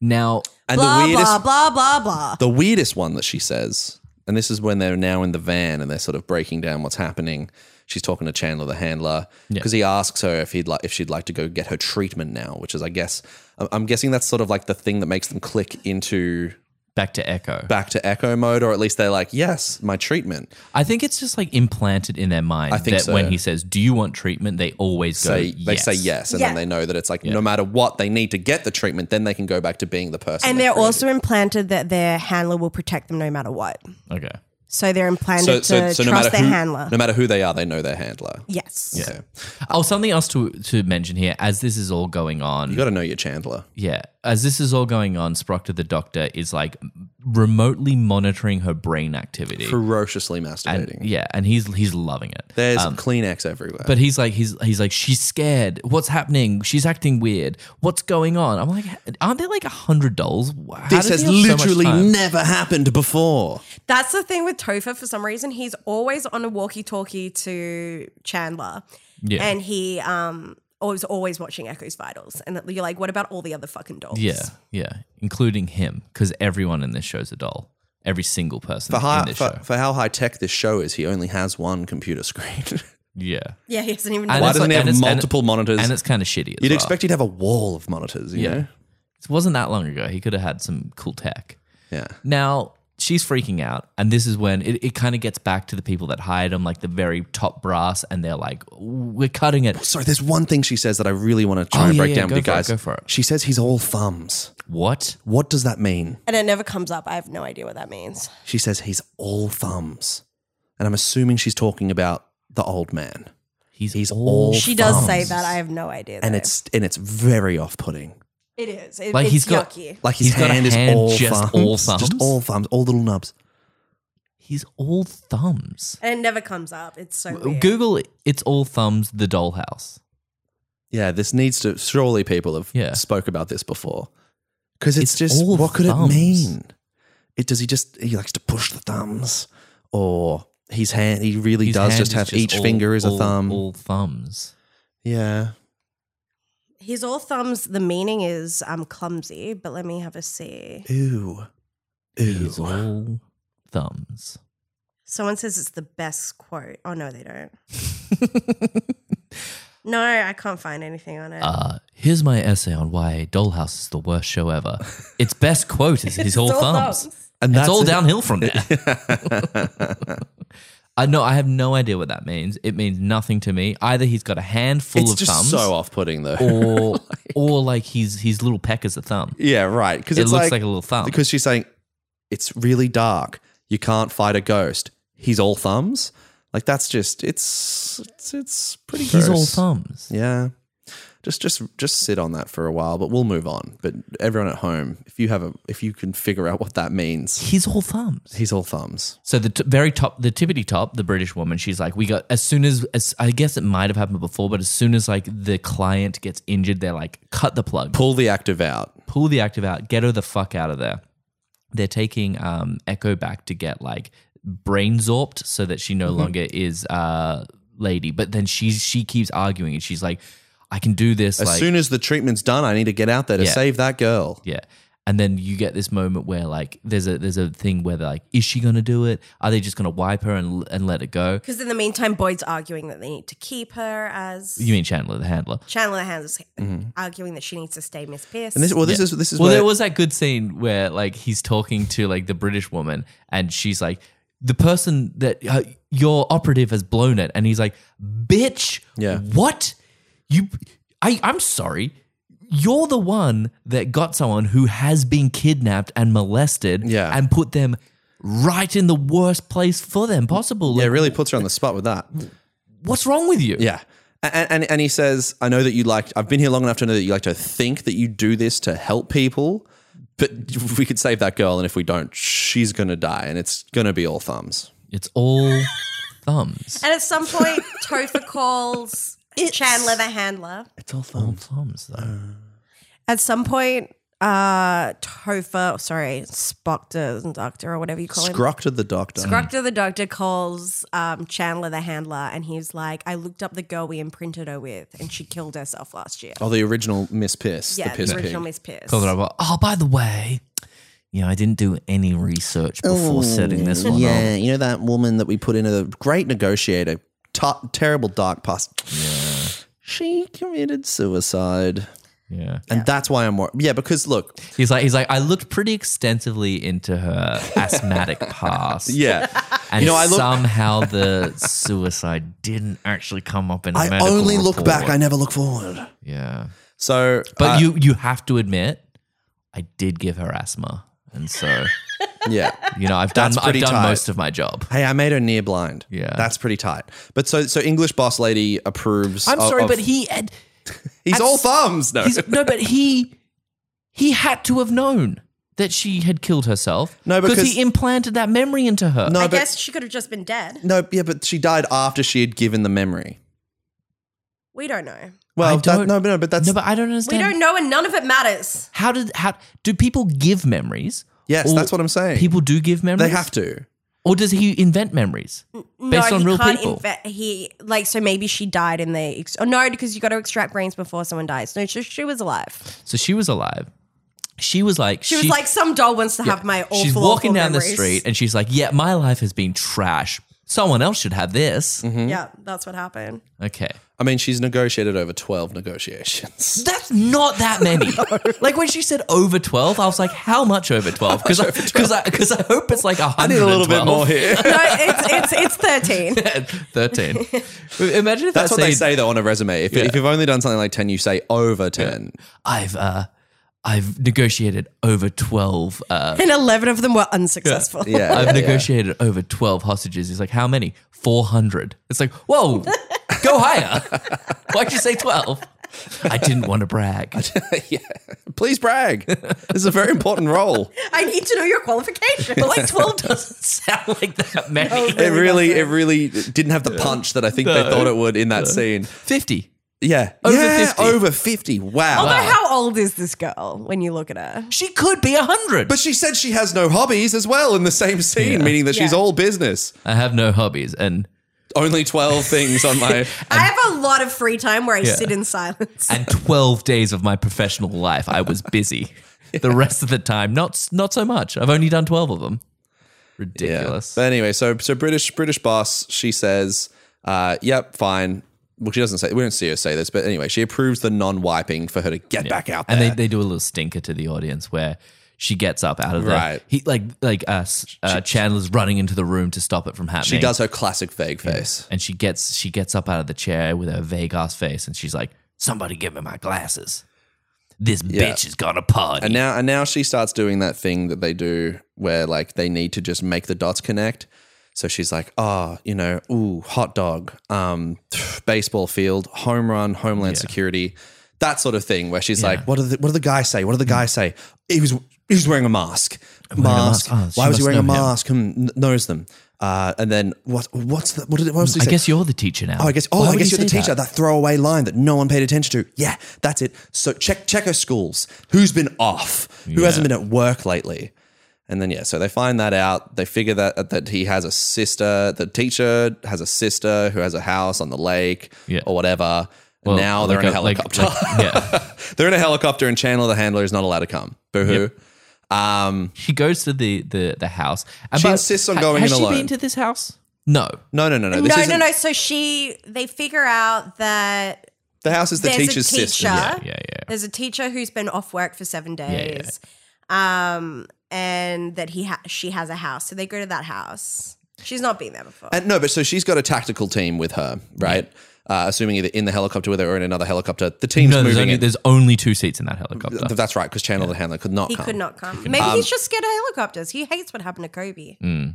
S2: Now
S3: And
S6: Blah,
S3: the weirdest Oh
S6: blah, blah, blah, blah.
S3: the weirdest one that she says, and this is when they're now in the van and they're sort of breaking down what's happening. She's talking to Chandler, the handler, because he asks her if he'd like if she'd like to go get her treatment now, which is, I guess, I'm- I'm guessing that's sort of like the thing that makes them click into
S2: back to Echo.
S3: back to echo mode, or at least they're like, yes, my treatment.
S2: I think it's just like implanted in their mind
S3: I think
S2: that
S3: so.
S2: when he says, "Do you want treatment?" they always go.
S3: They they
S2: yes.
S3: say yes, and
S6: Yeah.
S3: then they know that it's like no matter what, they need to get the treatment. Then they can go back to being the person.
S6: And
S3: they
S6: they're
S3: created.
S6: also implanted that their handler will protect them no matter what.
S2: Okay.
S6: So they're implanted
S3: so,
S6: to
S3: so, so no
S6: trust
S3: matter
S6: their
S3: who
S6: handler.
S3: no matter who they are, they know their handler.
S6: yes.
S3: So
S2: Oh, something else to to mention here as this is all going on.
S3: you got to know your Chandler.
S2: Yeah. As this is all going on, Sproctor the doctor is like remotely monitoring her brain activity.
S3: Ferociously masturbating.
S2: Yeah, and he's he's loving it.
S3: There's Kleenex everywhere.
S2: But he's like, he's he's like, she's scared. What's happening? She's acting weird. What's going on? I'm like, aren't there like a hundred dolls? How
S3: this has
S2: does he have so much
S3: literally
S2: time?
S3: never happened before.
S6: That's the thing with Topher for some reason. He's always on a walkie talkie to Chandler.
S2: Yeah.
S6: And he um was always watching Echo's Vitals. And you're like, what about all the other fucking dolls?
S2: yeah, yeah, including him because everyone in this show's a doll. Every single person
S3: For,
S2: in
S3: high,
S2: this
S3: for,
S2: show.
S3: for how high tech this show is, he only has one computer screen. <laughs>
S2: Yeah,
S6: Yeah, he doesn't even
S2: And
S6: know.
S3: Why
S2: it's
S3: doesn't
S2: like-
S3: he
S2: and
S3: have
S2: it's- and it-
S3: multiple monitors?
S2: and it's kind of shitty. As
S3: You'd
S2: well.
S3: expect he'd have a wall of monitors, you
S2: Yeah.
S3: know?
S2: it wasn't that long ago. He could have had some cool tech.
S3: Yeah.
S2: Now she's freaking out, and this is when it, it kind of gets back to the people that hired him, like the very top brass, and they're like, "We're cutting it."
S3: Sorry, there's one thing she says that I really want to try
S2: Oh,
S3: and
S2: yeah,
S3: break
S2: yeah,
S3: down
S2: go
S3: with you
S2: for it,
S3: guys.
S2: go for it.
S3: She says he's all thumbs.
S2: What?
S3: What does that mean?
S6: And it never comes up. I have no idea what that means.
S3: She says he's all thumbs. And I'm assuming she's talking about the old man. He's all
S6: She does say
S3: thumbs.
S6: that. I have no idea.
S3: And
S6: though.
S3: it's and it's very off putting.
S6: it is. It,
S2: Like,
S6: it's
S2: he's got-
S6: yucky.
S3: Like his
S2: He's got a
S3: hand is
S2: hand
S3: all
S2: just
S3: thumbs,
S2: all
S3: Just
S2: thumbs?
S3: all thumbs, all little nubs.
S2: He's all thumbs.
S6: and it never comes up. It's so weird.
S2: Google it's all thumbs the dollhouse.
S3: Yeah, this needs to. Surely people have
S2: Yeah.
S3: spoke about this before. Because it's,
S2: It's
S3: just
S2: all
S3: what could
S2: thumbs.
S3: it mean? It does he just he likes to push the thumbs, or his hand he really
S2: His
S3: does
S2: hand
S3: just
S2: is
S3: have each
S2: all-
S3: finger is a
S2: all-
S3: thumb.
S2: All thumbs.
S3: Yeah,
S6: He's all thumbs. The meaning is um clumsy, but let me have a see.
S3: ooh,
S2: He's
S3: ooh.
S2: all
S6: <laughs>
S2: thumbs.
S6: Someone says it's the best quote. Oh no, they don't. No, I can't find anything on <laughs> it.
S2: uh, here's my essay on why Dollhouse is the worst show
S3: <laughs>
S2: ever. Its best quote is he's all, thumbs.
S3: And
S2: It's all
S3: it.
S2: downhill
S3: <laughs>
S2: from there. <laughs> I know. I have no idea what that means. It means nothing to me. Either he's got a handful
S3: It's
S2: of
S3: just
S2: thumbs,
S3: so <laughs> off-putting though.
S2: or or like he's his little peck is a thumb.
S3: yeah, right. Because
S2: It looks like a little thumb.
S3: because she's saying it's really dark. You can't fight a ghost. He's all thumbs. Like that's just it's it's, it's pretty.
S2: he's all
S3: gross.
S2: thumbs.
S3: Yeah. Just just just sit on that for a while, but we'll move on. But everyone at home, if you have a if you can figure out what that means,
S2: He's all thumbs.
S3: he's all thumbs.
S2: So the t- very top, the tippity top, the British woman, she's like, we got as soon as, as I guess it might have happened before, but as soon as like the client gets injured, they're like, cut the plug,
S3: Pull the active out.
S2: pull the active out, get her the fuck out of there. They're taking um, Echo back to get like brain zorped so that she no longer is uh, lady. But then she's she keeps arguing and she's like, I can do this.
S3: As
S2: like,
S3: soon as the treatment's done, I need to get out there to
S2: Yeah.
S3: save that girl.
S2: yeah. And then you get this moment where like there's a there's a thing where they're like, is she gonna do it? Are they just gonna wipe her and and let it go?
S6: Because in the meantime, Boyd's arguing that they need to keep her as
S2: You mean Chandler the handler?
S6: Chandler has arguing that she needs to stay Miss Pierce.
S3: And this, well, this
S2: Yeah.
S3: is this is
S2: well,
S3: where
S2: there was that good scene where like he's talking to like the British woman, and she's like, "The person that uh, your operative has blown it," and he's like, "Bitch,
S3: Yeah.
S2: what? You, I, I'm sorry." You're the one that got someone who has been kidnapped and molested
S3: Yeah.
S2: and put them right in the worst place for them possible.
S3: yeah,
S2: Like,
S3: it really puts her on the spot with that.
S2: What's wrong with you?
S3: Yeah. And, and, and he says, I know that you like, I've been here long enough to know that you like to think that you do this to help people, but we could save that girl. And if we don't, she's going to die and it's going to be all thumbs.
S2: It's all thumbs.
S6: and at some point, <laughs> Topher calls Chandler the handler.
S3: It's all
S2: All
S3: thumbs.
S2: thumbs, though.
S6: At some point, uh, Topher, sorry, Spockter, Doctor, or whatever you call him.
S3: Scrock to the doctor.
S6: Proctor the doctor calls um, Chandler the handler and he's like, I looked up the girl we imprinted her with and she killed herself last year.
S3: Oh, the original Miss Piss.
S6: yeah,
S3: the piss
S6: the original
S3: pig.
S6: Miss Pierce.
S2: Called it over. Oh, by the way, yeah, I didn't do any research before setting this one up.
S3: you know that woman that we put in a great negotiator, ta- terrible dark past. She committed suicide.
S2: Yeah,
S3: And that's why I'm worried. Yeah, because look,
S2: he's like, he's like, I looked pretty extensively into her
S3: <laughs>
S2: asthmatic past.
S3: yeah.
S2: and
S3: You know, I look-
S2: somehow the suicide didn't actually come up in. a
S3: I
S2: medical
S3: only look
S2: report.
S3: back, I never look forward.
S2: yeah,
S3: So,
S2: but
S3: uh,
S2: you you have to admit, I did give her asthma, and so
S3: yeah.
S2: you know, I've
S3: <laughs>
S2: done
S3: That's
S2: I've
S3: pretty
S2: done
S3: tight.
S2: most of my job.
S3: Hey, I made her near blind.
S2: Yeah.
S3: that's pretty tight. But so, so English boss lady approves.
S2: I'm
S3: of-
S2: sorry,
S3: of-
S2: but he had,
S3: he's all thumbs. No,
S2: <laughs> he's, no, but he he had to have known that she had killed herself.
S3: No, because-
S2: he implanted that memory into her.
S3: no,
S6: I
S3: but
S6: guess she could have just been dead.
S3: no, yeah, but she died after she had given the memory.
S6: We don't know.
S3: Well,
S2: I
S3: that,
S2: don't-
S3: no, no, but that's
S2: no, but I don't
S6: We
S2: understand.
S6: don't know and none of it matters.
S2: How did how do people give memories?
S3: yes,
S2: Or
S3: that's what I'm saying.
S2: People do give memories.
S3: they have to.
S2: Or does he invent memories? Based
S6: no,
S2: on
S6: he
S2: real
S6: can't
S2: people.
S6: inve- he like so maybe she died and they ex- oh no because you got to extract brains before someone dies. No, she, she was alive.
S2: So she was alive. She was like
S6: She was like some doll wants to have my awful.
S2: she's walking
S6: awful
S2: down
S6: memories.
S2: the street and she's like, yeah, my life has been trash. Someone else should have this.
S3: Mm-hmm.
S6: Yeah, that's what happened. <laughs>
S2: Okay.
S3: I mean, she's negotiated over twelve
S2: <laughs>
S3: negotiations.
S2: That's not that
S3: <laughs>
S2: many. Like when she said over 12, I was like, how much over 12? Because I, because I, because I hope it's like 100.
S3: I need a little bit more
S2: <laughs>
S3: here.
S6: No, it's it's it's thirteen.
S2: 13.
S3: <laughs>
S2: Imagine if
S3: That's
S2: that
S3: what they
S2: scene-
S3: say though on a resume. If, if you've only done something like ten, you say over ten.
S2: I've uh, I've negotiated over twelve. Uh,
S6: and 11 of them were unsuccessful.
S3: Yeah, yeah,
S2: I've
S3: yeah.
S2: negotiated over twelve hostages. He's like, how many? Four hundred. It's like, whoa, go higher.
S3: <laughs>
S2: Why'd you say twelve? I didn't want to brag.
S3: <laughs> yeah. Please brag. This is a very important role.
S6: <laughs>
S2: <laughs>
S6: I need to know your qualification. But like 12 does.
S2: <laughs>
S6: Oh,
S2: Sound like that many.
S3: It really, it really didn't have the punch that I think they thought it would in that scene.
S2: Fifty.
S3: Yeah.
S2: Over
S3: yeah,
S2: 50.
S3: Over 50. Wow.
S6: Although, how old is this girl when you look at her?
S2: She could be hundred.
S3: But she said she has no hobbies as well in the same scene, meaning that she's
S6: Yeah.
S3: all business.
S2: I have no hobbies, and
S3: Only 12 things on
S2: <laughs>
S3: my.
S6: I have a lot of free time where I sit in silence.
S2: and twelve days of my professional life, I was
S3: <laughs>
S2: busy. The rest of the time, not not so much. I've only done twelve of them. Ridiculous.
S3: But anyway, so so British British boss, she says, uh, yep, fine. Well, she doesn't say, we don't see her say this, but anyway, she approves the non wiping for her to get back out there.
S2: and they, they do a little stinker to the audience where she gets up out of there.
S3: Right.
S2: He like like uh, s- uh, Chandler's running into the room to stop it from
S3: she
S2: happening.
S3: does her classic vague face.
S2: and she gets she gets up out of the chair with her vague ass face, and she's like, "Somebody give me my glasses. This bitch is gonna party."
S3: And now and now she starts doing that thing that they do where like they need to just make the dots connect. So she's like, ah, you know, ooh, hot dog, um, <sighs> baseball field, home run, homeland security, that sort of thing. Where she's like, what did the, what did the guy say? What did the guy say? He was he was wearing a mask. Mask.
S2: mask. Oh, she
S3: Why was
S2: must
S3: he wearing a
S2: know him.
S3: mask? Hmm, kn- knows them. Uh, and then what? What's the? What did? it- What was he
S2: I
S3: say?
S2: guess you're the teacher now.
S3: Oh, I guess. Oh,
S2: Why
S3: I
S2: would
S3: guess
S2: you
S3: you're the
S2: say
S3: teacher. That? throwaway line that no one paid attention to. Yeah, that's it. So check check her schools. Who's been off? Who hasn't been at work lately? And then yeah, so they find that out. They figure that that he has a sister. The teacher has a sister who has a house on the lake
S2: Yeah.
S3: or whatever.
S2: Well,
S3: now they're
S2: like
S3: in a
S2: a- like-
S3: helicopter.
S2: like- yeah.
S3: <laughs> they're in a helicopter, and Chandler the handler is not allowed to come. Boo hoo. Um,
S2: She goes to the the the house.
S3: She
S2: but-
S3: insists on going
S2: has
S3: in
S2: she
S3: alone.
S2: Been to this house? No.
S3: no, no, no, no. This
S6: <laughs> no, no,
S3: isn't-
S6: no. So she, they figure out that
S3: The house is the
S6: There's a
S3: teacher's sister.
S6: teacher.
S2: Yeah, yeah, yeah.
S6: there's a teacher who's been off work for seven
S2: yeah, yeah.
S6: days, um, and that he ha- she has a house. So they go to that house. She's not been there before.
S3: And no, but so she's got a tactical team with her, right? Uh, assuming either in the helicopter with her or in another helicopter. The team's
S2: No, there's
S3: moving.
S2: only,
S3: it.
S2: there's only two seats in that helicopter.
S3: Th- That's right, because Chandler the Handler could not
S6: he
S3: come.
S6: could not come. Maybe he's just scared of helicopters. He hates what happened to Kobe.
S3: <laughs>
S2: Mm.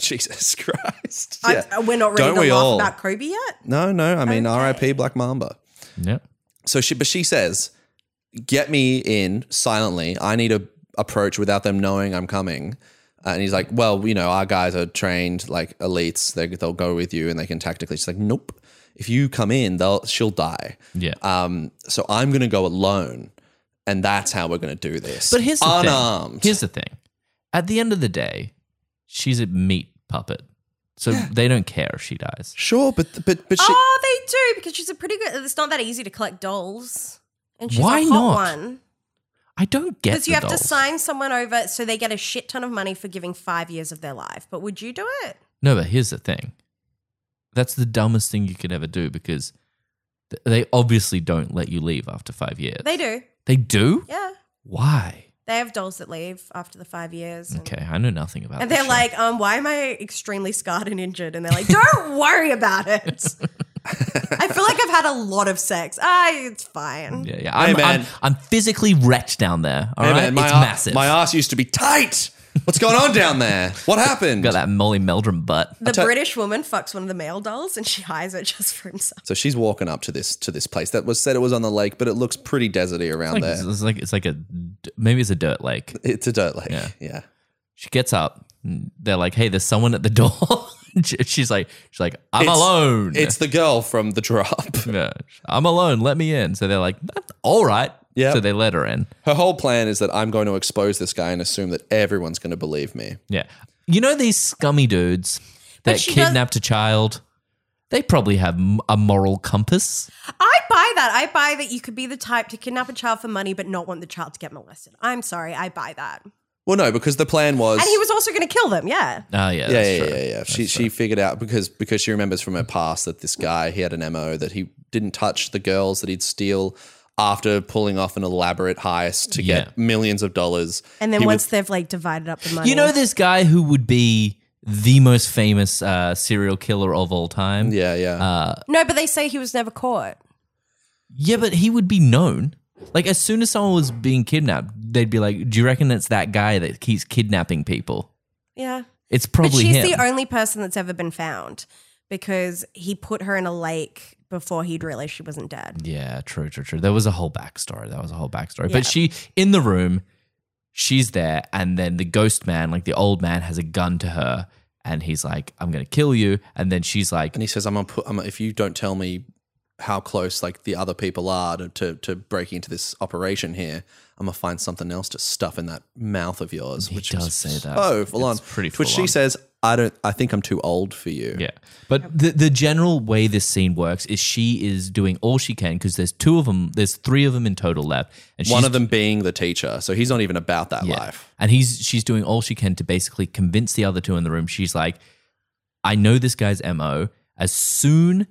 S3: Jesus Christ.
S6: I-
S3: Yeah.
S6: we're not ready
S3: Don't
S6: to
S3: we
S6: laugh
S3: all?
S6: about Kobe yet.
S3: No, no. I mean, RIP Black Mamba.
S2: yeah.
S3: So she, but she says, "Get me in silently. I need to approach without them knowing I'm coming." Uh, and he's like, "Well, you know, our guys are trained like elites. They, they'll go with you, and they can tactically." She's like, "Nope. If you come in, they'll she'll die."
S2: Yeah.
S3: Um. So I'm gonna go alone, and that's how we're gonna do this.
S2: But here's the
S3: unarmed.
S2: thing. Here's the thing. At the end of the day, she's a meat puppet, so they don't care if she dies.
S3: sure, but but but she.
S6: oh, they do because she's a pretty good. It's not that easy to collect dolls, and she's
S2: Why
S6: a hot
S2: not?
S6: one
S2: I don't get
S6: because you
S2: the
S6: have to
S2: dolls.
S6: sign someone over so they get a shit ton of money for giving five years of their life. But would you do it?
S2: No, but here's the thing. That's the dumbest thing you could ever do because th- they obviously don't let you leave after five years.
S6: They do.
S2: They do?
S6: Yeah,
S2: Why?
S6: they have dolls that leave after the five years. and-
S2: Okay, I know nothing about.
S6: And
S2: this
S6: they're
S2: show.
S6: like, um, why am I extremely scarred and injured? And they're like,
S2: <laughs>
S6: don't worry about it. I feel like I've had a lot of sex. Ah, it's fine.
S2: yeah, yeah. I'm,
S3: man.
S2: I'm, I'm physically wrecked down there. All
S3: Hey,
S2: right,
S3: man, my
S2: it's
S3: ar-
S2: massive.
S3: My ass used to be tight. What's going on down there? What happened?
S2: <laughs> Got that Molly Meldrum butt.
S6: The British woman fucks one of the male dolls and she hires it just for himself.
S3: So she's walking up to this to this place that was said it was on the lake, but it looks pretty deserty around
S2: Like,
S3: there.
S2: it's, it's like it's like a d- maybe it's a dirt lake.
S3: It's a dirt lake. Yeah.
S2: Yeah. She gets up. and They're like, "Hey, there's someone at the door." <laughs> She- she's like, "She's like, I'm
S3: It's-
S2: alone.
S3: It's the girl from the drop. <laughs>
S2: <laughs> yeah, I'm alone. Let me in." So they're like, "That's "All right."
S3: Yep.
S2: So they let her in.
S3: Her whole plan is that I'm going to expose this guy and assume that everyone's going to believe me.
S2: Yeah. You know these scummy dudes that
S6: she does-
S2: kidnapped a child? They probably have m- a moral compass.
S6: I buy that. I buy that you could be the type to kidnap a child for money but not want the child to get molested. I'm sorry. I buy that.
S3: Well, no, because the plan was
S6: And he was also going to kill them. Yeah.
S2: Oh, yeah.
S3: yeah,
S2: that's
S3: yeah,
S2: true.
S3: yeah, yeah, She she figured out because because she remembers from her past that this guy he had an mo that he didn't touch the girls that he'd steal after pulling off an elaborate heist to
S2: Yeah.
S3: get millions of dollars.
S6: And then
S3: He
S6: once they've like divided up the money.
S2: You know this guy who would be the most famous uh, serial killer of all time?
S3: Yeah,
S2: uh,
S3: yeah.
S6: No, but they say he was never caught.
S2: Yeah, but he would be known. Like, as soon as someone was being kidnapped, they'd be like, Do you reckon it's that guy that keeps kidnapping people?
S6: Yeah.
S2: It's probably
S6: but she's
S2: him.
S6: the only person that's ever been found because he put her in a lake before he'd realized she wasn't dead.
S2: Yeah, true, true, true. There was a whole backstory. That was a whole backstory. But she in the room, she's there, and then the ghost man, like the old man, has a gun to her, and he's like, "I'm gonna kill you." And then she's like,
S3: and he says, "I'm gonna put. I'm gonna- if you don't tell me how close like the other people are to, to to breaking into this operation here, I'm gonna find something else to stuff in that mouth of yours."
S2: He
S3: which
S2: does
S3: was
S2: say that.
S3: So Oh, full
S2: It's
S3: on.
S2: pretty
S3: to which
S2: full
S3: she
S2: on.
S3: says, "I don't. I think I'm too old for you."
S2: "Yeah." But the the general way this scene works is she is doing all she can because there's two of them, there's three of them in total left, and
S3: One
S2: she's-
S3: of them being the teacher, so he's not even about that
S2: Yeah.
S3: life.
S2: And he's she's doing all she can to basically convince the other two in the room. She's like, I know this guy's MO. As soon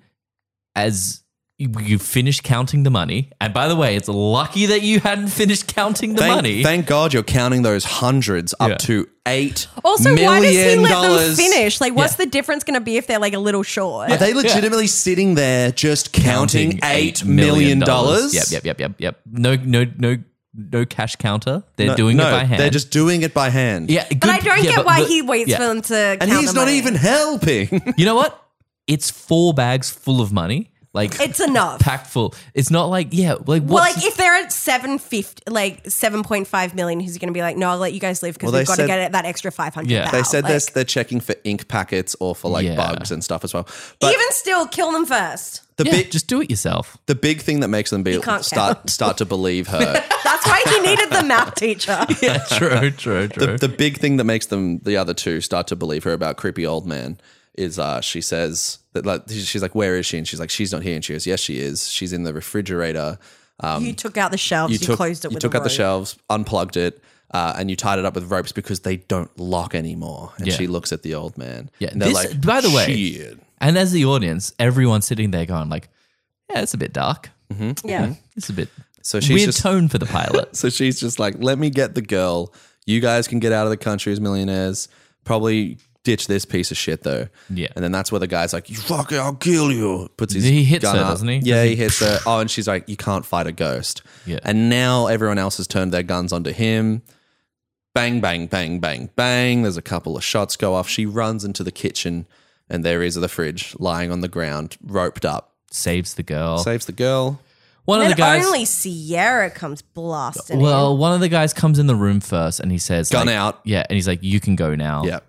S2: as you, you finish counting the money, and by the way, it's lucky that you hadn't finished counting the
S3: thank,
S2: money.
S3: thank God you're counting those hundreds up
S2: Yeah.
S3: to eight
S6: Also, why does he
S3: million
S6: let
S3: dollars.
S6: them finish? Like, what's the
S2: Yeah.
S6: difference going to be if they're like a little short?
S3: Are they legitimately sitting there just counting, eight million dollars?
S2: Yep, yep, yep, yep, yep. No, no, no, no cash counter. They're
S3: No,
S2: doing
S3: Uh, no,
S2: it by hand.
S3: They're just doing it by hand.
S2: yeah.
S6: But I don't get why he waits for them to.
S3: and
S6: count
S3: he's
S6: the
S3: not
S6: money.
S3: even helping.
S6: <laughs>
S2: You know what? It's four bags full of money. Like
S6: It's enough.
S2: packed full. It's not like yeah. Like
S6: well,
S2: what's
S6: like if they're at seven fifty, like seven point five million, he's going to be like, "No, I'll let you guys live because
S3: Well, they
S6: we've got to
S3: said-
S6: get it- that extra five hundred.
S2: Yeah.
S3: They said
S6: like,
S3: this, they're checking for ink packets or for like
S2: Yeah.
S3: bugs and stuff as well. But
S6: even still, kill them first.
S3: the
S2: yeah,
S3: big
S2: just do it yourself.
S3: the big thing that makes them be,
S6: can't
S3: start start to
S6: <laughs>
S3: believe her.
S6: That's why he needed the math
S3: <laughs>
S6: teacher.
S2: yeah, true, true, true.
S3: the big thing that makes them the other two start to believe her about creepy old man is uh she says that like she's like where is she and she's like she's not here and she goes yes she is she's in the refrigerator
S6: you took out the shelves. You,
S3: took,
S6: closed it.
S3: you
S6: with
S3: took
S6: a
S3: out the
S6: rope.
S3: shelves, unplugged it, uh, and you tied it up with ropes because they don't lock anymore. And
S2: Yeah.
S3: she looks at the old man.
S2: Yeah,
S3: and they're
S2: this-
S3: like,
S2: by the way-
S3: "Shit."
S2: And as the audience, everyone's sitting there going like, "Yeah, it's a bit dark.
S3: Mm-hmm.
S6: Yeah.
S2: It's a bit
S3: So she's
S2: weird
S3: just-
S2: tone for the pilot." <laughs>
S3: So she's just like, let me get the girl. You guys can get out of the country as millionaires. Probably ditch this piece of shit though.
S2: Yeah.
S3: And then that's where the guy's like, you fucker, I'll kill you. Puts his
S2: He hits
S3: gun
S2: her,
S3: up.
S2: doesn't he?
S3: Yeah,
S2: <laughs>
S3: he hits her. Oh, and she's like, you can't fight a ghost.
S2: Yeah.
S3: And now everyone else has turned their guns onto him. Bang, bang, bang, bang, bang. There's a couple of shots go off. She runs into the kitchen and there is the fridge lying on the ground, roped up.
S2: Saves the girl.
S3: Saves the girl.
S2: One of the
S6: And
S2: guys.
S6: only Sierra comes blasting.
S2: well, one of the guys comes in the room first, and he says,
S3: Gun
S2: like-
S3: out.
S2: Yeah, and he's like, "You can go now.
S3: Yeah.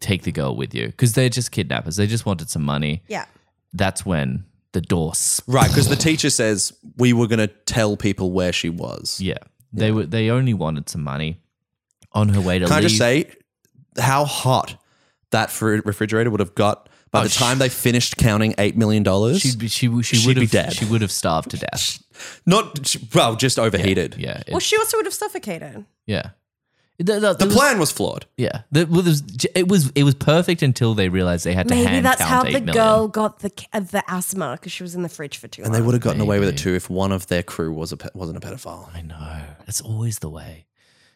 S2: take the girl with you because they're just kidnappers. They just wanted some money."
S6: in. yeah,
S2: That's when the door. Sp-
S3: Right, because the teacher says we were going to tell people where she was.
S2: yeah, they were. They only wanted some money. On her way to
S3: Can I
S2: leave,
S3: just say how hot that fr- refrigerator would have got by the time they finished counting $8 million?
S2: she'd be, Oh, she w-
S3: She'd
S2: she would
S3: be
S2: have
S3: dead.
S2: she would have starved to death.
S3: Not, she- well, just overheated.
S2: Yeah, it-
S6: well, she also would have suffocated.
S2: yeah. The, the-
S3: The
S2: the-
S3: plan was flawed.
S2: yeah. The- well, there's- it was it was perfect until they realized they had to
S7: Maybe
S2: hand
S7: that's how
S2: count
S7: the
S2: 8 million.
S7: girl got the ca- the asthma because she was in the fridge for too long.
S3: And they would have gotten away with it too if one of their crew was a pe- wasn't a pedophile.
S2: I know. It's always the way.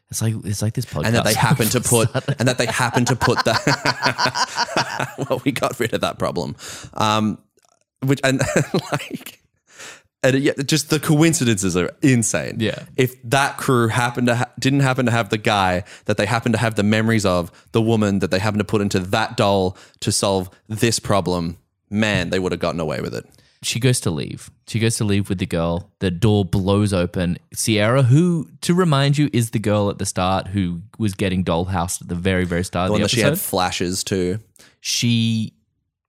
S2: It's like it's like this podcast.
S3: And that they happened
S2: <laughs>
S3: to put, and that they happened to put that. <laughs> well, we got rid of that problem. Um, which and <laughs> like and yeah, just the coincidences are insane.
S2: Yeah.
S3: If that crew happened to ha- didn't happen to have the guy that they happened to have the memories of, the woman that they happened to put into that doll to solve this problem, man, they would have gotten away with it.
S2: she goes to leave. She goes to leave with the girl. The door blows open. Sierra, who to remind you is the girl at the start who was getting dollhoused at the very very start
S3: The
S2: of
S3: one
S2: the
S3: that she had
S2: episode.
S3: flashes to.
S2: She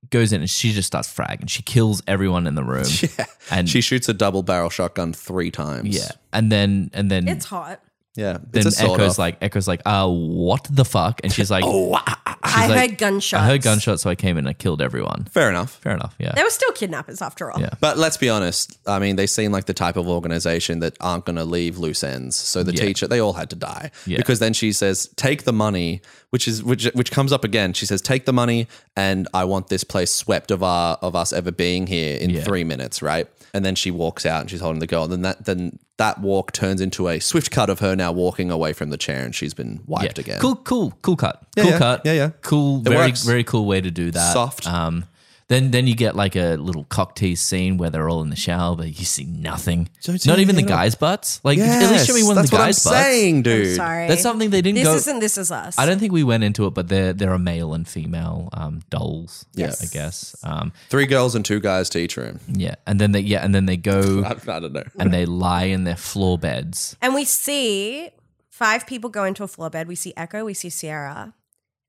S2: goes in and she just starts fragging. She kills everyone in the room.
S3: <laughs>
S2: Yeah. And
S3: She shoots a double barrel shotgun three times.
S2: yeah. And then and then
S6: It's hot.
S3: Yeah. it's
S2: then
S3: a sort
S2: Echo's
S3: of.
S2: like Echo's like, uh, what the fuck? And
S3: <laughs>
S2: she's like,
S3: Oh,
S6: I
S2: like,
S6: heard gunshots.
S2: I heard gunshots, so I came in and I killed everyone.
S3: fair enough.
S2: Fair enough. Yeah.
S6: They were still kidnappers after all.
S2: Yeah.
S3: But let's be honest. I mean, they seem like the type of organization that aren't going to leave loose ends. So the teacher, they all had to die
S2: Yeah.
S3: because then she says, "Take the money," which is which which comes up again. She says, "Take the money, and I want this place swept of our of us ever being here in
S2: Yeah.
S3: three minutes." Right, and then she walks out and she's holding the girl. And then that then that walk turns into a swift cut of her now walking away from the chair, and she's been wiped again.
S2: Cool, cool, cool cut. cool
S3: yeah.
S2: cut.
S3: Yeah, yeah.
S2: Cool. very,
S3: works.
S2: very cool way to do that.
S3: Soft.
S2: Um, then, then you get like a little cock tease scene where they're all in the shower, but you see nothing.
S3: Don't see
S2: Not even the
S3: anything at all.
S2: guys' butts. Like at least show me
S3: Yes,
S2: one
S3: that's
S2: of the
S3: what I'm
S2: guys' butts.
S3: saying, dude.
S6: Sorry.
S2: That's something they didn't
S6: This
S2: go.
S6: isn't This Is Us.
S2: I don't think we went into it, but there there are male and female um, dolls.
S3: Yes.
S2: I guess. Um,
S3: Three girls and two guys to each room.
S2: yeah, and then they yeah, and then they go
S3: I, I don't know.
S2: and they lie in their floor beds.
S6: And we see five people go into a floor bed. We see Echo, we see Sierra,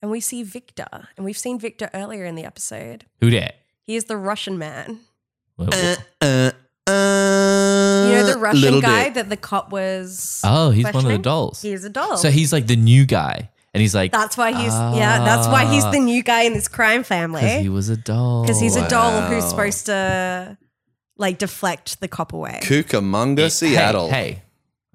S6: and we see Victor. And we've seen Victor earlier in the episode.
S2: Who dat?
S6: He is the Russian man.
S2: Well,
S3: Uh, uh,
S6: You know the Russian
S3: little
S6: guy
S3: bit.
S6: that the cop was.
S2: oh, he's one of the
S6: questioning?
S2: dolls.
S6: He is a doll.
S2: So he's like the new guy, and he's like
S6: that's why he's yeah. That's why he's
S2: Ah.
S6: the new guy in this crime
S2: because he
S6: family
S2: was a doll.
S6: because he's a doll who's
S3: Wow.
S6: supposed to like deflect the cop away.
S3: Cucamonga, Seattle.
S2: Hey, hey,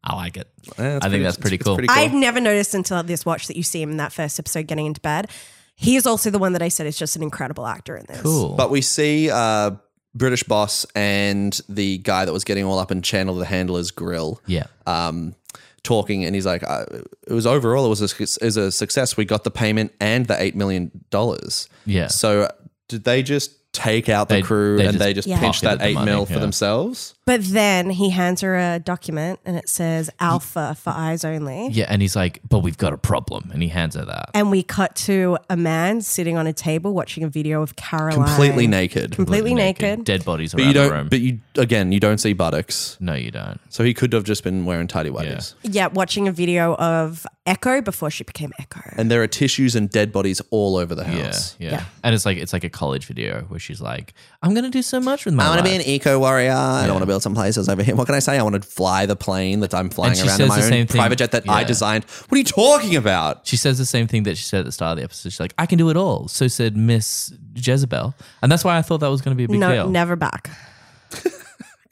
S2: I like it.
S3: Yeah,
S2: I think that's pretty
S3: it's
S2: cool.
S6: I'd never noticed until this watch that you see him in that first episode getting into bed. He is also the one that I said is just an incredible actor in this.
S2: Cool.
S3: But we see uh, British boss and the guy that was getting all up in Channel the Handler's grill
S2: yeah.
S3: um, talking, and he's like, uh, "It was overall, it was a, suc- it was a success. We got the payment and the eight million dollars.
S2: Yeah.
S3: So uh, did they just take out the
S2: They-
S3: crew
S2: they
S3: and
S2: just
S3: they just
S6: Yeah.
S3: pinch that
S2: pocketed the
S3: eight
S2: money,
S3: mil for
S2: yeah.
S3: themselves?
S6: But then he hands her a document and it says alpha for eyes only.
S2: Yeah, and he's like, but we've got a problem, and he hands her that.
S6: And we cut to a man sitting on a table watching a video of Caroline.
S3: Completely naked."
S6: Completely naked.
S2: Dead bodies
S3: But
S2: around
S3: you
S2: the room.
S3: don't. But you again, you don't see buttocks,
S2: no, you don't.
S3: so he could have just been wearing tidy whities.
S6: Yeah, watching a video of Echo before she became Echo.
S3: and there are tissues and dead bodies all over the
S2: Yeah,
S3: house.
S2: yeah, And it's like it's like a college video where she's like, I'm gonna do so much with my
S3: I want to
S2: life.
S3: be an eco warrior. I don't want to build some places over here. What can I say? I want to fly the plane that I'm flying
S2: And she
S3: around in
S2: says
S3: my
S2: the
S3: own
S2: same thing-
S3: private jet that I
S2: yeah.
S3: designed. What are you talking about?
S2: she says the same thing that she said at the start of the episode. She's like, I can do it all. So said Miss Jezebel. And that's why I thought that was gonna be a big
S6: no,
S2: deal.
S6: never back.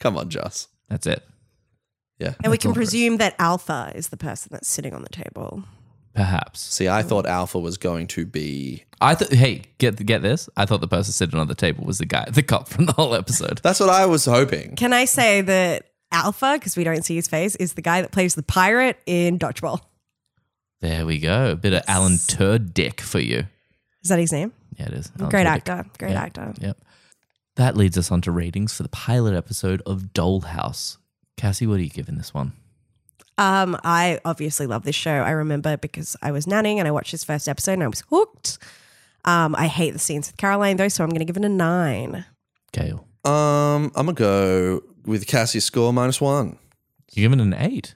S3: Come on, Joss.
S2: That's it.
S3: Yeah.
S6: And we can presume that Alpha is the person that's sitting on the table.
S2: Perhaps.
S3: See, I thought Alpha was going to be.
S2: I thought. Hey, get get this. I thought the person sitting on the table was the guy, <laughs> the cop from the whole episode.
S3: That's what I was hoping.
S6: Can I say that Alpha, because we don't see his face, is the guy that plays the pirate in Dodgeball?
S2: There we go. A bit of Alan Turdick for you.
S6: Is that his name?
S2: Yeah, it is. Alan
S6: Great
S2: Tudyk.
S6: actor. Great
S2: Yeah.
S6: actor.
S2: Yep. That leads us on to ratings for the pilot episode of Dollhouse. Cassie, what are you giving this one?
S6: Um, I obviously love this show. I remember because I was nanning and I watched this first episode and I was hooked. Um, I hate the scenes with Caroline though, so I'm going to give it a nine.
S2: Gail.
S3: Um, I'm gonna go with Cassie's score minus one.
S2: You're giving it an eight,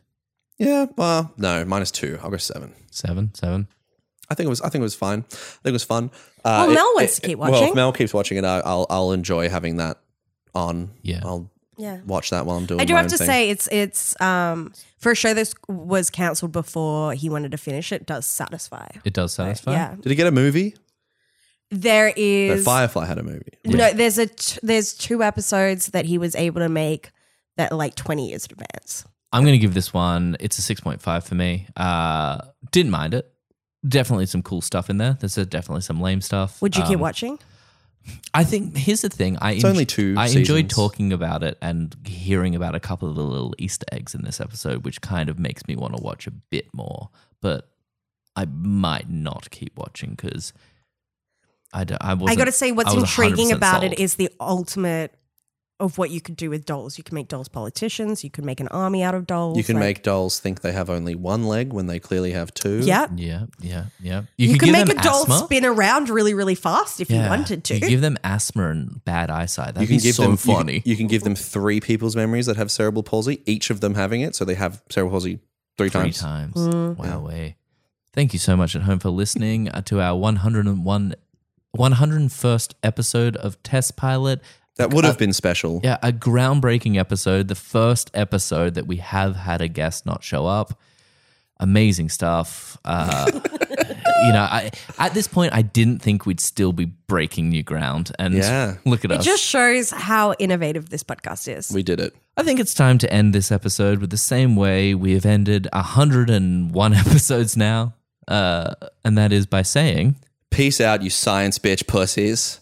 S3: Yeah, well, no, minus two. I'll go seven.
S2: seven, seven.
S3: I think it was. I think it was fine. I think it was fun. Uh,
S6: Well,
S3: it-
S6: Mel wants
S3: it-
S6: to keep
S3: Well, if
S6: watching.
S3: Mel keeps watching it, I, I'll I'll enjoy having that on.
S2: Yeah.
S3: I'll
S7: Yeah.
S3: watch that while I'm doing.
S6: I do
S3: my
S6: have
S3: own
S6: to
S3: thing.
S6: say it's it's um for a show that was cancelled before he wanted to finish it does satisfy.
S2: It does satisfy.
S6: Yeah,
S3: Did he get a movie?
S6: there
S3: No,
S6: is
S3: Firefly had a movie.
S6: no. There's a t- there's two episodes that he was able to make that are like 20 years in advance.
S2: I'm going to give this one. It's a six point five for me. Uh, didn't mind it. Definitely some cool stuff in there. There's uh, definitely some lame stuff.
S6: Would you keep
S2: Um,
S6: watching?
S2: I think here's the thing. I
S3: It's only two
S2: I enjoyed
S3: seasons.
S2: talking about it and hearing about a couple of the little Easter eggs in this episode, which kind of makes me want to watch a bit more. But I might not keep watching because I don't, I
S6: I
S2: wasn't.
S6: got to say, what's
S2: I was
S6: intriguing
S2: 100%
S6: about
S2: sold.
S6: it is the ultimate of what you could do with dolls. You can make dolls politicians. You can make an army out of dolls.
S3: You can
S6: like-
S3: make dolls think they have only one leg when they clearly have two.
S6: yeah.
S2: yeah, yeah, yeah.
S6: You,
S2: could
S6: can
S2: give
S6: make a
S2: them
S6: doll
S2: asthma.
S6: spin around really, really fast if
S2: Yeah.
S6: you wanted to.
S2: You give them asthma and bad eyesight. That'd
S3: You can
S2: be
S3: give
S2: so
S3: them
S2: funny.
S3: You can, you can give them three people's memories that have cerebral palsy, each of them having it, so they have cerebral palsy three,
S2: three
S3: times.
S2: times.
S6: Mm.
S2: Wow, way. Thank you so much at home for listening uh, to our 101 101st episode of Test Pilot.
S3: That would have been special.
S2: Uh, Yeah, a groundbreaking episode, the first episode that we have had a guest not show up. Amazing stuff.
S6: <laughs>
S2: Uh, you know, I, at this point, I didn't think we'd still be breaking new ground. And
S3: Yeah.
S2: look at
S6: It
S2: us.
S6: just shows how innovative this podcast is.
S3: We did it.
S2: I think it's time to end this episode with the same way we have ended <laughs> 101 episodes now. Uh, and that is by saying.
S3: Peace out, you science bitch pussies.